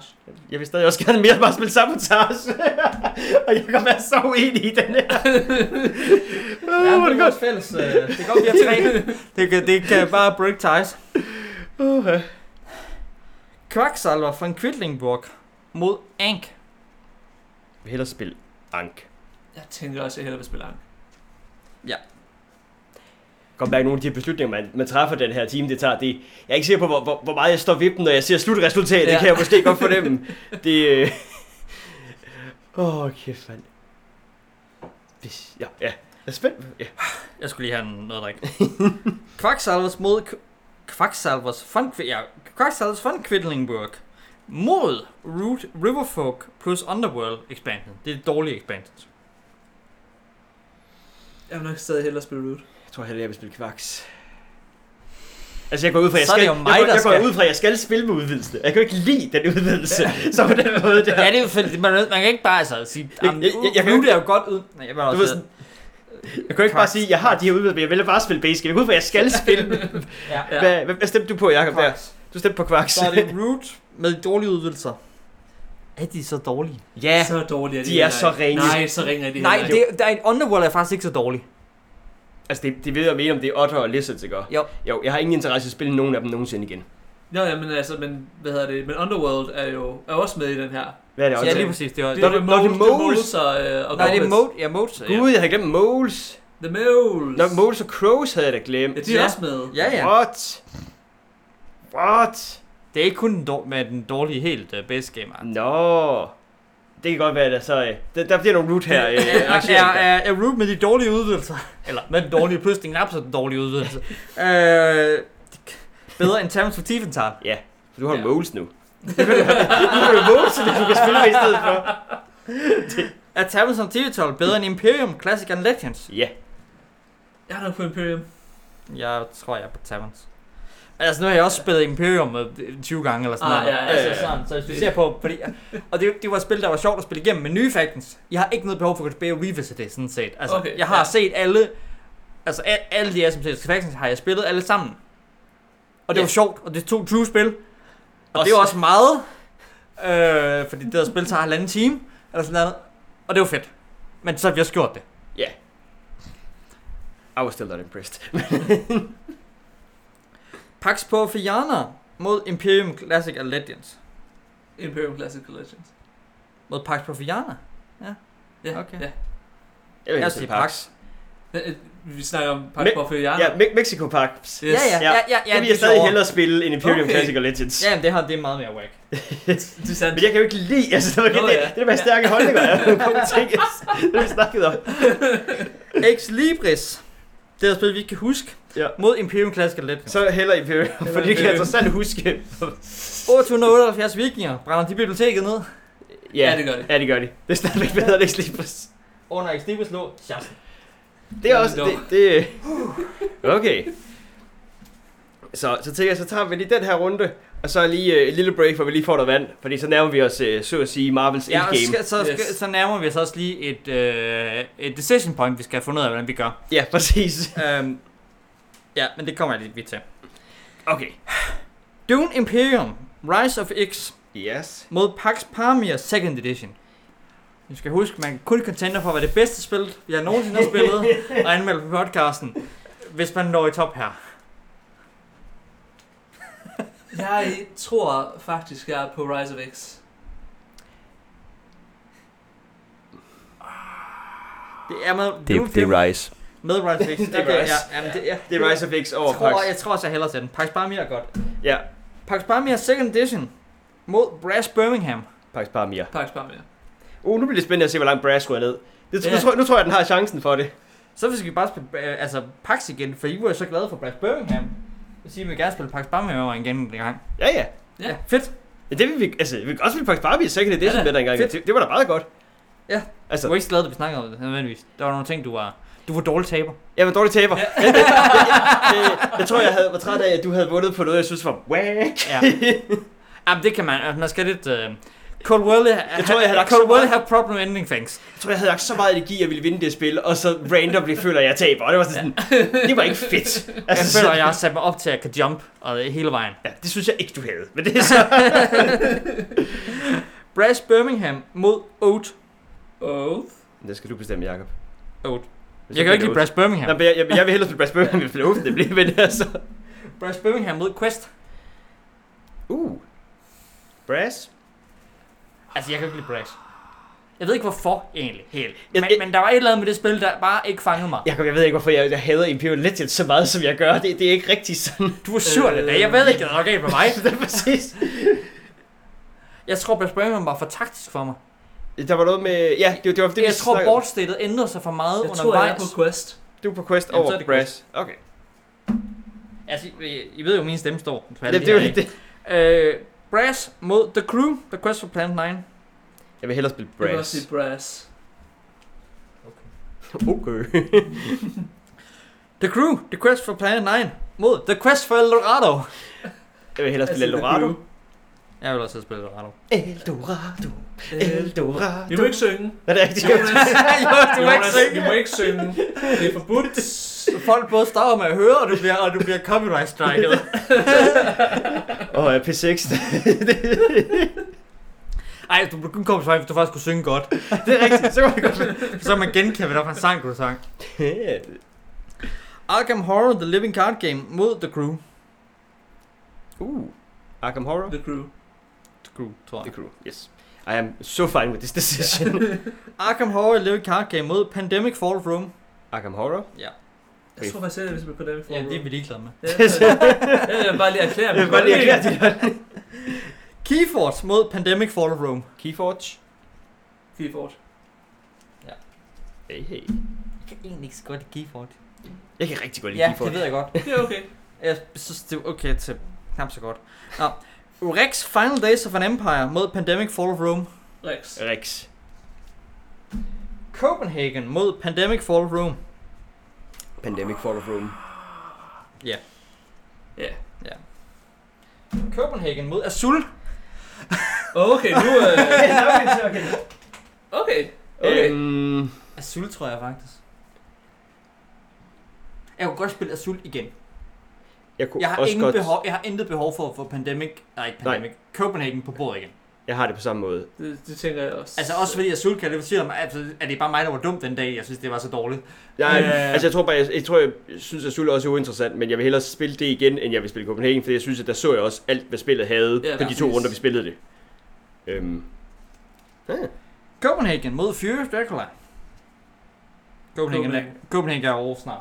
Speaker 1: Jeg vil stadig også gerne mere bare spille sabotage. og jeg kan være så uenig i den her.
Speaker 3: Ja,
Speaker 1: Åh, hvor er det godt.
Speaker 3: fælles. øh, Det kan godt blive tre. Det kan, det kan bare break ties.
Speaker 1: Uha.
Speaker 3: Quacksalver fra Quidlingburg mod Ank.
Speaker 1: Jeg vil hellere spille Ank.
Speaker 2: Jeg tænker også, at jeg hellere vil spille Ank.
Speaker 1: Kom mærke nogle af de her beslutninger, man, man træffer den her time, det tager. Det, jeg er ikke sikker på, hvor, hvor, hvor meget jeg står ved dem, når jeg ser slutresultatet. Ja.
Speaker 2: Ja.
Speaker 1: Det kan jeg måske godt fornemme. Det... øh, Åh, øh... oh, kæft, mand. Hvis- Ja, ja. Jeg er spændt. Ja.
Speaker 3: Jeg skulle lige have en- noget drik. Quacksalvers mod... Qu- Quacksalvers von, Qu- ja, Quacksalvers von Quidlingburg mod Root Riverfolk plus Underworld expansion. Det er det dårlige expansion.
Speaker 2: Jeg vil nok stadig hellere spille Root.
Speaker 1: Jeg tror heller, jeg vil spille kvaks. Altså, jeg går ud fra, at jeg
Speaker 3: Så er
Speaker 1: skal,
Speaker 3: det jo mig,
Speaker 1: jeg, går,
Speaker 3: der
Speaker 1: jeg går
Speaker 3: skal.
Speaker 1: ud fra, at jeg skal spille med udvidelsen. Jeg kan jo ikke lide den udvidelse. så på den måde der.
Speaker 3: Ja, det er jo fedt. Man, man kan ikke bare altså, sige,
Speaker 1: Jeg-
Speaker 3: "Jamen,
Speaker 1: jeg- jeg- jeg kan
Speaker 3: Root
Speaker 1: ikke-
Speaker 3: er jo godt ud. Nej, jeg var
Speaker 1: Du ved
Speaker 3: også
Speaker 1: sådan, jeg kan jo ikke bare
Speaker 3: Kvaks.
Speaker 1: sige, at jeg har de her udvidelser, men jeg vælger bare at spille basic. Jeg går ud fra, at jeg skal spille.
Speaker 3: ja.
Speaker 2: Ja.
Speaker 1: Hvad, hvad, hvad stemte du på, Jacob? Der?
Speaker 3: Quacks.
Speaker 1: Du stemte på kvaks.
Speaker 3: Så er det Root med de dårlige udvidelser. Er de så dårlige?
Speaker 1: Ja,
Speaker 2: Så dårlige er de,
Speaker 1: de er
Speaker 2: heller
Speaker 1: så
Speaker 2: ikke.
Speaker 1: ringe.
Speaker 2: Nej, så ringer de
Speaker 3: Nej,
Speaker 2: heller ikke.
Speaker 3: det, der er en Underworld er faktisk ikke så dårlig.
Speaker 1: altså det, det ved jeg mere om det er Otter og Lizards, ikke?
Speaker 3: Jo.
Speaker 1: Jo, jeg har ingen interesse i at spille nogen af dem nogensinde igen.
Speaker 2: Nå, ja, men altså, men, hvad hedder det? Men Underworld er jo er også med i den her.
Speaker 1: Hvad er det,
Speaker 3: Ja,
Speaker 1: Otter?
Speaker 3: ja lige præcis. Det var,
Speaker 2: Det
Speaker 1: Nå,
Speaker 2: er
Speaker 1: det-
Speaker 2: jo
Speaker 1: nå, det er
Speaker 2: Moles, det er
Speaker 1: Moles.
Speaker 2: Moles og, øh, og
Speaker 3: nej, det er
Speaker 2: Goblets.
Speaker 3: Mode. Ja, Mode. Ja.
Speaker 1: Gud, jeg havde glemt Moles.
Speaker 2: The Moles.
Speaker 1: Nå, Moles og Crows havde jeg da glemt.
Speaker 2: Ja, de er
Speaker 3: Ja.
Speaker 2: også med.
Speaker 3: Ja, ja.
Speaker 1: What? What?
Speaker 3: Det er ikke kun den dår- med den dårlige helt uh, base game. art.
Speaker 1: Nå. Det kan godt være, der så... øh, Der, der bliver nogle root her. Øh,
Speaker 3: Er,
Speaker 1: arrangering der.
Speaker 3: er, er Root med de dårlige udvidelser? Eller med den dårlige, plus den knap så den dårlige udvidelse. øh, bedre end Terrence for Tiefenthal.
Speaker 1: Så du har
Speaker 2: Ja.
Speaker 1: Moles nu. Nu kan du har du Moles, som du kan spille med i stedet for.
Speaker 3: Er Terrence for Tiefenthal bedre end Imperium, Classic and Legends?
Speaker 1: Ja.
Speaker 2: Jeg er nok på Imperium.
Speaker 3: Jeg tror, jeg er på Terrence. Altså, nu har jeg også spillet Imperium øh, 20 gange eller sådan
Speaker 2: Ah,
Speaker 3: noget.
Speaker 2: ja, ja,
Speaker 3: altså,
Speaker 1: ja, ja.
Speaker 3: Sådan, så hvis du ser på... Fordi, og det, det var et spil, der var sjovt at spille igennem med nye factions. Jeg har ikke noget behov for at gå tilbage og revisit det, sådan set. Altså, okay,
Speaker 2: Okay,
Speaker 3: jeg har ja.
Speaker 2: ja.
Speaker 3: set alle... Altså, a- alle de SMC's factions har jeg spillet alle sammen. Og det
Speaker 2: Ja.
Speaker 3: var sjovt, og det er to 20 spil. Og det
Speaker 1: Også-
Speaker 3: var også meget. Øh, fordi det der spil tager halvanden time, eller sådan noget. Og det var fedt. Men så har vi også gjort det.
Speaker 1: I was still not impressed.
Speaker 3: Pax på Fiana mod Imperium Classic og Legends.
Speaker 2: Imperium Classic Collections.
Speaker 3: Mod Pax på Fiana.
Speaker 2: Ja, ja.
Speaker 3: Okay.
Speaker 1: Jeg vil
Speaker 3: Jeg
Speaker 1: hellere
Speaker 3: siger
Speaker 1: sige
Speaker 3: Pax.
Speaker 1: Pax.
Speaker 2: Øh, øh, Vi snakker om
Speaker 1: Men-
Speaker 2: Pax Buffet Jarno.
Speaker 1: Ja, Me- Mexico Pax.
Speaker 3: Ja, ja, ja,
Speaker 1: Ja.
Speaker 3: ja,
Speaker 1: Ja,
Speaker 3: ja,
Speaker 1: det vil
Speaker 3: er
Speaker 1: jeg stadig
Speaker 3: sjovere.
Speaker 1: hellere spille end Imperium
Speaker 2: Okay.
Speaker 1: okay. Classic og Legends.
Speaker 3: Ja, men det her, det er meget mere whack.
Speaker 2: Det er sandt.
Speaker 1: Men jeg kan jo ikke lide, altså, det, var
Speaker 2: Nå,
Speaker 1: det,
Speaker 2: ja.
Speaker 1: det der med stærke holdninger, er jo nogle ting, altså, det har vi snakket om.
Speaker 3: Ex Libris. Det er et spil, vi ikke kan huske.
Speaker 1: Ja.
Speaker 3: Mod Imperium Classic og Legends.
Speaker 1: Så heller Imperium, for det kan jeg
Speaker 2: Imperium.
Speaker 1: trods alt huske.
Speaker 3: 878 vikinger. Brænder de biblioteket ned?
Speaker 2: Ja, det gør det.
Speaker 1: Ja, det gør de. Det er stadigvæk bedre, det ikke præcis.
Speaker 3: Under Ex Libris lå Sjasken.
Speaker 1: Det er også,
Speaker 2: Nå.
Speaker 1: det, det Okay. Så, så tænker jeg, så tager vi lige den her runde, og så lige øh, et lille break, hvor vi lige får noget vand, fordi så nærmer vi os, øh, så at sige, Marvels
Speaker 3: Ja, og
Speaker 1: Endgame.
Speaker 3: skal, så, skal,
Speaker 2: Yes.
Speaker 3: så nærmer vi os også lige et, øh, et decision point, vi skal have fundet ud af, hvordan vi gør.
Speaker 1: Ja, præcis.
Speaker 3: øhm, ja, men det kommer jeg lige vidt til.
Speaker 1: Okay.
Speaker 3: Dune Imperium. Rise of X.
Speaker 1: Yes.
Speaker 3: mod Pax Pamir Second Edition. Nu skal huske, man kan kun contender for at være det bedste spil, jeg nogensinde har spillet, og anmelde på podcasten, hvis man når i top her.
Speaker 2: Jeg tror faktisk, jeg er på Rise of X.
Speaker 3: Det er med
Speaker 1: Rise.
Speaker 3: Med Rise Fix.
Speaker 1: Det er
Speaker 3: okay,
Speaker 1: Rise.
Speaker 3: Ja, jamen, det, ja.
Speaker 1: Det er Rise of X over
Speaker 3: Jeg tror,
Speaker 1: Pax.
Speaker 3: jeg tror også, jeg hellere til den. Pax Barmia er godt.
Speaker 1: Ja,
Speaker 3: Pax Barmia Second Edition mod Brass Birmingham.
Speaker 1: Pax Parmia.
Speaker 2: Pax Parmia.
Speaker 1: Uh, nu bliver det spændende at se, hvor langt Brass går ned. Det,
Speaker 3: Ja.
Speaker 1: nu, tror, jeg- nu tror jeg, den har chancen for det.
Speaker 3: Så skal vi bare spille øh, altså, Pax igen, for I var jo så glade for Brass Birmingham. Jeg vil sige, at vi vil gerne spille Pax Barmia over igen en gang.
Speaker 1: Ja, ja.
Speaker 2: Ja.
Speaker 3: fedt.
Speaker 1: Ja, det vil vi, altså, vi kan også spille Pax Barbie i Second
Speaker 2: Ja,
Speaker 1: Edition
Speaker 2: da.
Speaker 1: med dengang.
Speaker 3: Fedt.
Speaker 1: Det, det, var da meget godt.
Speaker 3: Ja.
Speaker 1: Altså,
Speaker 3: Du var ikke så glad, da vi snakkede om det, nødvendigvis. Der var nogle ting, du var... Du var dårlig taber.
Speaker 1: jeg var dårlig taber. Ja. Jeg, jeg, jeg, jeg, jeg, tror, jeg havde, var træt af, at du havde vundet på noget, jeg synes var whack.
Speaker 3: Ja. Jamen, det kan man. Altså, man skal lidt... Øh... Cold World, jeg
Speaker 1: tror, jeg havde lagt så
Speaker 3: Cold World
Speaker 1: meget-
Speaker 3: have problem ending things.
Speaker 1: Jeg tror, jeg havde lagt så meget energi, at jeg ville vinde det spil, og så randomly føler jeg, at jeg taber. Og det var sådan, det var ikke fedt.
Speaker 3: Jeg
Speaker 1: Altså, så-
Speaker 3: føler, at jeg har sat mig op til, at jeg kan jump og hele vejen.
Speaker 1: Ja, det synes jeg ikke, du havde. Men det er så...
Speaker 3: Brass Birmingham mod Oat.
Speaker 2: Oath.
Speaker 1: Det skal du bestemme, Jacob.
Speaker 3: Oat. Jeg kan jo ikke lide Brass Birmingham.
Speaker 1: Nå, men jeg, jeg, jeg vil hellere spille Brass Birmingham, end spille Oath, det bliver ved altså.
Speaker 3: Brass Birmingham mod Quest.
Speaker 1: Uh. Brass?
Speaker 3: Altså, jeg kan ikke lide Brass. Jeg ved ikke hvorfor egentlig helt.
Speaker 1: Jeg-
Speaker 3: Men,
Speaker 1: jeg-
Speaker 3: men der var et eller andet med det spil, der bare ikke fangede mig.
Speaker 1: Jacob, jeg ved ikke, hvorfor jeg, jeg hader Imperial Legends så meget, som jeg gør. Det, det er ikke rigtigt sådan.
Speaker 3: Du var sur øh,
Speaker 2: Øh,
Speaker 3: dag. Jeg ved ikke, hvad der er galt med mig.
Speaker 1: det er præcis.
Speaker 3: Jeg tror, Brass Birmingham var for taktisk for mig.
Speaker 1: Der var noget med... Ja, det, det var det,
Speaker 3: Det,
Speaker 1: vi
Speaker 3: jeg tror,
Speaker 1: snakkede om.
Speaker 3: boardstatet ændrede sig for meget
Speaker 2: Jeg tror, jeg er
Speaker 3: undervejs.
Speaker 2: på Quest.
Speaker 1: Du er på quest
Speaker 3: Jamen,
Speaker 1: over
Speaker 3: så er det
Speaker 1: Brass. Okay.
Speaker 3: Altså, I, I ved jo, at min stemme står.
Speaker 1: Ja, det, det, var det.
Speaker 3: Øh, Brass mod The Crew, The Quest for Planet 9.
Speaker 1: Jeg vil hellere spille
Speaker 2: Jeg kan også
Speaker 1: Brass.
Speaker 2: sige Brass.
Speaker 1: Okay.
Speaker 3: The Crew, The Quest for Planet 9 mod The Quest for Eldorado.
Speaker 1: Jeg vil hellere spille
Speaker 2: Altså,
Speaker 1: Eldorado.
Speaker 2: The
Speaker 3: Jeg vil også have spillet Eldorado.
Speaker 1: Eldorado, Eldorado.
Speaker 2: Vi må ikke synge.
Speaker 1: Hvad er det rigtigt?
Speaker 2: Jonas,
Speaker 3: jo, du må ikke
Speaker 2: Jonas,
Speaker 3: synge.
Speaker 2: vi må ikke synge. Det er forbudt.
Speaker 3: Folk både stopper med at høre, og du bliver, og du bliver copyright striket.
Speaker 1: Åh, oh, P6.
Speaker 3: Ej, du blev kun kommet hvis du faktisk kunne synge godt.
Speaker 1: det er rigtigt, så kan vi godt
Speaker 3: Så man genkendt, hvad der var en sang, du sang. Arkham Horror, The Living Card Game mod The Crew.
Speaker 1: Uh, Arkham Horror.
Speaker 2: The crew.
Speaker 3: The Crew, tror
Speaker 1: The crew, yes. I am so fine with this decision.
Speaker 3: Arkham Horror, The Living Card Game mod Pandemic Fall Room.
Speaker 1: Arkham Horror.
Speaker 2: Jeg tror faktisk, at jeg vil spille Pandemic Fall.
Speaker 3: ligeglade med.
Speaker 2: Ja, jeg vil bare lige erklære mig.
Speaker 1: Jeg vil bare lige erklære det.
Speaker 3: Keyforce mod Pandemic Fall Room.
Speaker 1: Keyforge.
Speaker 2: Keyboard.
Speaker 1: Hey, hey.
Speaker 3: Jeg kan egentlig ikke så godt lide Keyforce.
Speaker 1: Jeg kan rigtig godt lide
Speaker 3: Ja, det
Speaker 1: Keyforge.
Speaker 3: ved jeg godt.
Speaker 2: Det er okay.
Speaker 3: Jeg synes, det er okay til knap så godt. Nå. Rex Final Days of an Empire mod Pandemic Fall of Rome.
Speaker 2: Rex.
Speaker 1: Rex.
Speaker 3: Copenhagen mod Pandemic Fall of Rome.
Speaker 1: Pandemic Fall of Rome.
Speaker 2: Ja.
Speaker 3: Copenhagen mod Azul.
Speaker 2: Okay, nu... Øh... Okay. Okay.
Speaker 1: Øhm,
Speaker 2: Øh,
Speaker 3: Azul tror jeg faktisk. Jeg kunne godt spille Azul igen.
Speaker 1: jeg kunne
Speaker 3: Jeg har,
Speaker 1: også
Speaker 3: ingen
Speaker 1: godt...
Speaker 3: behov, jeg har intet behov for at få Pandemic, nej ikke Pandemic, nej. Copenhagen på bordet igen.
Speaker 1: Jeg har det på samme måde.
Speaker 2: Det, det tænker jeg også.
Speaker 3: Altså også fordi Azul kan det mig, altså, er det bare mig, der var dum den dag, jeg synes, det var så dårligt.
Speaker 1: Jeg,
Speaker 3: Øh.
Speaker 1: altså, jeg tror bare, jeg, jeg, tror, jeg synes, at Sula også er uinteressant, men jeg vil hellere spille det igen, end jeg vil spille Copenhagen, fordi jeg synes, at der så jeg også alt, hvad spillet havde
Speaker 2: Ja,
Speaker 1: ja, på de
Speaker 2: præcis.
Speaker 1: to runder, vi spillede det. Øhm,
Speaker 3: Copenhagen mod Furious Dracula. Copenhagen, er,
Speaker 2: Copenhagen.
Speaker 3: Copenhagen er over snart.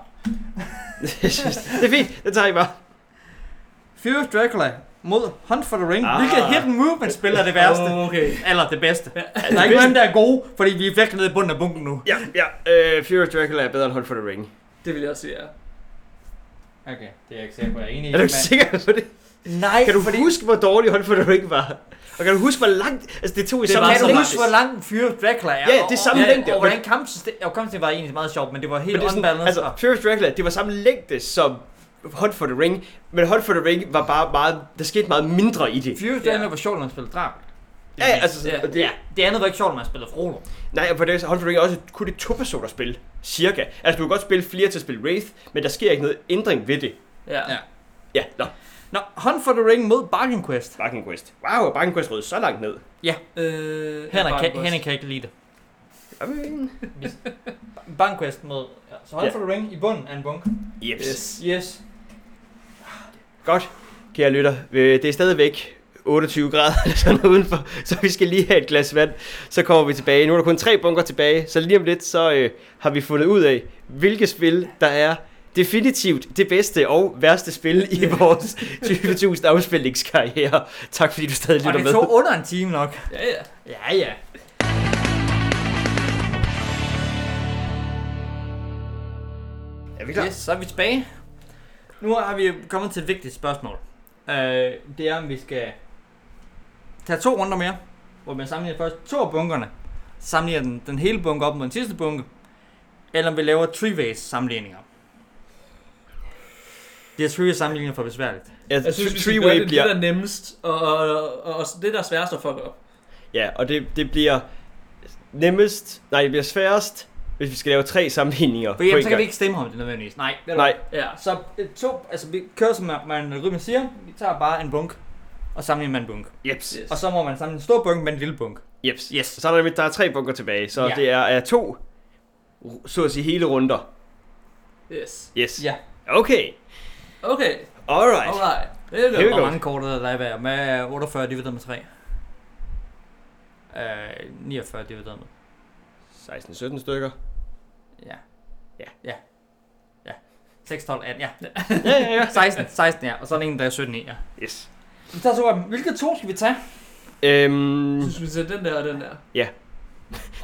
Speaker 1: det er fint, det tager I bare.
Speaker 3: Furious Dracula mod Hunt for the Ring. Ah.
Speaker 1: Ah.
Speaker 3: Hvilket hidden movement spiller det værste. Oh.
Speaker 2: Okay.
Speaker 3: Eller det bedste. Ja. Der
Speaker 1: det
Speaker 3: er ikke
Speaker 1: bedste-
Speaker 3: nogen, der er gode, fordi vi er virkelig nede i bunden af bunken nu.
Speaker 1: Ja, ja. Øh, Fury of Dracula er bedre end Hunt for the Ring.
Speaker 2: Det vil jeg også sige, ja.
Speaker 3: Okay, det er jeg ikke sikker på, jeg er enig
Speaker 1: Er du ikke sikker på det?
Speaker 3: Nej,
Speaker 1: Kan du
Speaker 3: fordi...
Speaker 1: huske, hvor dårlig Hunt for the Ring var? Og kan du huske, hvor langt... Altså, det tog i
Speaker 2: Det
Speaker 1: samme
Speaker 2: var
Speaker 3: Kan
Speaker 2: så
Speaker 3: du
Speaker 2: langt.
Speaker 3: huske, hvor lang Furious Dracula er?
Speaker 1: Ja, det er samme
Speaker 3: og,
Speaker 1: længde.
Speaker 3: Og, og hvordan kampsystemet... Og kampsystemet var egentlig meget sjovt, men det var helt
Speaker 1: Men det er sådan,
Speaker 3: unbalanced.
Speaker 1: altså,
Speaker 3: og-
Speaker 1: Fury of Dracula, det var samme længde som Hunt for the Ring, men Hunt for the Ring var bare meget... Der skete meget mindre i det.
Speaker 3: Furious Dracula var sjovt, når man spillede drab.
Speaker 1: altså- Ja, ja, altså...
Speaker 2: Ja.
Speaker 1: og det-
Speaker 3: Ja, det andet var ikke sjovt, når man spillede Frollo.
Speaker 1: Nej, og på det Hunt for the Ring er også kun et to-personers spil, cirka. Altså, du kan godt spille flere til at spille Wraith, men der sker ikke noget ændring ved det.
Speaker 2: Ja.
Speaker 3: Ja.
Speaker 2: ja.
Speaker 1: Ja, nå,
Speaker 3: Nå, Hunt for the Ring mod Bargain Quest.
Speaker 1: Barking Quest. Wow, Barking Quest rød så langt ned.
Speaker 2: Øh,
Speaker 3: Henrik,
Speaker 2: Barnquist.
Speaker 3: kan, Henrik kan ikke lide det.
Speaker 1: Jamen,
Speaker 3: Bankquest mod... Ja. Så hold
Speaker 1: Ja.
Speaker 3: for the ring i bunden af en bunk.
Speaker 1: Yes.
Speaker 2: Yes.
Speaker 3: Yes.
Speaker 1: Godt, kære lytter. Øh, Det er stadigvæk 28 grader eller sådan noget udenfor, så vi skal lige have et glas vand, så kommer vi tilbage. Nu er der kun tre bunker tilbage, så lige om lidt, så øh, har vi fundet ud af, hvilke spil, der er definitivt det bedste og værste spil i vores 20.000 afspilningskarriere. Tak fordi du stadig
Speaker 3: Og
Speaker 1: lytter
Speaker 3: det
Speaker 1: med.
Speaker 3: tog under en time nok.
Speaker 2: Ja, ja.
Speaker 3: Ja, ja.
Speaker 1: Er vi klar?
Speaker 3: Yes, så er vi tilbage. Nu har vi kommet til et vigtigt spørgsmål. Øh, det er, om vi skal tage to runder mere, hvor man sammenligner først to af bunkerne, sammenligner den, den hele bunke op mod den sidste bunke, eller om vi laver three-ways sammenligninger. Det er three-ways sammenligninger for besværligt.
Speaker 1: Ja,
Speaker 2: Jeg synes, vi skal gøre
Speaker 1: three-way
Speaker 2: det, det,
Speaker 1: Altså, bliver...
Speaker 2: der er nemmest, og, og, og, og, og det, der er sværest at fuck op.
Speaker 1: Ja, og det, det bliver nemmest... Nej, det bliver sværest, hvis vi skal lave tre sammenligninger på
Speaker 3: For jamen, så
Speaker 1: en
Speaker 3: kan vi
Speaker 1: gang.
Speaker 3: ikke stemme om det nødvendigvis. Nej, ved du
Speaker 1: Nej,
Speaker 2: Ja.
Speaker 3: hvad? Så øh, to, altså vi kører som man- man rytmen siger, vi tager bare en bunk, og sammenligner med en bunk.
Speaker 1: jeps,
Speaker 2: Yes.
Speaker 3: Og så må man sammenligne en stor bunk med en lille bunk.
Speaker 1: jeps.
Speaker 3: Yes.
Speaker 1: Så er der, nemlig- der er tre bunker tilbage, så
Speaker 3: Ja.
Speaker 1: det er, er to, så at sige, hele runder.
Speaker 2: Yes.
Speaker 1: Yes.
Speaker 3: Ja.
Speaker 1: Okay,
Speaker 2: Okay,
Speaker 1: alright.
Speaker 2: alright. There
Speaker 1: Here
Speaker 2: you go.
Speaker 1: we
Speaker 3: Hvor
Speaker 1: go.
Speaker 3: mange kort er der i hver? Hvad er 48 divideret med 3? Øh, 49 divideret med.
Speaker 1: 16-17 stykker.
Speaker 3: Ja.
Speaker 1: Ja.
Speaker 3: Ja. Ja. 6, 12, 18, ja.
Speaker 1: Ja, ja, ja.
Speaker 3: 16, 16, ja. Og så er der en, der er 17 i, ja.
Speaker 1: Yes.
Speaker 3: Vi tager to af dem. Hvilke to skal vi tage?
Speaker 1: Øhm,
Speaker 2: Jeg synes, vi ser den der og den der.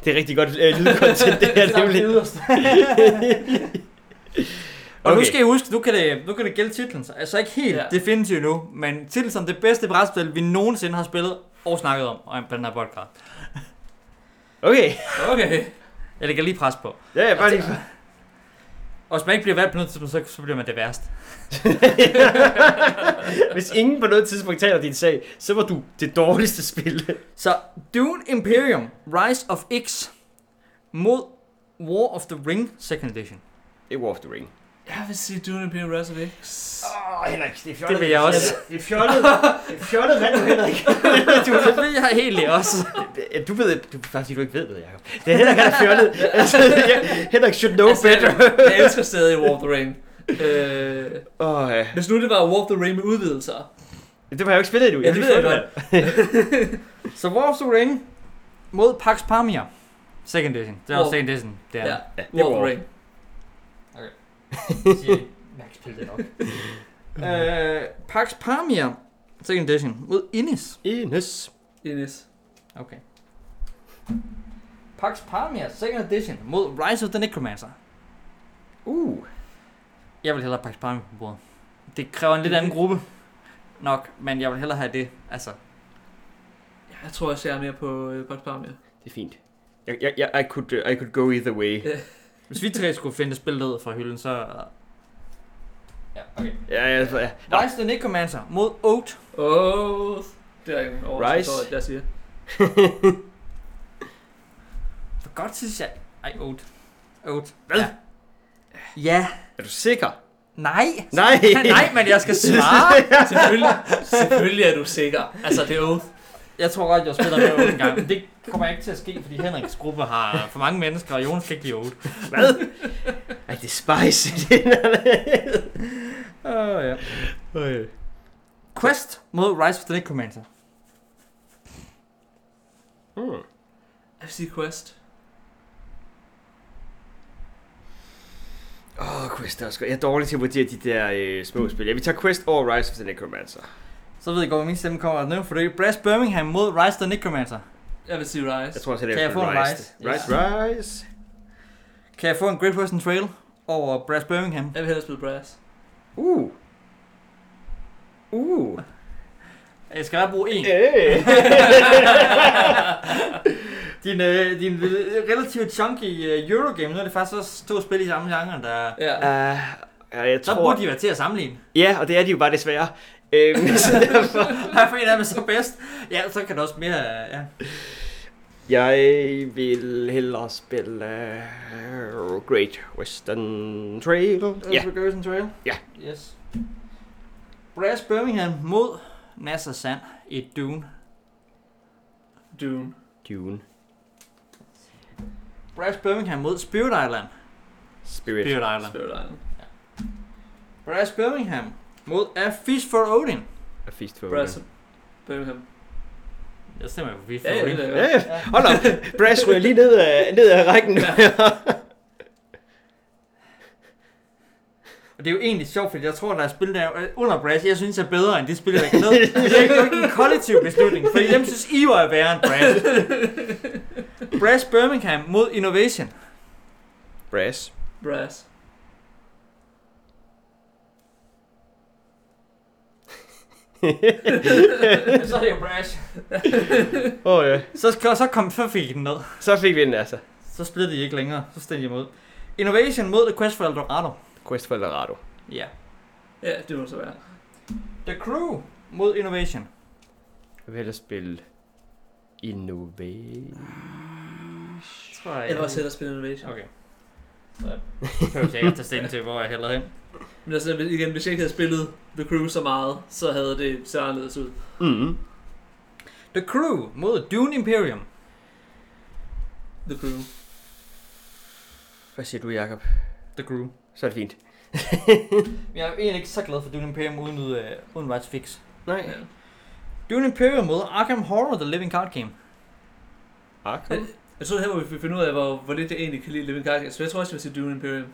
Speaker 1: det er rigtig godt øh, lydcontent, det her
Speaker 3: Start
Speaker 1: nemlig.
Speaker 3: med yderst. Og nu
Speaker 1: Okay.
Speaker 3: skal I huske, nu kan det, nu kan det gælde titlen. Så. Altså ikke helt
Speaker 2: Ja.
Speaker 3: ja. definitivt nu, men titlen som det bedste brætspil, vi nogensinde har spillet og snakket om og på den her podcast.
Speaker 1: Okay,
Speaker 2: Okay.
Speaker 3: Jeg lægger lige pres på.
Speaker 1: ja, ja, bare lige.
Speaker 3: Og hvis man ikke bliver valgt på noget tidspunkt, så, så bliver man det værste.
Speaker 1: Hvis ingen på noget tidspunkt taler din sag, så var du det dårligste spil.
Speaker 3: Så Dune Imperium Rise of X mod War of the Ring Second Edition.
Speaker 1: Det er War of the Ring.
Speaker 2: Jeg vil sige Dune Imperium Rise of X.
Speaker 1: Åh, oh, Henrik, det er
Speaker 3: Det vil jeg også.
Speaker 1: Det er fjollet. Det er fjollet, hvad du, Henrik?
Speaker 3: du ved jeg helt også.
Speaker 1: Du ved, du faktisk du ikke ved, ved jeg. Det er Henrik, han er fjollet. Altså, jeg- Henrik should know
Speaker 2: Altså,
Speaker 1: better.
Speaker 2: jeg elsker stadig War of the Rain. Øh,
Speaker 1: Åh, ja.
Speaker 2: hvis nu det var War of the Rain med udvidelser.
Speaker 1: Det har jeg jo ikke spillet endnu.
Speaker 2: Ja, det ved jeg
Speaker 1: fjollet,
Speaker 2: godt.
Speaker 1: mand.
Speaker 3: Så War of the Ring mod Pax Pamir. Second Edition. Det er også
Speaker 2: War-
Speaker 3: Second Edition. Det er
Speaker 2: Ja,
Speaker 3: det.
Speaker 1: Ja, det
Speaker 2: War
Speaker 1: er
Speaker 2: of the
Speaker 1: War.
Speaker 2: Ring.
Speaker 3: Jeg kan spille det nok. øh, Pax Pamir. Second Edition. Mod Innis.
Speaker 1: Ines.
Speaker 2: Ines.
Speaker 3: Okay. Pax Pamir. Second Edition. Mod Rise of the Necromancer.
Speaker 1: Uh.
Speaker 3: Jeg vil hellere pakke sparring på bordet. Det kræver en lidt anden gruppe nok, men jeg vil hellere have det. Altså,
Speaker 2: Ja, Jeg tror også, jeg er mere på øh, Pax Pamir.
Speaker 1: Det er fint. Jeg, jeg, jeg, I, could, uh, I could go either way.
Speaker 3: hvis vi tre skulle finde spillet ud fra hylden, så... Ja, okay.
Speaker 1: Ja, ja, så- ja. Nå.
Speaker 3: Rise the Necromancer mod Oat.
Speaker 2: Åh, oh, det er en
Speaker 1: Rise.
Speaker 2: overraskelse, over, at jeg siger.
Speaker 3: For godt synes jeg... Ej, Oat. Oat. Hvad? Ja. ja.
Speaker 1: Er du sikker?
Speaker 3: Nej.
Speaker 1: Nej.
Speaker 3: Nej, men jeg skal svare.
Speaker 2: Selvfølgelig, selvfølgelig er du sikker. Altså, det er oath.
Speaker 3: Jeg tror godt, jeg spiller med Oat engang. Men det kommer ikke til at ske, fordi Henriks gruppe har for mange mennesker, og Jonas kan ikke lide Oat.
Speaker 1: Hvad? Ej, det er spicy. det er-
Speaker 3: Åh, oh, ja.
Speaker 1: Øj.
Speaker 3: Quest mod Rise of the Necromancer.
Speaker 1: Hmm.
Speaker 2: Jeg vil sige Quest.
Speaker 1: Åh, oh, Quest er også godt. Jeg er dårlig til at vurdere de der øh, små spil. Ja, vi tager Quest over Rise of the Necromancer.
Speaker 3: Så ved jeg godt, hvor min stemme kommer nu, for det er Brass Birmingham mod Rise the Necromancer.
Speaker 2: Jeg vil sige Rise.
Speaker 1: Jeg tror også, at det
Speaker 3: Kan
Speaker 1: er
Speaker 3: jeg få en
Speaker 1: Rise.
Speaker 3: Rise?
Speaker 1: Rise, Rise.
Speaker 3: Kan jeg få en Great Western Trail over Brass Birmingham?
Speaker 2: Jeg vil hellere spille Brass.
Speaker 1: Uh. Uh.
Speaker 3: Jeg skal bare bruge en.
Speaker 1: Øh.
Speaker 3: din, øh, din relativt chunky øh, Eurogame, nu er det faktisk også to spil i samme genre, der...
Speaker 2: Ja.
Speaker 1: Uh, ja, jeg
Speaker 3: Så
Speaker 1: tror...
Speaker 3: burde de være til at sammenligne.
Speaker 1: Ja, og det er de jo bare desværre. Øhm, så derfor...
Speaker 3: Hvad for en af dem er så bedst? Ja, så kan det også mere... øh, Ja.
Speaker 1: Jeg vil hellere spille øh, Great Western Trail. Ja,
Speaker 3: Great Western Trail?
Speaker 1: Ja.
Speaker 3: Yes. Brass Birmingham mod Nasser Sand i Dune.
Speaker 2: Dune.
Speaker 1: Dune.
Speaker 3: Brass Birmingham mod Spirit Island.
Speaker 1: Spirit.
Speaker 3: Island.
Speaker 2: Spirit Island.
Speaker 3: Brass Birmingham mod A Fish for Odin.
Speaker 1: A Feast for
Speaker 2: Brass.
Speaker 1: Odin.
Speaker 2: Birmingham.
Speaker 3: Jeg stemmer på FIFA.
Speaker 2: Ja, ja, det er
Speaker 1: Ja,
Speaker 2: jeg.
Speaker 1: ja. Hold op. Brass ryger lige ned af, ned af rækken nu.
Speaker 3: Og det er jo egentlig sjovt, fordi jeg tror, der er spil, der er under Brass, jeg synes er bedre end de spil, der er ned. Men det er jo ikke en kollektiv beslutning, fordi dem synes I var værre end Brass. Brass Birmingham mod Innovation.
Speaker 1: Brass.
Speaker 2: Brass.
Speaker 3: Så er det jo Brass.
Speaker 1: Åh oh, ja.
Speaker 3: Så, sk- så kom så fik I den ned.
Speaker 1: Så fik vi den altså.
Speaker 3: Så splittede I ikke længere. Så stemte I imod. Innovation mod The Quest for Eldorado.
Speaker 1: Quest for Eldorado.
Speaker 3: Ja.
Speaker 2: Ja, det må så være.
Speaker 3: The Crew mod Innovation.
Speaker 1: Jeg vil hellere spille Innovation.
Speaker 3: Tror jeg.
Speaker 2: Eller også hellere spille Innovation.
Speaker 3: Okay. Så kan jeg ikke tage stilling til, hvor jeg hælder hen.
Speaker 2: Men altså, hvis- igen, hvis jeg ikke havde spillet The Crew så meget, så havde det set anderledes ud.
Speaker 1: Mm.
Speaker 3: The Crew mod Dune Imperium.
Speaker 2: The Crew.
Speaker 1: Hvad siger du, Jacob?
Speaker 3: The Crew.
Speaker 1: Så er det fint.
Speaker 3: Jeg er egentlig ikke så glad for Dune Imperium uden, uh, uden Rights Fix.
Speaker 1: Nej.
Speaker 2: Ja.
Speaker 3: Dune Imperium mod Arkham Horror The Living Card Game.
Speaker 1: Arkham.
Speaker 2: Jeg tror, det her, hvor vi finder ud af, hvor, hvor lidt jeg egentlig kan lide Living Carcass. Så jeg tror også, jeg vil sige Dune Imperium.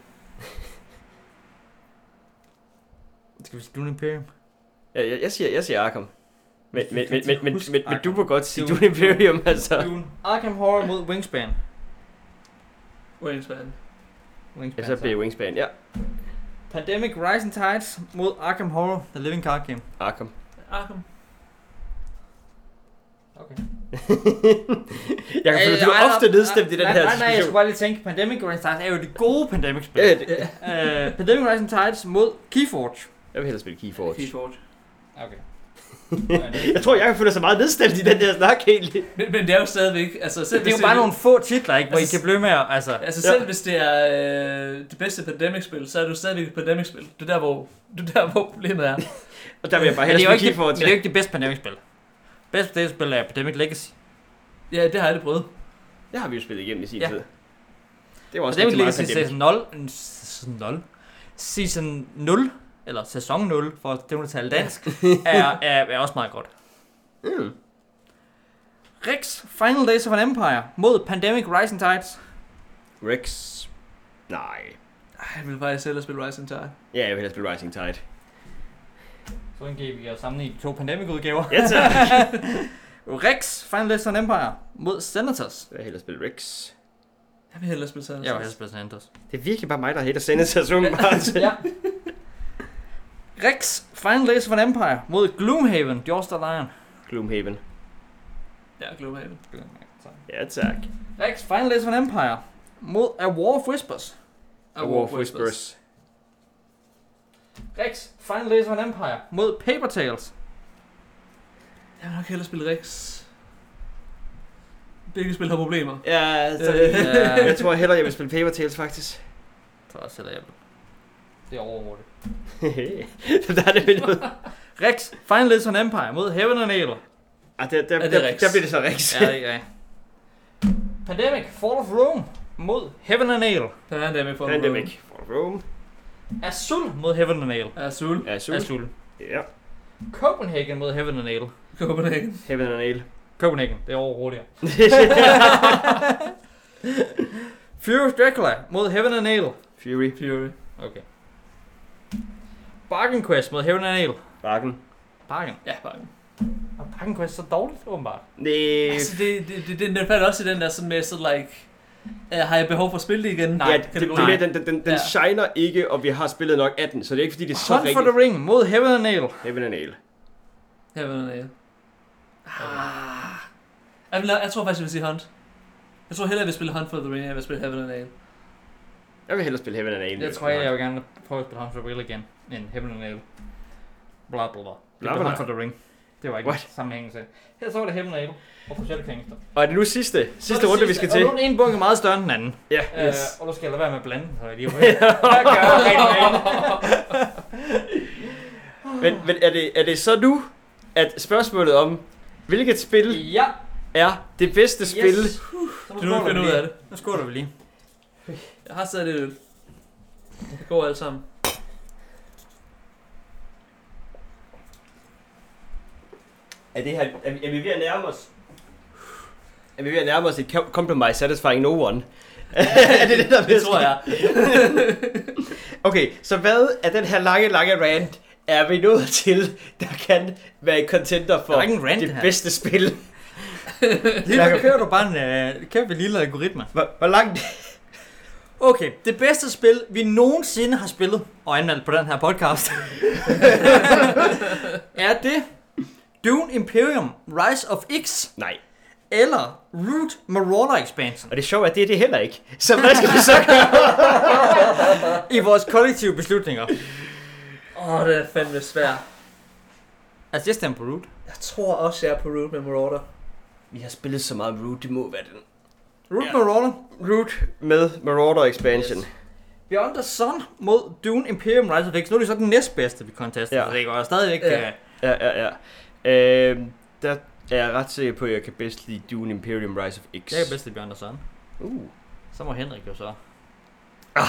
Speaker 3: Skal vi sige Dune Imperium?
Speaker 1: Ja, jeg, jeg, siger, jeg siger Arkham. Men,
Speaker 3: Jeg
Speaker 1: men,
Speaker 3: kan
Speaker 1: men,
Speaker 3: ikke
Speaker 1: men, men,
Speaker 3: huske
Speaker 1: men, men du
Speaker 3: Arkham.
Speaker 1: må godt sige
Speaker 3: Det er
Speaker 1: Dune Imperium, altså.
Speaker 3: Dune. Arkham Horror mod Wingspan.
Speaker 2: Wingspan.
Speaker 3: Wingspan
Speaker 1: Ja, så bliver det Wingspan. Ja,
Speaker 3: Pandemic Rising Tides mod Arkham Horror The Living Card Game.
Speaker 1: Arkham.
Speaker 2: Arkham.
Speaker 3: Okay.
Speaker 1: Jeg kan føle, du er ofte nedstemt i den
Speaker 3: Øh, nej,
Speaker 1: her
Speaker 3: Nej, nej, jeg
Speaker 1: diskussion.
Speaker 3: skulle bare lige tænke, Pandemic Rising Tides er jo det gode Pandemic-spil.
Speaker 1: Ja, det-
Speaker 3: Øh, Pandemic Rising Tides mod Keyforge.
Speaker 1: Jeg vil hellere spille Keyforge.
Speaker 2: Keyforge.
Speaker 3: Okay.
Speaker 1: Jeg tror, jeg føler sig meget nedstemt i den her snak, egentlig.
Speaker 2: Men, men det er jo stadigvæk... Altså, selv
Speaker 3: Det er
Speaker 2: hvis
Speaker 3: jo bare nogle få titler, ikke, hvor
Speaker 2: Altså,
Speaker 3: I kan blive med at... Altså,
Speaker 2: Altså
Speaker 1: Ja.
Speaker 2: selv hvis det er øh, det bedste Pandemic-spil, så er det jo stadigvæk et Pandemic-spil. Det er der, hvor, det er der, hvor problemet er.
Speaker 1: Og der vil jeg bare
Speaker 3: men det, er
Speaker 1: hellere
Speaker 3: jo
Speaker 1: spille
Speaker 3: ikke det, men
Speaker 1: Keyforge.
Speaker 3: det er jo ikke det bedste Pandemic-spil. Bedste Pandemic-spil er Pandemic Legacy.
Speaker 2: Ja, det har jeg aldrig prøvet.
Speaker 1: Det har vi jo spillet igennem i sin
Speaker 3: Ja.
Speaker 1: tid. Det var også
Speaker 3: Pandemic
Speaker 1: rigtig meget
Speaker 3: Legacy
Speaker 1: pandemisk.
Speaker 3: Season 0... mm, Season 0? Season 0, eller sæson 0, for at det må tale dansk, er, er, er også meget godt.
Speaker 1: Mm.
Speaker 3: Rex Final Days of an Empire mod Pandemic Rising Tides.
Speaker 1: Rex. Nej.
Speaker 2: Ej, jeg vil faktisk hellere spille Rising Tide.
Speaker 1: Ja, jeg vil hellere spille Rising Tide.
Speaker 3: Så indgiver vi os sammen i de to Pandemic-udgaver.
Speaker 1: Ja, tak.
Speaker 3: Rex Final Days of an Empire mod Senators.
Speaker 1: Jeg vil hellere spille Rex.
Speaker 2: Jeg vil hellere spille sådan.
Speaker 3: Jeg var helst på Senators.
Speaker 1: Det er virkelig bare mig, der hater Senators, åbenbart.
Speaker 3: Ja. Rex Final Days of an Empire mod Gloomhaven, George the Lion.
Speaker 1: Gloomhaven.
Speaker 2: Ja, Gloomhaven.
Speaker 1: Ja, tak.
Speaker 3: Rex Final Days of an Empire mod A War of Whispers.
Speaker 1: A War of Whispers.
Speaker 3: Rex Final Days of an Empire mod Paper Tales.
Speaker 2: Jeg vil nok hellere spille Rex. Begge spil har problemer.
Speaker 1: Ja, så...
Speaker 2: Øh.
Speaker 1: Jeg tror hellere, jeg vil spille Paper Tales, faktisk.
Speaker 3: Så også sætter jeg Det er overhurtigt.
Speaker 1: der er det vildt.
Speaker 3: Rex Final Days of an Empire mod Heaven and Hell.
Speaker 1: Ah, der, der,
Speaker 2: Er det
Speaker 1: der,
Speaker 2: Rex?
Speaker 1: der bliver det så Rex.
Speaker 3: Ja, det er Pandemic Fall of Rome mod Heaven and Hell.
Speaker 2: Der er en dame for
Speaker 1: Pandemic. For Rome.
Speaker 3: Azul mod Heaven and Hell.
Speaker 2: Azul.
Speaker 1: Azul.
Speaker 3: Azul.
Speaker 1: Ja.
Speaker 3: Copenhagen mod Heaven and Hell.
Speaker 2: Copenhagen.
Speaker 1: Heaven and Ale.
Speaker 3: Copenhagen, det er overhurtigere. Furious Dracula mod Heaven and Hell.
Speaker 1: Fury.
Speaker 2: Fury.
Speaker 3: Okay. Bargain Quest mod Heaven and Hell.
Speaker 1: Bakken.
Speaker 3: Bargain.
Speaker 2: Ja, bare.
Speaker 3: Er Bargain Quest så dårligt, åbenbart?
Speaker 1: Næh.
Speaker 2: Altså, det, det, det, den, den falder også i den der sådan med, så like, øh, har jeg behov for at spille det igen?
Speaker 1: ja, det, det,
Speaker 2: Kategori.
Speaker 1: det, den, den, den, den
Speaker 2: Ja.
Speaker 1: shiner ikke, og vi har spillet nok 18, så det er ikke fordi, det er så
Speaker 3: Hunt for
Speaker 1: rigtigt.
Speaker 3: the Ring mod Heaven and Hell.
Speaker 1: Heaven and Ale.
Speaker 2: Her vil jeg ah. jeg, vil, jeg tror faktisk, jeg vil sige Hunt. Jeg tror hellere, jeg vil spille Hunt for the Ring, end jeg vil spille Heaven and Hell.
Speaker 1: Jeg vil hellere spille Heaven and Ale.
Speaker 3: Jeg tror, jeg vil gerne prøve at spille Hunt for the Ring igen, end Heaven and Hell. Bla bla bla. Det
Speaker 1: Bla,
Speaker 3: var
Speaker 1: bla.
Speaker 3: Hunt for the Ring. Det var ikke
Speaker 1: What?
Speaker 3: sammenhængende. Her så var det Heaven and Hell og Crusader Kings.
Speaker 1: Og er det nu sidste? Sidste
Speaker 2: det
Speaker 1: runde, vi skal
Speaker 2: sidste,
Speaker 3: Og
Speaker 1: til?
Speaker 3: nu er den ene bunke meget større end den anden.
Speaker 1: Ja.
Speaker 3: Yes.
Speaker 2: Yes.
Speaker 3: Øh, og du skal jeg lade være med at blande den, så jeg lige ryger. Hvad gør jeg rigtig galt?
Speaker 1: Men, men er, det, er det så nu, at spørgsmålet om, hvilket spil
Speaker 3: Ja.
Speaker 1: er det bedste spil?
Speaker 3: Yes. Så
Speaker 2: Det er nu, vi finder ud af det.
Speaker 3: Nu skåler vi lige.
Speaker 2: Jeg har stadig lidt øl. Det går alt sammen.
Speaker 1: Er, det her, er, vi- er vi ved at nærme os... Er vi ved at nærme os et com- compromise satisfying no one? er det det, der er ved
Speaker 3: Det
Speaker 1: at
Speaker 3: tror
Speaker 1: ske?
Speaker 3: jeg.
Speaker 1: Okay, så hvad er den her lange, lange rant, er vi nået til, der kan være en contender for
Speaker 3: Der er ikke en rant,
Speaker 1: det
Speaker 3: det her.
Speaker 1: bedste spil?
Speaker 3: Lige nu
Speaker 1: Jakob.
Speaker 3: kører du bare en øh, kæmpe lille algoritme.
Speaker 1: Hvor, hvor langt...
Speaker 3: Okay, det bedste spil, vi nogensinde har spillet og anmeldt på den her podcast, er det Dune Imperium Rise of X
Speaker 1: Nej.
Speaker 3: eller Root Marauder Expansion.
Speaker 1: Og det sjove er, at det er det heller ikke. Så hvad skal vi så gøre?
Speaker 3: I vores kollektive beslutninger.
Speaker 2: Åh, oh, det er fandme svært.
Speaker 3: Altså, jeg stemmer på Root.
Speaker 2: Jeg tror også, jeg er på Root med Marauder.
Speaker 1: Vi har spillet så meget Root, det må være den.
Speaker 3: Root
Speaker 2: Ja.
Speaker 3: Marauder.
Speaker 1: Root med Marauder Expansion.
Speaker 2: Yes.
Speaker 1: Yes.
Speaker 3: Beyond the Sun mod Dune Imperium Rise of X. Nu er det så den næstbedste, vi contester.
Speaker 1: Ja.
Speaker 3: Ja. Så det går stadigvæk...
Speaker 2: Ja.
Speaker 3: Ja. Øh,
Speaker 1: Ja, ja, ja. Øhm, der er jeg ret sikker på, at jeg kan bedst lide Dune Imperium Rise of X.
Speaker 3: jeg kan bedst lide Beyond the Sun.
Speaker 1: Uh.
Speaker 3: Så må Henrik jo så.
Speaker 1: Åh,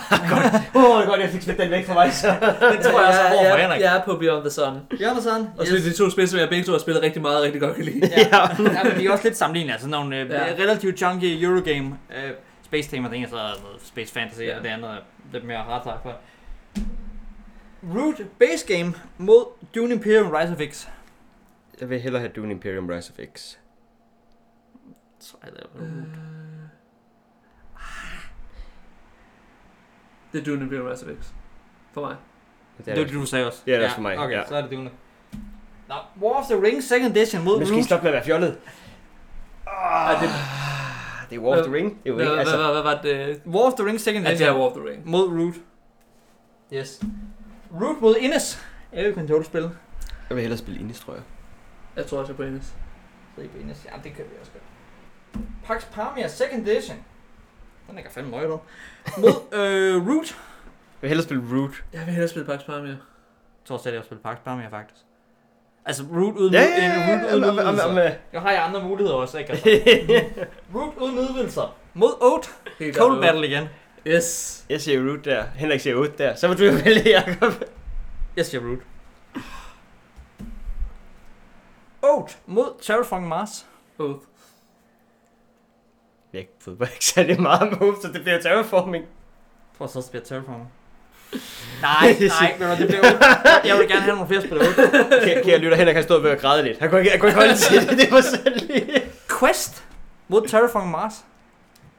Speaker 1: oh, godt, jeg fik smidt den væk fra mig, så.
Speaker 3: Den tror jeg også er hård for Henrik.
Speaker 2: Jeg er på Beyond the Sun.
Speaker 3: Beyond the Sun.
Speaker 2: Og så er det de to spil, som jeg begge to har spillet rigtig meget og rigtig godt kan lide.
Speaker 3: Ja. ja, men de er også lidt sammenlignet. Altså sådan nogle øh,
Speaker 2: Ja.
Speaker 3: ja. relativt junky Eurogame øh, space tema. Det ene er så noget space fantasy,
Speaker 2: Ja.
Speaker 3: ja. og det andet er lidt mere hardcore. for. Root Base Game mod Dune Imperium Rise of X.
Speaker 1: Jeg vil hellere have Dune Imperium Rise of X.
Speaker 3: Så er
Speaker 2: Øh.
Speaker 3: det
Speaker 1: Øh.
Speaker 2: Ah. Det er Dune Imperial Rise of X. For mig.
Speaker 1: Det er
Speaker 3: det,
Speaker 1: det.
Speaker 3: var det, du sagde også.
Speaker 1: Ja, det er for mig,
Speaker 3: Okay,
Speaker 1: ja.
Speaker 3: så er det Dune. Nå, War of the Rings Second Edition mod
Speaker 1: Men skal I
Speaker 3: Root.
Speaker 1: stoppe med at være fjollet?
Speaker 3: Ah,
Speaker 1: Ah,
Speaker 2: Ej, det,
Speaker 1: Det er War of the Ring. Det er jo
Speaker 2: hvad,
Speaker 1: ikke,
Speaker 2: hvad,
Speaker 1: altså.
Speaker 2: hvad, hvad var det?
Speaker 3: War of the Rings Second
Speaker 2: Ja, det er
Speaker 3: Edition
Speaker 2: War of the Ring.
Speaker 3: mod Root.
Speaker 2: Yes.
Speaker 3: Root mod Innes. Jeg control spil.
Speaker 1: Jeg vil hellere spille Innis, tror jeg.
Speaker 2: Jeg tror også, jeg er på Enes.
Speaker 3: Ribe Innes. Ja, det kan vi også godt. Pax Pamir Second Edition. Den er ikke fandme møg, dog. Mod øh, Root.
Speaker 1: Jeg vil hellere spille Root.
Speaker 2: Jeg vil hellere spille Pax Pamir.
Speaker 3: Jeg tror stadig, jeg har spillet Pax Pamir, faktisk. Altså, Root uden,
Speaker 1: Ja,
Speaker 3: øh,
Speaker 1: ja,
Speaker 3: Root uden
Speaker 1: ja, ja,
Speaker 3: udvidelser.
Speaker 1: ja, ja.
Speaker 3: Nu har jeg andre muligheder også, ikke? Altså. Root uden udvidelser. Mod Oat.
Speaker 2: Helt
Speaker 3: Cold
Speaker 2: klart.
Speaker 3: Battle igen.
Speaker 2: Yes.
Speaker 1: Jeg siger Root der. Henrik siger 8 der. Så må du jo vælge, Jacob.
Speaker 3: Jeg siger Root. Oat mod Terraforming Mars.
Speaker 2: Oath.
Speaker 1: Jeg har ikke fået bare ikke særlig meget move, så det bliver terraforming.
Speaker 3: Jeg tror så, det bliver Terraforming. Nej, nej, ved du hvad, det bliver Oat. Jeg vil gerne have nogle flere spil af Oat.
Speaker 1: Kære, kære lytter, Henrik har stået ved at græde lidt. Han kunne ikke, han kunne ikke holde til det. Det var sådan lige.
Speaker 3: Quest mod Terraforming Mars.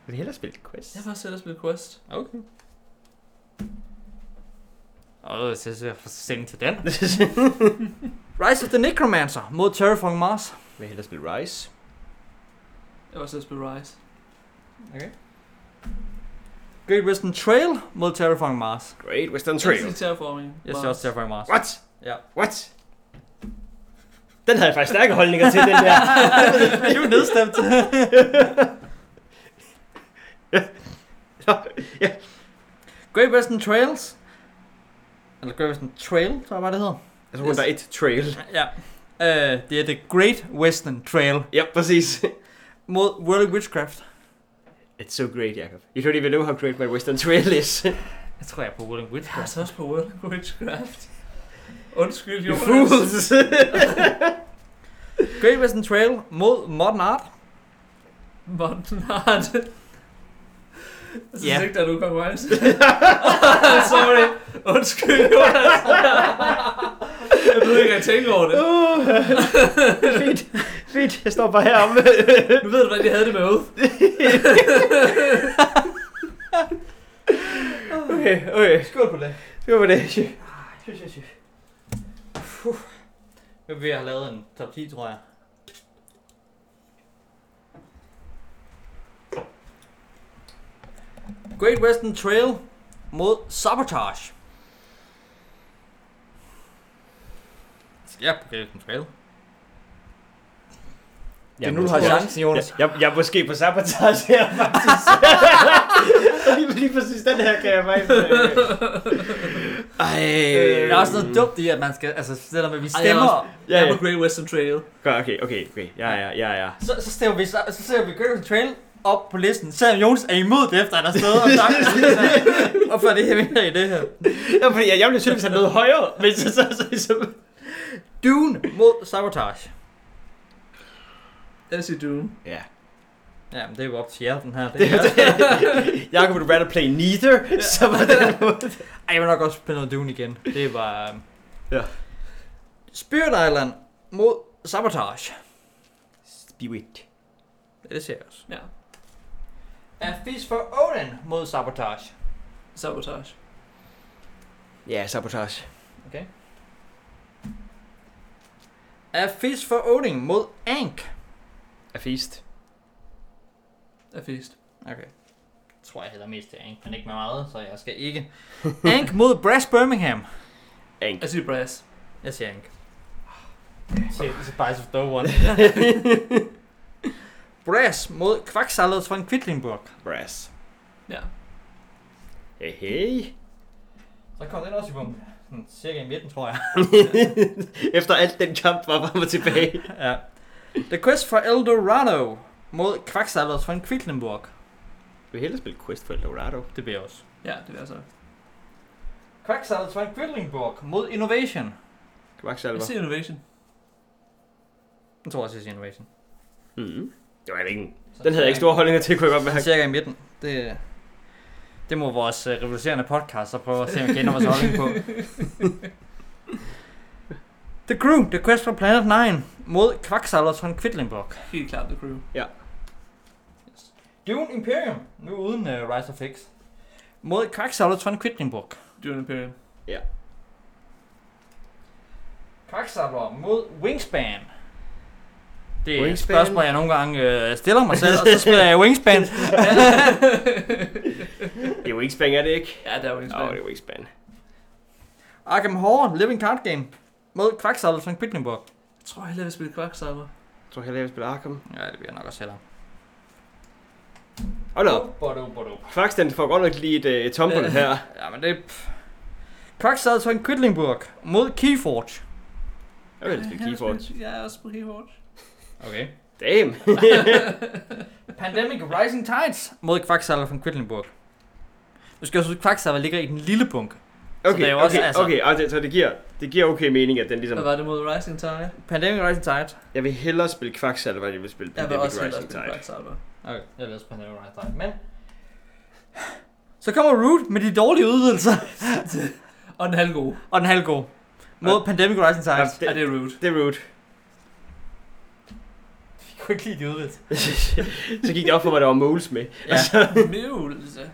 Speaker 1: Jeg vil hellere spille Quest.
Speaker 2: Jeg vil også hellere spille Quest.
Speaker 3: Okay. Og så synes jeg, får stilling til den. Rise of the Necromancer mod Terraforming Mars.
Speaker 1: Jeg vil hellere spille Rise.
Speaker 2: Jeg vil også hellere spille Rise.
Speaker 3: Okay. Great Western Trail mod Terraforming Mars.
Speaker 1: Great Western
Speaker 2: Jeg
Speaker 1: Trail.
Speaker 2: siger Terraforming.
Speaker 3: Jeg siger også Terraforming Mars.
Speaker 1: What?
Speaker 3: Ja.
Speaker 1: What? Den havde jeg faktisk stærke holdninger til, den der.
Speaker 3: du er nedstemt.
Speaker 1: Ja.
Speaker 3: Great Western Trails. Eller Great Western Trail, tror jeg bare det hedder.
Speaker 1: Jeg tror, kun, der er et trail.
Speaker 3: Ja. Uh, det er The Great Western Trail
Speaker 1: Ja, præcis.
Speaker 3: mod World of Witchcraft.
Speaker 1: It's so great, Jacob. You don't even know how great my Western Trail is.
Speaker 3: Jeg tror, jeg er på World of
Speaker 2: Jeg er altså også på World of Witchcraft. Undskyld,
Speaker 1: you
Speaker 2: Jonas.
Speaker 1: fools!
Speaker 3: Great Western Trail mod Modern Art.
Speaker 2: Modern Art. Jeg synes
Speaker 3: Ja.
Speaker 2: ikke, der er nogen konkurrence. Sorry. Undskyld, Jonas. jeg ved ikke, at jeg tænker over det.
Speaker 1: uh, fint, fint. Jeg står bare heromme.
Speaker 2: Nu ved du, hvordan jeg havde det med Oath.
Speaker 1: okay, okay.
Speaker 3: Skål på det.
Speaker 1: Det var det.
Speaker 3: Jeg vil have lavet en top 10, tror jeg. Great Western Trail mod Sabotage. Ja, på Great Western Trail. Det er nu, du har chancen, Jonas.
Speaker 1: Jeg, jeg, jeg er måske på sabotage her, faktisk. lige, lige præcis den her kan jeg faktisk... øh. Ej.
Speaker 3: Der er også noget dumt i, at man skal, altså, det der med, at vi
Speaker 2: Ej, jeg er
Speaker 3: stemmer.
Speaker 1: Ja,
Speaker 2: Jeg er
Speaker 1: ja.
Speaker 2: på Great Western Trail.
Speaker 1: Godt, okay, okay, okay. Ja, ja, ja, ja.
Speaker 3: Så, så stemmer vi, så, så stemmer vi Great Western Trail op på listen, selvom Jonas er imod det, efter han har stået og sagt, hvorfor er det her mere i det her?
Speaker 1: Ja, fordi jeg, jeg blev tydeligvis have noget højere, men så, så, så, så,
Speaker 3: Dune mod Sabotage.
Speaker 2: As you do.
Speaker 1: Ja.
Speaker 3: Ja, men det er jo op til jer, den her. Det
Speaker 1: Det,
Speaker 3: er
Speaker 1: det, Jacob would rather play neither, ja. så var det måde.
Speaker 3: Ej, jeg vil nok også spille noget Dune igen. Det er bare... øhm.
Speaker 1: Ja.
Speaker 3: Spirit Island mod Sabotage.
Speaker 1: Spirit.
Speaker 3: Ja, Det ser jeg også.
Speaker 2: Ja.
Speaker 3: A Feast for Odin mod Sabotage.
Speaker 2: Sabotage.
Speaker 1: Ja, sabotage.
Speaker 3: Okay. A Feast for Odin mod Ank.
Speaker 1: A feast.
Speaker 2: Er fest.
Speaker 3: Okay. Jeg tror, jeg hælder mest til Ank, men ikke med meget, så jeg skal ikke. Ank mod Brass Birmingham.
Speaker 1: Ank.
Speaker 2: Jeg siger brass.
Speaker 3: Jeg siger Ank. Shit, it's a of dough one. Brass mod Kvaksalvet fra Quedlinburg.
Speaker 1: Brass.
Speaker 2: Ja.
Speaker 1: Hey, hey.
Speaker 3: Så kom den også i bum. Sådan Cirka i midten, tror jeg.
Speaker 1: Efter alt den kamp var frem og tilbage.
Speaker 3: ja. The Quest for Eldorado mod Kvaksalvet fra Quedlinburg.
Speaker 1: Vi hellere spille Quest for Eldorado.
Speaker 3: Det bliver også.
Speaker 2: Ja, det vil jeg så.
Speaker 3: Kvaksalvet fra Quedlinburg mod Innovation.
Speaker 1: Kvaksalver.
Speaker 2: Jeg siger innovation.
Speaker 3: Jeg tror også, jeg siger Innovation.
Speaker 1: Mm. Det var ikke en...
Speaker 3: Så
Speaker 1: Den havde jeg ikke store holdninger til, kunne jeg godt
Speaker 3: cirka-
Speaker 1: mærke.
Speaker 3: Cirka i midten. Det, det må vores øh, revolutionerende podcast så prøve at se, om vi kender vores holdning på. The Crew, The Quest for Planet 9 mod Kvaksalver fra Quedlinburg.
Speaker 2: Helt klart The Crew.
Speaker 3: Dune Imperium, nu uden uh, Rise of X. Mod Kvaksalver fra Quedlinburg.
Speaker 2: Dune Imperium.
Speaker 3: Kvaksalver mod Wingspan. Det
Speaker 1: Wingspan.
Speaker 3: er Wingspan. et spørgsmål, jeg nogle gange øh, stiller mig selv, og så spiller jeg Wingspan.
Speaker 1: Det er jo ikke spang, er det ikke?
Speaker 2: Ja, der er jo en
Speaker 1: Nå, det er
Speaker 2: spil.
Speaker 1: jo ikke spang.
Speaker 3: Arkham Horror, Living Card Game. Mod Kvaksalver fra Quedlinburg.
Speaker 2: Jeg tror heller, jeg vil spille Quacksalver.
Speaker 1: Jeg tror hellere, jeg vil spille Arkham.
Speaker 3: Ja, det bliver nok også hellere.
Speaker 1: Hold op.
Speaker 3: Bodo, bodo.
Speaker 1: Kvakstand får godt nok lige et, øh, et tombol
Speaker 2: Ja.
Speaker 1: her.
Speaker 3: Ja, men det er... Kvaksalver fra Quedlinburg mod Keyforge.
Speaker 1: Jeg vil hellere spille Keyforge.
Speaker 2: Jeg er også på Keyforge.
Speaker 3: Okay.
Speaker 1: Damn.
Speaker 3: Pandemic Rising Tides mod Kvaksalver fra Quedlinburg. Du skal også huske, at Kvaksalver ligger i den lille bunke.
Speaker 1: Okay,
Speaker 3: det er jo
Speaker 1: okay,
Speaker 3: også, altså-
Speaker 1: okay, og det, så det giver, det giver okay mening, at den ligesom...
Speaker 2: Hvad var det mod Rising Tide?
Speaker 3: Pandemic Rising Tide.
Speaker 1: Jeg vil hellere spille Kvaksalver, end jeg vil spille
Speaker 2: Jeg
Speaker 1: Pandemic
Speaker 2: vil også hellere
Speaker 1: Rising
Speaker 2: spille
Speaker 1: Tide.
Speaker 2: Quacksalver.
Speaker 3: Okay, jeg vil også Pandemic Rising Tide, men... Så kommer Root med de dårlige udvidelser,
Speaker 2: Og den halv god.
Speaker 3: og den halv god. Mod Pandemic Rising
Speaker 1: Ja,
Speaker 3: Tide.
Speaker 2: Ja, det
Speaker 1: det,
Speaker 2: er rude.
Speaker 1: det er rude.
Speaker 3: Vi kunne ikke lide de udvidelser.
Speaker 1: så gik det op for mig, der var moles med.
Speaker 3: Ja.
Speaker 2: Mjølse.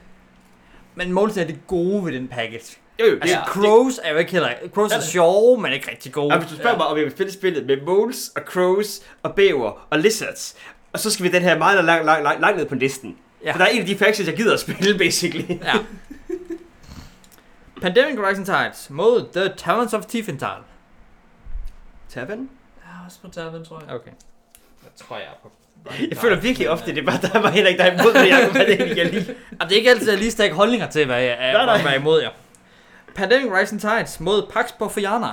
Speaker 3: Men Moles er det gode ved den package.
Speaker 1: Jo, jo,
Speaker 3: Altså,
Speaker 1: det,
Speaker 3: Crows er jo ikke heller... Crows
Speaker 1: Ja,
Speaker 3: er
Speaker 1: det-
Speaker 3: sjove, men ikke rigtig gode.
Speaker 1: Og hvis du spørger
Speaker 2: Ja.
Speaker 1: ja. mig, om jeg vil spille spillet med moles og crows og bæver og lizards, og så skal vi den her meget langt lang, lang, lang ned på listen.
Speaker 3: Ja.
Speaker 1: Ja. For der er en af de factions, jeg gider at spille, basically.
Speaker 3: Ja. Pandemic Rising Tides mod The Talents of Tiefenthal.
Speaker 1: Tavern?
Speaker 2: Jeg er også på Tavern, tror jeg.
Speaker 3: Okay. Jeg tror, jeg er på...
Speaker 1: Jeg føler virkelig ofte,
Speaker 3: øh,
Speaker 1: det er bare, der var heller ikke dig imod, men jeg kunne det ikke jeg lige.
Speaker 3: Jamen, det er ikke altid, jeg lige stakker holdninger til, hvad jeg er,
Speaker 1: Nej, nej.
Speaker 3: hvad jeg er imod jer. Pandemic Rising Tides mod Pax Porfiana.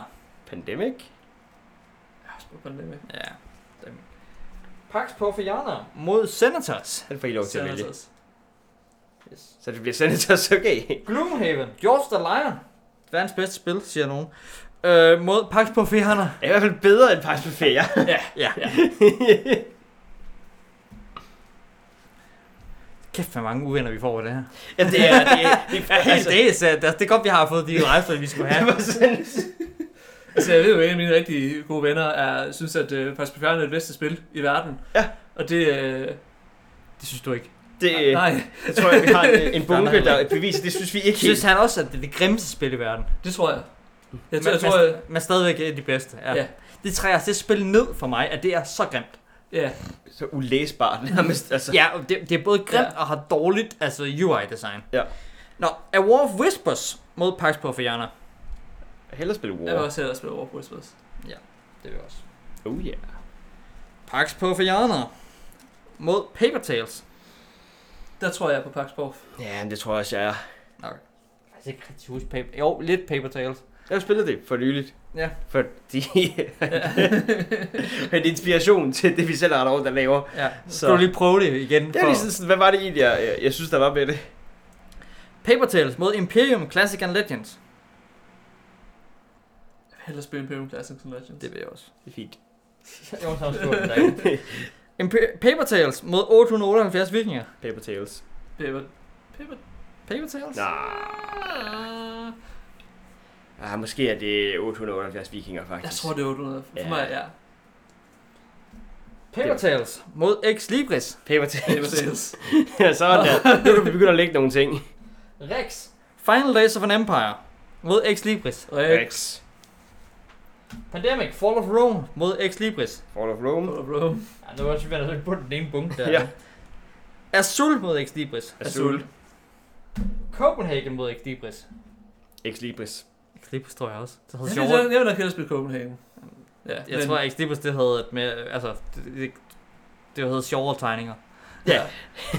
Speaker 1: Pandemic?
Speaker 2: Jeg er også på Pandemic.
Speaker 3: Ja. dem. Pax Porfiana mod Senators.
Speaker 1: Han får I lov til at vælge.
Speaker 2: Senators.
Speaker 3: Yes.
Speaker 1: Så det bliver Senators, okay.
Speaker 3: Gloomhaven. George the Lion. Verdens bedste spil, siger nogen. Øh, mod Pax Porfiana.
Speaker 1: Det er i hvert fald bedre end Pax Buffet,
Speaker 3: ja, ja. Kæft, hvor mange uvenner vi får ved det her.
Speaker 1: Ja, det er, det er, det er,
Speaker 3: Helt
Speaker 1: altså,
Speaker 3: altså, det, er, det er godt, vi har fået de rejser, vi skulle
Speaker 1: det
Speaker 3: have.
Speaker 1: var sådan,
Speaker 2: Altså, jeg ved jo, at en af mine rigtig gode venner er, synes, at øh, Pax Befjern er det bedste spil i verden.
Speaker 1: Ja.
Speaker 2: Og det... Øh,
Speaker 3: Det synes du ikke.
Speaker 1: det,
Speaker 2: nej,
Speaker 1: jeg tror, jeg, vi har en, en
Speaker 3: Nej,
Speaker 1: bunke,
Speaker 3: nej, nej.
Speaker 1: der beviser, det synes vi ikke
Speaker 3: Synes
Speaker 1: helt.
Speaker 3: han også, at det er det grimmeste spil i verden?
Speaker 2: det tror jeg. Jeg, tror,
Speaker 3: men,
Speaker 2: jeg tror, jeg,
Speaker 3: men, men stadigvæk er de bedste. Ja.
Speaker 2: Ja.
Speaker 3: ja. Det træder det spil ned for mig, at det er så grimt.
Speaker 2: ja,
Speaker 1: Så ulæsbart, nærmest, altså.
Speaker 3: Ja, og det, det er både grimt
Speaker 2: Ja.
Speaker 3: ja. og har dårligt altså UI-design.
Speaker 1: Ja.
Speaker 3: Nå, A War of Whispers mod Pax Porfiana.
Speaker 1: Hellere spille
Speaker 2: jeg vil
Speaker 1: War.
Speaker 2: også hellere spille over på Whispers.
Speaker 3: Det er også.
Speaker 1: Oh yeah.
Speaker 3: Pax Porfiana mod Paper Tales.
Speaker 2: Der tror jeg er på Pax Borg.
Speaker 1: Ja, men det tror jeg også, jeg er.
Speaker 3: Altså ikke rigtig huske Paper... Jo, lidt Paper Tales.
Speaker 1: Jeg har spillet det for nyligt.
Speaker 3: Ja.
Speaker 1: Fordi en inspiration til det, vi selv har derovre, der laver.
Speaker 3: Ja, så
Speaker 1: Så-
Speaker 3: skal du lige prøve det igen.
Speaker 1: Det er lige sådan, sådan, hvad var det egentlig, jeg, jeg, jeg synes, der var med det?
Speaker 3: Paper Tales mod Imperium Classic and Legends.
Speaker 2: Jeg vil hellere spille Imperium Classics and Legends.
Speaker 3: Det vil jeg også.
Speaker 1: Det er fint.
Speaker 3: Jonas har skålet dig. Imp- Paper Tales mod 878 vikinger.
Speaker 1: Paper Tales.
Speaker 2: Paper, paper,
Speaker 3: Paper Tales?
Speaker 2: ah.
Speaker 1: Ah, måske er det 878 vikinger, faktisk.
Speaker 2: Jeg tror, det er 800. For
Speaker 1: Ja.
Speaker 2: mig, ja.
Speaker 3: Paper Tales mod Ex Libris.
Speaker 1: Paper Tales.
Speaker 2: Paper Tales.
Speaker 1: ja, sådan der. Nu kan vi begynde at lægge nogle ting.
Speaker 3: Rex. Final Days of an Empire mod Ex Libris.
Speaker 1: Rex.
Speaker 3: Pandemic Fall of Rome mod Ex Libris.
Speaker 1: Fall of Rome.
Speaker 2: Bro, bro.
Speaker 3: Ja, det var også svært at på den ene punkt
Speaker 1: der. Ja.
Speaker 3: Azul mod Ex Libris.
Speaker 1: Azul.
Speaker 3: Copenhagen mod Ex Libris.
Speaker 1: Ex Libris.
Speaker 3: Ex Libris tror jeg også. Det
Speaker 2: Jeg
Speaker 3: havde
Speaker 2: synes,
Speaker 3: sjovt.
Speaker 2: jeg, jeg vil nok hellere spille Copenhagen. Ja,
Speaker 3: Jeg tror, Ex Libris det havde et mere, altså, det, det, det havde sjovere tegninger.
Speaker 1: Ja.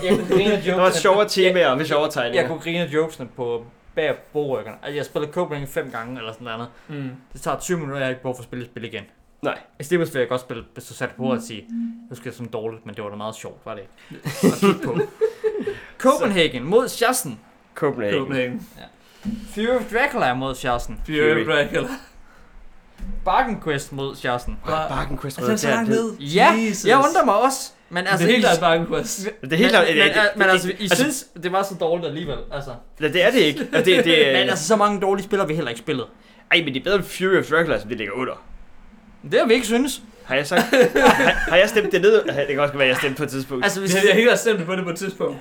Speaker 3: Jeg kunne grine af
Speaker 1: Der var
Speaker 3: jokesene.
Speaker 1: sjovere temaer med sjovere
Speaker 3: Jeg
Speaker 1: tegninger.
Speaker 3: kunne grine af jokesene på bag bogrykkerne. Altså, jeg spillede Copenhagen fem gange eller sådan noget.
Speaker 2: Mm.
Speaker 3: Det tager 20 minutter, jeg har ikke brug for at spille et spil igen.
Speaker 1: Nej.
Speaker 3: I Stevens vil jeg godt spille, hvis du satte på at sige, jeg husker det som dårligt, men det var da meget sjovt, var det ikke? At kigge på. Copenhagen mod Schassen.
Speaker 1: Copenhagen.
Speaker 2: Copenhagen.
Speaker 3: Fury of Dracula mod Schassen.
Speaker 1: Fury.
Speaker 2: Fury Brackle.
Speaker 3: Bargain Quest mod Schassen.
Speaker 1: Ej, Barken Quest
Speaker 2: Er Altså, den så langt ned?
Speaker 3: Ja,
Speaker 2: Jesus.
Speaker 3: jeg undrer mig også, men altså...
Speaker 2: Altså, det er helt
Speaker 3: I-
Speaker 2: klart Bargain Quest.
Speaker 1: Det er helt klart...
Speaker 3: men, men, men, men altså, I
Speaker 1: altså-
Speaker 3: synes, det var så dårligt alligevel, altså.
Speaker 1: Nej, det er det ikke. Altså, det, det,
Speaker 3: Men altså, så mange dårlige spillere har vi heller ikke spillet.
Speaker 1: ej, men det er bedre end Fury of Dracula, som det ligger under.
Speaker 3: Det har vi ikke synes.
Speaker 1: Har jeg sagt... har, har jeg stemt det ned? Det kan også være, at jeg stemte på et tidspunkt.
Speaker 3: Altså, hvis
Speaker 2: Det er helt klart stemt på det på et tidspunkt.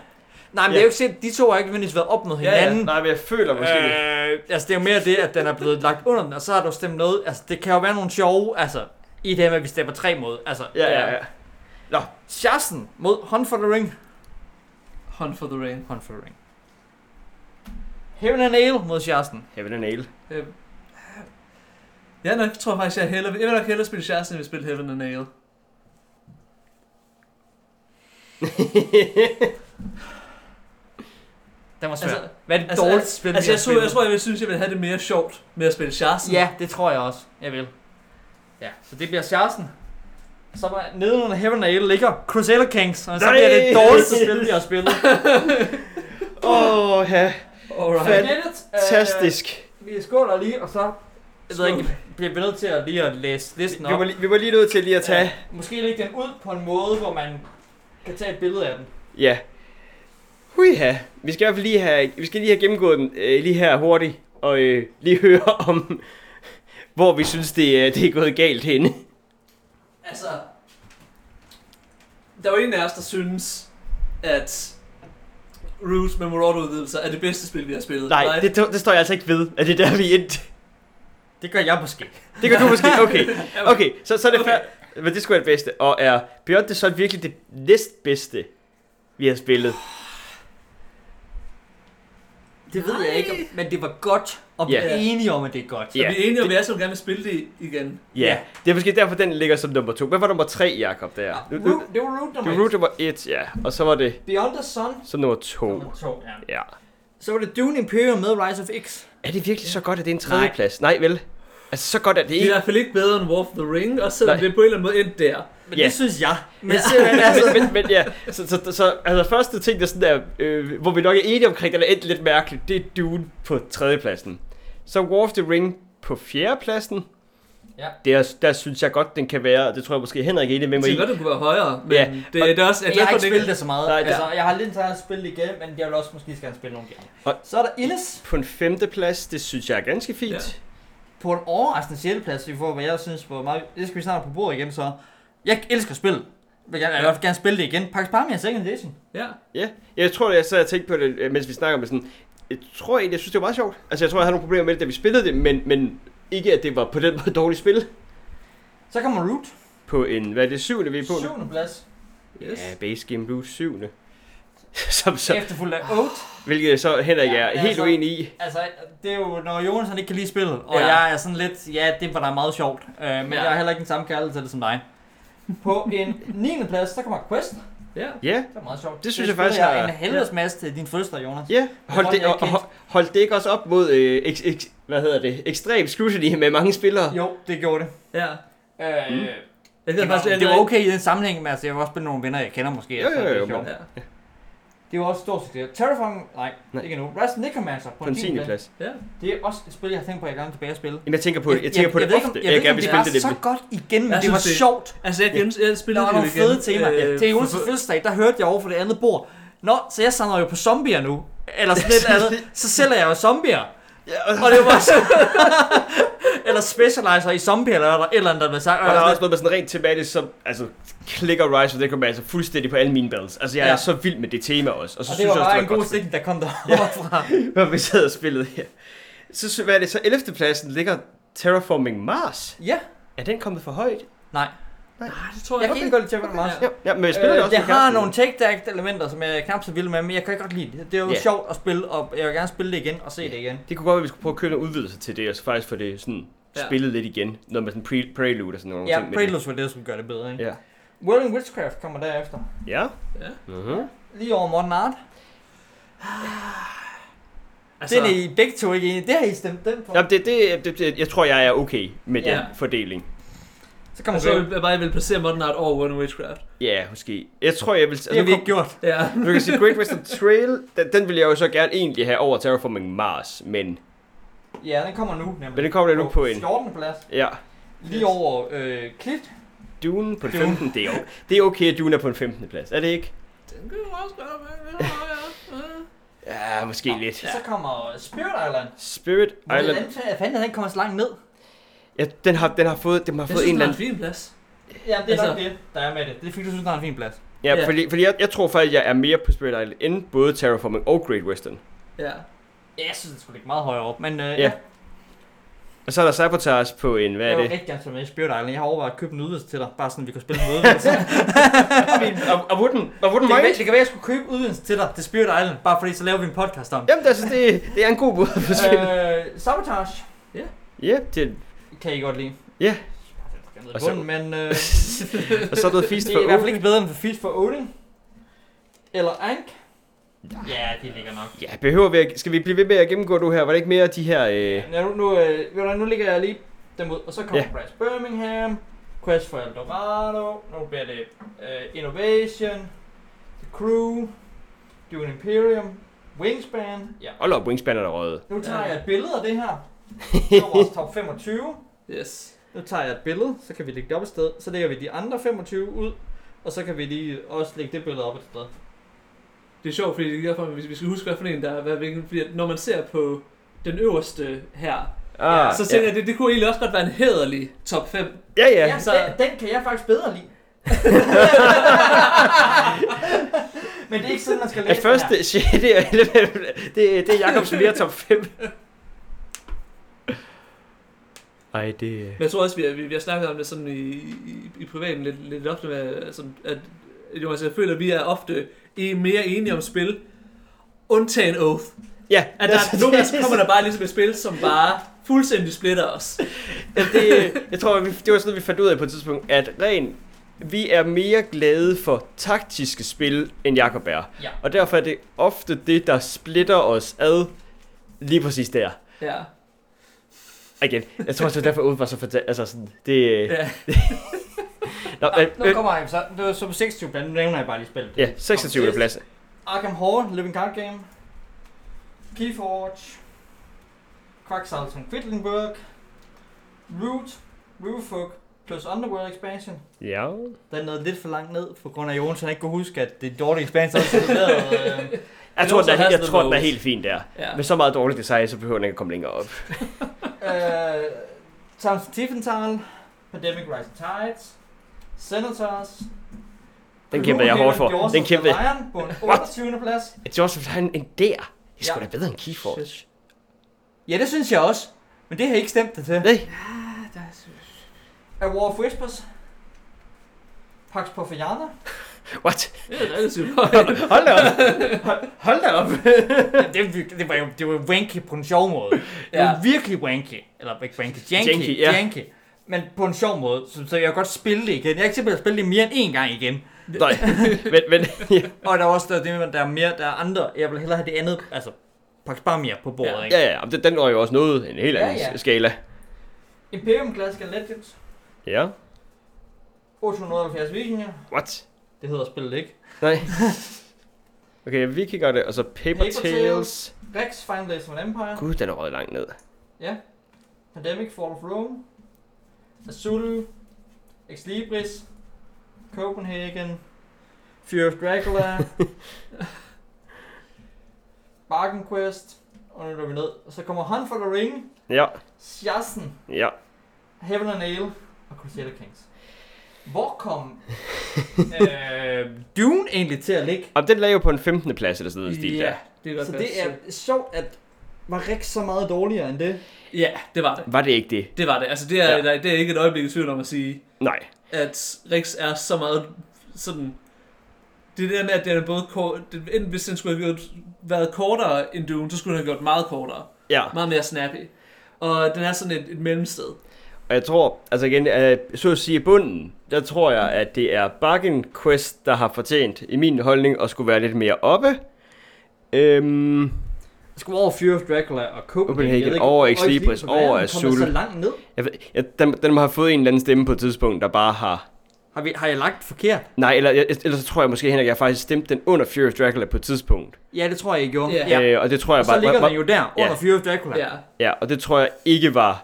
Speaker 3: Nej, men
Speaker 1: Ja.
Speaker 3: det er jo ikke set, de to har ikke nødvendigvis været op mod
Speaker 2: Ja, ja.
Speaker 3: hinanden.
Speaker 1: Nej, men jeg føler måske det.
Speaker 3: Øh, altså det er jo mere det, at den er blevet lagt under den, og så har du stemt noget. Altså det kan jo være nogle sjove, altså i det her med, at vi stemmer tre mod. Altså,
Speaker 1: Ja, ja, ja.
Speaker 3: Schassen mod Hunt for the Ring.
Speaker 2: Hunt for the Rain.
Speaker 3: Hunt for the Ring. Heaven and Ale mod Schassen.
Speaker 1: Heaven and Ale.
Speaker 2: Øhm, Jeg nok, tror faktisk, jeg, hellere, jeg vil nok hellere spille Shazam, end jeg vil spille Heaven and Nail.
Speaker 3: Den var svær.
Speaker 2: Altså-
Speaker 3: Altså, Hvad er det
Speaker 2: altså,
Speaker 3: altså, dårligt
Speaker 2: altså,
Speaker 3: spil,
Speaker 2: altså,
Speaker 3: vi
Speaker 2: jeg,
Speaker 3: har
Speaker 2: tror, jeg
Speaker 3: spillet?
Speaker 2: tror, jeg vil synes, jeg vil have det mere sjovt med at spille Shazam.
Speaker 3: Ja, det tror jeg også, jeg vil. Ja, så det bliver Schassen. Så var nede under Heaven and Ale ligger Crusader Kings, og så
Speaker 1: Nej!
Speaker 3: bliver det dårligste spil, vi har spillet.
Speaker 1: Åh, oh, ja.
Speaker 2: Alright.
Speaker 1: Fantastisk.
Speaker 3: Øh, Vi skåler lige, og så... Jeg ved ikke, bliver vi nødt til at lige at læse listen op?
Speaker 1: Vi var, lige, vi var lige nødt til lige at tage...
Speaker 3: Ja, måske lægge den ud på en måde, hvor man kan tage et billede af den.
Speaker 1: Ja. Huiha. Vi skal i hvert fald lige have, vi skal lige have gennemgået den øh, lige her hurtigt, og øh, lige høre om, hvor vi synes, det, øh, det er gået galt henne.
Speaker 2: Altså, der er jo en af os, der synes, at Roots med Morodo-udvidelser er det bedste spil, vi har spillet.
Speaker 1: Nej, det, det står jeg altså ikke ved, at det er der, vi endte.
Speaker 3: Det gør jeg måske.
Speaker 1: Det gør du måske. Okay, okay så, så er det okay. fair. Men det skulle være det bedste. Og er Beyond the Sun virkelig det næstbedste, vi har spillet?
Speaker 3: Det ved jeg ikke, men det var godt, og
Speaker 1: Ja.
Speaker 3: vi er enige om, at det er godt.
Speaker 2: Så
Speaker 1: Ja.
Speaker 2: vi er enige om, at vi er så gerne vil spille det igen.
Speaker 1: Ja, yeah. det er måske derfor, den ligger som nummer to. Hvad var nummer tre, Jacob, der?
Speaker 3: Ja,
Speaker 1: Nu, nu,
Speaker 3: Root, det var Root
Speaker 1: det var
Speaker 3: nummer
Speaker 1: route
Speaker 3: 1.
Speaker 1: nummer et, ja. Og så var det
Speaker 3: Beyond the Sun.
Speaker 1: som nummer to.
Speaker 3: nummer to, ja.
Speaker 1: Ja.
Speaker 3: Så var det Dune Imperium med Rise of X.
Speaker 1: Er det virkelig så godt, at det er en tredjeplads? Nej. Nej, vel? Altså, så godt er det
Speaker 2: Det er i
Speaker 1: ikke.
Speaker 2: hvert fald ikke bedre end War of the Ring, også selvom
Speaker 1: Nej.
Speaker 2: det er på en eller anden måde endte der.
Speaker 3: Men
Speaker 1: Ja.
Speaker 3: det synes jeg. Men
Speaker 1: Men,
Speaker 3: ja.
Speaker 1: simpelthen, altså, men, men ja, så, så, så, så altså, første ting, der sådan er, øh, hvor vi nok er enige omkring, den er endt lidt mærkeligt, det er Dune på tredjepladsen. Så War of the Ring på fjerdepladsen.
Speaker 3: Ja.
Speaker 1: Der, der synes jeg godt, den kan være, og det tror jeg måske Henrik er enig med
Speaker 2: Jeg
Speaker 1: mig i.
Speaker 2: tænker godt, det kunne være højere, men
Speaker 1: Ja,
Speaker 2: det,
Speaker 1: og-
Speaker 2: det er også...
Speaker 3: Jeg,
Speaker 2: er glad
Speaker 3: jeg har
Speaker 2: for,
Speaker 3: ikke
Speaker 2: at det
Speaker 3: spillet det så meget.
Speaker 1: Nej,
Speaker 3: Nej,
Speaker 1: det-
Speaker 3: altså, jeg har lidt tænkt at spille det igen, men jeg vil også måske skal spille nogle gange.
Speaker 1: Og-
Speaker 3: Så er der Illes
Speaker 1: På en femteplads, det synes jeg er ganske fint.
Speaker 2: Ja.
Speaker 3: på en overraskende sjældeplads, vi får, hvad jeg synes var meget... Det skal vi snart på bordet igen, så... Jeg elsker spillet. Jeg vil gerne, jeg vil gerne spille det igen. Pax Pamia Second Edition.
Speaker 2: Ja.
Speaker 1: Ja, jeg tror, jeg sad og tænkte på det, øh, mens vi snakker om det sådan. Jeg tror egentlig, jeg synes, det var meget sjovt. Altså, jeg tror, jeg havde nogle problemer med det, da vi spillede det, men, men ikke, at det var på den måde dårligt spil.
Speaker 3: Så kommer Root.
Speaker 1: På en, hvad er det, syvende, vi er på? nu?
Speaker 3: Syvende plads.
Speaker 2: Yes.
Speaker 1: Ja, Base Game Blues syvende. Som så,
Speaker 3: Efterfulgt af Oat.
Speaker 1: hvilket så Henrik
Speaker 3: Ja,
Speaker 1: er
Speaker 3: men
Speaker 1: helt
Speaker 3: altså-
Speaker 1: uenig i.
Speaker 3: Ah. Altså, det er jo, når Jonas han ikke kan lide spillet, og
Speaker 2: Ja.
Speaker 3: ja. jeg er sådan lidt, ja, det var da meget sjovt, øh, men
Speaker 2: Ja.
Speaker 3: ja. jeg har heller ikke den samme kærlighed til det som dig. På en 9. plads, så kommer Quest.
Speaker 2: Ja.
Speaker 1: Ja,
Speaker 3: Det var meget sjovt.
Speaker 1: Det synes jeg faktisk
Speaker 3: spiller jeg
Speaker 1: er-
Speaker 3: en helvedes masse til din fødselsdag, Jonas.
Speaker 1: ja. Hold
Speaker 3: tror,
Speaker 1: det,
Speaker 3: jeg
Speaker 1: og, og,
Speaker 3: kendte.
Speaker 1: hold det ikke også op mod, øh, ek, ek, hvad hedder det, ekstrem scrutiny med mange spillere?
Speaker 3: Jo, det gjorde det.
Speaker 2: Ja.
Speaker 1: Mm.
Speaker 3: Øh,
Speaker 2: Jeg
Speaker 3: det,
Speaker 2: kan
Speaker 3: var,
Speaker 2: faktisk, jeg
Speaker 3: det var
Speaker 2: ved
Speaker 3: okay i den sammenhæng, men altså, jeg var også med nogle venner, jeg kender måske.
Speaker 1: Jo, jo,
Speaker 3: så det er
Speaker 1: jo,
Speaker 3: sjovt.
Speaker 2: ikke- Ja.
Speaker 3: Det var også et stort succes. Terraform, nej,
Speaker 1: Nej.
Speaker 3: nej. ikke nu. Rise Necromancer på,
Speaker 1: På en 10.
Speaker 3: plads.
Speaker 1: plads.
Speaker 2: Ja.
Speaker 3: Det er også et spil, jeg har tænkt på, at jeg gerne vil tilbage at spille.
Speaker 1: Jamen, jeg tænker på det, jeg tænker på det
Speaker 3: ved ikke, om-
Speaker 1: ofte.
Speaker 3: Jeg, jeg,
Speaker 1: gerne vil spille det
Speaker 3: det var
Speaker 1: lidt.
Speaker 3: så godt igen, men
Speaker 2: Jeg
Speaker 3: det var
Speaker 2: synes, det-
Speaker 3: sjovt.
Speaker 2: Altså, jeg, gennem, jeg
Speaker 3: Der
Speaker 2: spillede
Speaker 3: var
Speaker 2: det jo
Speaker 3: nogle
Speaker 2: igen.
Speaker 3: fede temaer. Øh, til Jonas'
Speaker 2: for-
Speaker 3: fødselsdag, der hørte jeg over for det andet bord. Nå, så jeg samler jo på zombier nu. Eller sådan et eller andet. Så sælger jeg jo zombier. Og det var så... eller specializer i zombier, eller et eller andet, der blev sagt. Og
Speaker 1: Og
Speaker 3: jeg
Speaker 1: der er
Speaker 3: var
Speaker 1: også noget med sådan rent tematisk, så altså, klikker Rise of the Necromancer altså fuldstændig på alle mine battles. Altså, jeg ja. er
Speaker 3: Ja.
Speaker 1: så vild med det tema også. Og så
Speaker 3: Og
Speaker 1: synes
Speaker 3: det var
Speaker 1: jeg også,
Speaker 3: bare
Speaker 1: det
Speaker 3: en
Speaker 1: var
Speaker 3: god
Speaker 1: godt spil.
Speaker 3: stik, der kom derfra.
Speaker 1: Hvad vi sad og spillede her. Så, så- hvad er det så? 11. pladsen ligger Terraforming Mars.
Speaker 3: ja,
Speaker 1: Er den kommet for højt?
Speaker 3: nej.
Speaker 2: Nej, det tror jeg,
Speaker 3: Jeg kan
Speaker 2: ikke.
Speaker 3: ikke godt lide Temple Mars.
Speaker 1: Ja, ja men jeg spiller øh, det også.
Speaker 3: jeg
Speaker 1: vil gerne
Speaker 3: har
Speaker 1: spille
Speaker 3: nogle take deck elementer som jeg er knap så vild med, men jeg kan godt lide det. Det er jo
Speaker 1: Ja.
Speaker 3: yeah. sjovt at spille, og jeg vil gerne spille det igen og se yeah. det igen.
Speaker 1: det. Det kunne godt være, at vi skulle prøve at købe en udvidelse til det, og så faktisk få det sådan
Speaker 2: Ja.
Speaker 1: spillet lidt igen. Noget med sådan pre prelude og sådan nogle
Speaker 3: Ja,
Speaker 1: ting. med det.
Speaker 3: Preludes var det, der skulle gøre det bedre, ikke?
Speaker 1: Ja.
Speaker 3: Whirling Witchcraft kommer derefter.
Speaker 1: Ja.
Speaker 2: Ja.
Speaker 1: Mm-hmm.
Speaker 3: Lige over Modern Art. Altså,
Speaker 2: Altså,
Speaker 3: det er I begge to ikke enige. Det har I stemt den for.
Speaker 1: Jamen, det, det, det, det, jeg tror, jeg er okay med den
Speaker 2: Ja.
Speaker 1: fordeling.
Speaker 3: Så kommer
Speaker 2: altså, jeg
Speaker 3: altså,
Speaker 2: vil- jeg bare vil placere Modern Art over One Witchcraft.
Speaker 1: Ja, måske. Jeg tror, jeg vil... altså,
Speaker 3: det har vi ikke gjort.
Speaker 2: Ja.
Speaker 1: Du kan sige Great Western Trail, den, den vil jeg jo så gerne egentlig have over Terraforming Mars, men,
Speaker 3: Ja, den kommer nu nemlig.
Speaker 1: men den kommer der nu på en...
Speaker 3: 14. plads.
Speaker 1: Ja,
Speaker 3: Lige over øh, Klit.
Speaker 1: Dune på en
Speaker 3: Dune.
Speaker 1: 15. Det er, okay. det er okay, at Dune er på en 15. plads, er det ikke?
Speaker 2: Den kan du også gøre, hvad du ja.
Speaker 1: Ja, måske lidt.
Speaker 3: Så kommer Spirit Island.
Speaker 1: Spirit
Speaker 3: Island.
Speaker 1: Island,
Speaker 3: Jeg fandt, at den kommer så langt ned.
Speaker 1: ja, den har, den har fået, den har
Speaker 2: Jeg
Speaker 1: fået en
Speaker 2: synes,
Speaker 1: eller
Speaker 2: den
Speaker 1: anden...
Speaker 2: er en fin plads.
Speaker 3: Ja, det er
Speaker 2: Altså-
Speaker 3: nok det, der er med det. Det fik du synes, der er en fin plads.
Speaker 1: Ja,
Speaker 2: Ja.
Speaker 1: fordi, fordi jeg, jeg tror faktisk, jeg er mere på Spirit Island end både Terraforming og Great Western.
Speaker 2: Ja.
Speaker 3: Ja, jeg synes, det skulle ligge meget højere op, men øh, ja.
Speaker 1: Ja. Og så er der Sabotage på en, hvad
Speaker 3: jeg
Speaker 1: er
Speaker 3: vil
Speaker 1: det?
Speaker 3: rigtig gerne tage med i Spirit Island. Jeg har overvejet at købe en udvidelse til dig, bare sådan, vi kan spille en udvidelse.
Speaker 1: Og- Og wooden, og wooden
Speaker 3: det, kan være,
Speaker 1: mind.
Speaker 3: det kan være, jeg skulle købe udvidelse til dig til Spirit Island, bare fordi så laver vi en podcast om det.
Speaker 1: Jamen, altså, det, det er en god måde at forsvinde.
Speaker 3: Øh, sabotage
Speaker 1: Ja, det,
Speaker 3: kan I godt lide.
Speaker 1: Ja.
Speaker 3: Jeg ved
Speaker 1: Og så-
Speaker 3: bunden, men øh,
Speaker 1: og så er noget Feast
Speaker 3: det
Speaker 1: for
Speaker 3: er i hvert fald
Speaker 1: Odin.
Speaker 3: ikke bedre end for Feast for Odin. Eller Ank. Ja, det ligger nok.
Speaker 1: Ja, behøver vi at, skal vi blive ved med at gennemgå nu her? Var det ikke mere de her... Øh...
Speaker 3: Ja, nu, nu, øh, ved du hvad, nu ligger jeg lige dem ud, og så kommer
Speaker 1: Ja.
Speaker 3: Crash Birmingham, Quest for Eldorado, nu bliver det øh, Innovation, The Crew, Dune Imperium, Wingspan. Ja.
Speaker 1: Hold op, Wingspan er der røget.
Speaker 3: Nu tager
Speaker 2: Ja.
Speaker 3: jeg et billede af det her. Det var vores top 25.
Speaker 2: Yes.
Speaker 3: Nu tager jeg et billede, så kan vi lægge det op et sted. Så lægger vi de andre 25 ud, og så kan vi lige også lægge det billede op et sted.
Speaker 2: Det er sjovt, fordi det er derfor, at vi vi skal huske, hvad for en der er hvad hvilken, fordi at når man ser på den øverste her,
Speaker 1: Ah,
Speaker 2: så tænker jeg, det, det kunne egentlig også godt være en hederlig top 5.
Speaker 1: Ja, ja.
Speaker 3: Ja,
Speaker 1: ja.
Speaker 3: så... den, den kan jeg faktisk bedre lide. Men det er ikke sådan, man skal
Speaker 1: At
Speaker 3: læse det
Speaker 1: første, shit, det er, det, er- det er Jacobs mere top 5. Ej, det...
Speaker 2: Men jeg tror også, vi har, vi, vi har snakket om det sådan i, i, i privaten lidt, lidt ofte, med, sådan, at Jonas, jeg føler, at vi er ofte i mere enige om spil, undtagen Oath.
Speaker 1: Ja,
Speaker 2: At der, altså, nogle gange så kommer der bare ligesom et spil, som bare fuldstændig splitter os.
Speaker 1: Ja, det, jeg tror, vi, det var sådan noget, vi fandt ud af på et tidspunkt, at ren, vi er mere glade for taktiske spil, end Jakob er.
Speaker 3: Ja.
Speaker 1: Og derfor er det ofte det, der splitter os ad lige præcis der.
Speaker 2: Ja.
Speaker 1: Igen, jeg tror også, det er derfor, Ove var så fortalt, altså sådan, det... øh,
Speaker 2: Ja.
Speaker 1: Nå, øh,
Speaker 3: her.
Speaker 1: men,
Speaker 3: Nå, nu kommer jeg så. Det var så på 26 blandt andet, nævner jeg bare lige spillet.
Speaker 1: ja, 26. plads.
Speaker 3: Arkham Horror, Living Card Game, Keyforge, Quacksalve som Quedlinburg, Root, Rufug plus Underworld Expansion.
Speaker 1: Ja.
Speaker 3: Den nåede lidt for langt ned, på grund af at Jonas han ikke kunne huske, at det er dårlige expansion også er lavet, øh,
Speaker 1: Jeg
Speaker 2: Men
Speaker 1: tror, den
Speaker 2: også
Speaker 1: er,
Speaker 2: have
Speaker 1: jeg
Speaker 2: sådan
Speaker 1: tror, den
Speaker 2: noget
Speaker 1: er helt fin der.
Speaker 2: ja.
Speaker 1: Med så meget dårligt design, så behøver den ikke at komme længere op.
Speaker 3: Øh, Towns Tiffenthal, Pandemic Rising Tides, Senators.
Speaker 1: Den kæmper jeg hårdt for.
Speaker 3: Jaws
Speaker 1: Den
Speaker 3: of
Speaker 1: kæmper
Speaker 3: the
Speaker 1: jeg.
Speaker 3: Lion på en 28. plads.
Speaker 1: Joseph Lion en der. Det er sgu
Speaker 3: Ja.
Speaker 1: da bedre end Keyforge.
Speaker 3: Ja, det synes jeg også. Men det har jeg ikke stemt det til.
Speaker 1: Nej.
Speaker 3: A War of Whispers. Pax Porfiana.
Speaker 1: What?
Speaker 2: Det er relativt højt.
Speaker 1: Hold da op. Hold da op.
Speaker 3: det, det, var jo, det var jo wanky på en sjov måde. Det var
Speaker 2: Ja.
Speaker 3: virkelig wanky. Eller ikke wanky, janky.
Speaker 1: Janky, ja.
Speaker 3: janky. Men på en sjov måde, så, så jeg kan godt spille det igen. Jeg har ikke simpelthen spillet det mere end én gang igen.
Speaker 1: Nej, men, men ja.
Speaker 3: Og der er også der, er det, med, at der er mere, der er andre. Jeg vil hellere have det andet, altså pakke bare mere på bordet,
Speaker 2: Ja.
Speaker 3: ikke?
Speaker 1: ja, ja, men den- den var jo også noget en helt
Speaker 3: Ja,
Speaker 1: anden
Speaker 3: ja.
Speaker 1: skala.
Speaker 3: Imperium Classical Legends,
Speaker 1: Ja.
Speaker 3: 870 Visioner.
Speaker 1: What?
Speaker 3: Det hedder spillet ikke.
Speaker 1: Nej. Okay, vi kigger det, og så Paper,
Speaker 3: Paper
Speaker 1: Paper
Speaker 3: Tales.
Speaker 1: Tales. Tales.
Speaker 3: Rex, Final Days of an Empire.
Speaker 1: Gud, den er røget langt ned.
Speaker 3: Ja. Pandemic, Fall of Rome. Azul. Ex Libris. Copenhagen. Fear of Dracula. Bargain Quest. Og nu er vi ned. Og så kommer Hunt for the Ring.
Speaker 1: Ja,
Speaker 3: Shassen.
Speaker 1: ja.
Speaker 3: Heaven and Ale. Og Crusader Kings. Hvor kom øh, Dune egentlig til at ligge?
Speaker 1: Og den lagde jo på en 15. plads eller sådan noget i stil der.
Speaker 2: Ja, det er godt
Speaker 3: Så
Speaker 2: passe.
Speaker 3: det er sjovt, at var Rex så meget dårligere end det?
Speaker 2: Ja, det var det.
Speaker 1: Var det ikke det?
Speaker 2: Det var det. Altså, det
Speaker 1: Ja.
Speaker 2: er, ja. det er ikke et øjeblik i tvivl om at sige,
Speaker 1: Nej.
Speaker 2: at Rex er så meget sådan... Det der med, at den er både kort... Den, enten hvis den skulle have gjort, været kortere end Dune, så skulle den have gjort meget kortere.
Speaker 1: Ja,
Speaker 2: Meget mere snappy. Og den er sådan et, et mellemsted.
Speaker 1: og jeg tror, altså igen, øh, så at sige i bunden, der tror jeg, at det er Bargain Quest, der har fortjent, i min holdning, at skulle være lidt mere oppe. Øhm,
Speaker 3: Skulle over Fear of Dracula og Copenhagen.
Speaker 1: Copenhagen,
Speaker 3: Jeg ved ikke,
Speaker 1: over
Speaker 3: hvor-
Speaker 1: Ex
Speaker 3: hvor
Speaker 1: Libris,
Speaker 3: Libris, hvordan
Speaker 1: over
Speaker 3: er den kommet
Speaker 1: Azul.
Speaker 3: så langt ned?
Speaker 1: jeg ved, jeg, den, den må have fået en eller anden stemme på et tidspunkt, der bare har...
Speaker 3: Har, vi, har jeg lagt forkert?
Speaker 1: Nej, eller, jeg, eller så tror jeg måske, Henrik, jeg faktisk stemte den under Fury of Dracula på et tidspunkt.
Speaker 3: Ja, det tror jeg, I gjorde.
Speaker 2: Ja.
Speaker 1: Ja. Øh, og det tror jeg
Speaker 3: Og så
Speaker 1: bare...
Speaker 3: ligger
Speaker 1: var,
Speaker 3: den jo der,
Speaker 1: ja.
Speaker 3: under Fear of Dracula.
Speaker 2: Ja.
Speaker 1: Ja, og det tror jeg ikke var...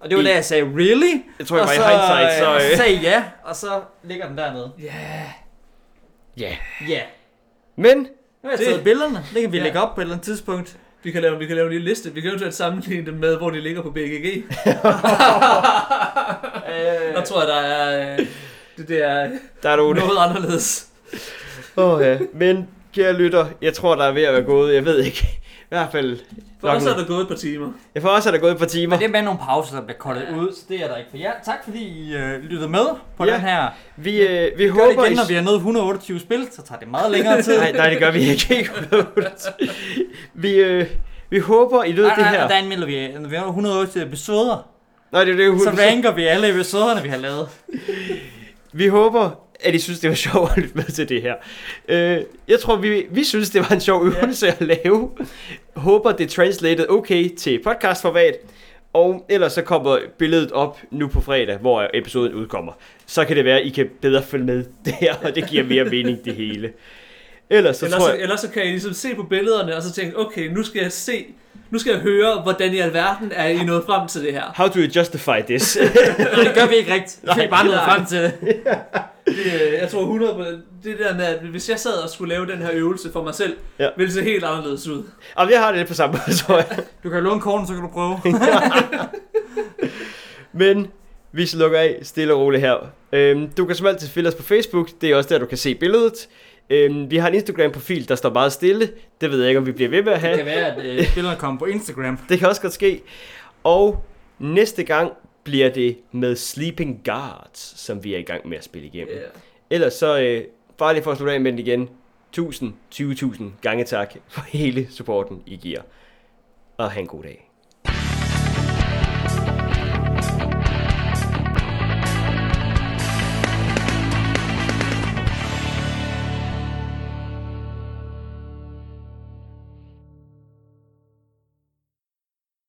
Speaker 3: Og det var
Speaker 1: I-
Speaker 3: da jeg sagde, really?
Speaker 1: Jeg tror, jeg
Speaker 3: og
Speaker 1: var i
Speaker 3: så,
Speaker 1: hindsight, så...
Speaker 3: øh,
Speaker 1: Øh.
Speaker 3: sagde ja, og så ligger den dernede.
Speaker 2: Ja.
Speaker 1: Ja.
Speaker 3: Ja.
Speaker 1: Men
Speaker 3: Nu har jeg
Speaker 2: Det-
Speaker 3: taget billederne. Det kan vi
Speaker 2: Ja.
Speaker 3: lægge op på et eller andet tidspunkt.
Speaker 2: Vi kan lave, vi kan lave en lille liste. Vi kan eventuelt sammenligne dem med, hvor de ligger på BGG.
Speaker 3: Øh,
Speaker 2: Der tror jeg, der er... øh, Det der er
Speaker 1: der er du...
Speaker 2: noget anderledes.
Speaker 1: Åh ja, men kære lytter, jeg tror, der er ved at være gået, jeg ved ikke. I hvert fald,
Speaker 2: For os er der gået et par timer.
Speaker 1: jeg får også, at der er gået et par timer.
Speaker 3: men det er med nogle pauser, der bliver koldet
Speaker 2: Ja.
Speaker 3: ud, så det er der ikke for jer. Tak fordi I øh, lyttede med på
Speaker 1: Ja.
Speaker 3: den her.
Speaker 1: Vi, øh, vi
Speaker 3: Gør det
Speaker 1: håber,
Speaker 3: igen, når
Speaker 1: I-
Speaker 3: vi er nået 128 spil, så tager det meget længere tid.
Speaker 1: Nej, nej, det gør vi ikke. Ikke 108. vi, øh, vi håber, I lød
Speaker 3: Nej,
Speaker 1: det
Speaker 3: nej, og der
Speaker 1: her.
Speaker 3: anmelder vi, når vi har 108 episoder,
Speaker 1: Nej, det er det, hun
Speaker 3: så ranker vi alle episoderne, vi har lavet.
Speaker 1: Vi håber, at I synes, det var sjovt at lytte med til det her. Øh, jeg tror, vi, vi synes, det var en sjov øvelse at lave. Håber, det er translated okay til podcastformat. Og ellers så kommer billedet op nu på fredag, hvor episoden udkommer. Så kan det være, at I kan bedre følge med der, og det giver mere mening det hele. Ellers så
Speaker 2: ellers,
Speaker 1: tror
Speaker 2: så,
Speaker 1: jeg...
Speaker 2: ellers så kan I ligesom se på billederne, og så tænke, okay, nu skal jeg se, nu skal jeg høre, hvordan i alverden er I nået frem til det her.
Speaker 1: How do you justify this?
Speaker 3: det gør vi ikke rigtigt. Vi er bare nået
Speaker 2: nej.
Speaker 3: frem til det.
Speaker 2: Det, øh, jeg tror 100 på det der med, at hvis jeg sad og skulle lave den her øvelse for mig selv,
Speaker 1: Ja.
Speaker 2: ja. ville det se helt anderledes ud.
Speaker 1: og jeg har det lidt på samme måde, tror jeg.
Speaker 3: Du kan låne korten, så kan du prøve.
Speaker 1: Men vi slukker af stille og roligt her. Øhm, du kan som altid følge os på Facebook, det er også der, du kan se billedet. Øhm, vi har en Instagram-profil, der står meget stille. Det ved jeg ikke, om vi bliver ved med at
Speaker 3: Det
Speaker 1: have.
Speaker 3: kan være, at øh, spillerne kommer på Instagram.
Speaker 1: Det kan også godt ske. Og næste gang bliver det med Sleeping Guards, som vi er i gang med at spille igennem.
Speaker 2: Ja.
Speaker 1: Ellers så, øh, bare lige for at slutte af med den igen. 1000, 20.000 gange tak for hele supporten, I giver. Og have en god dag.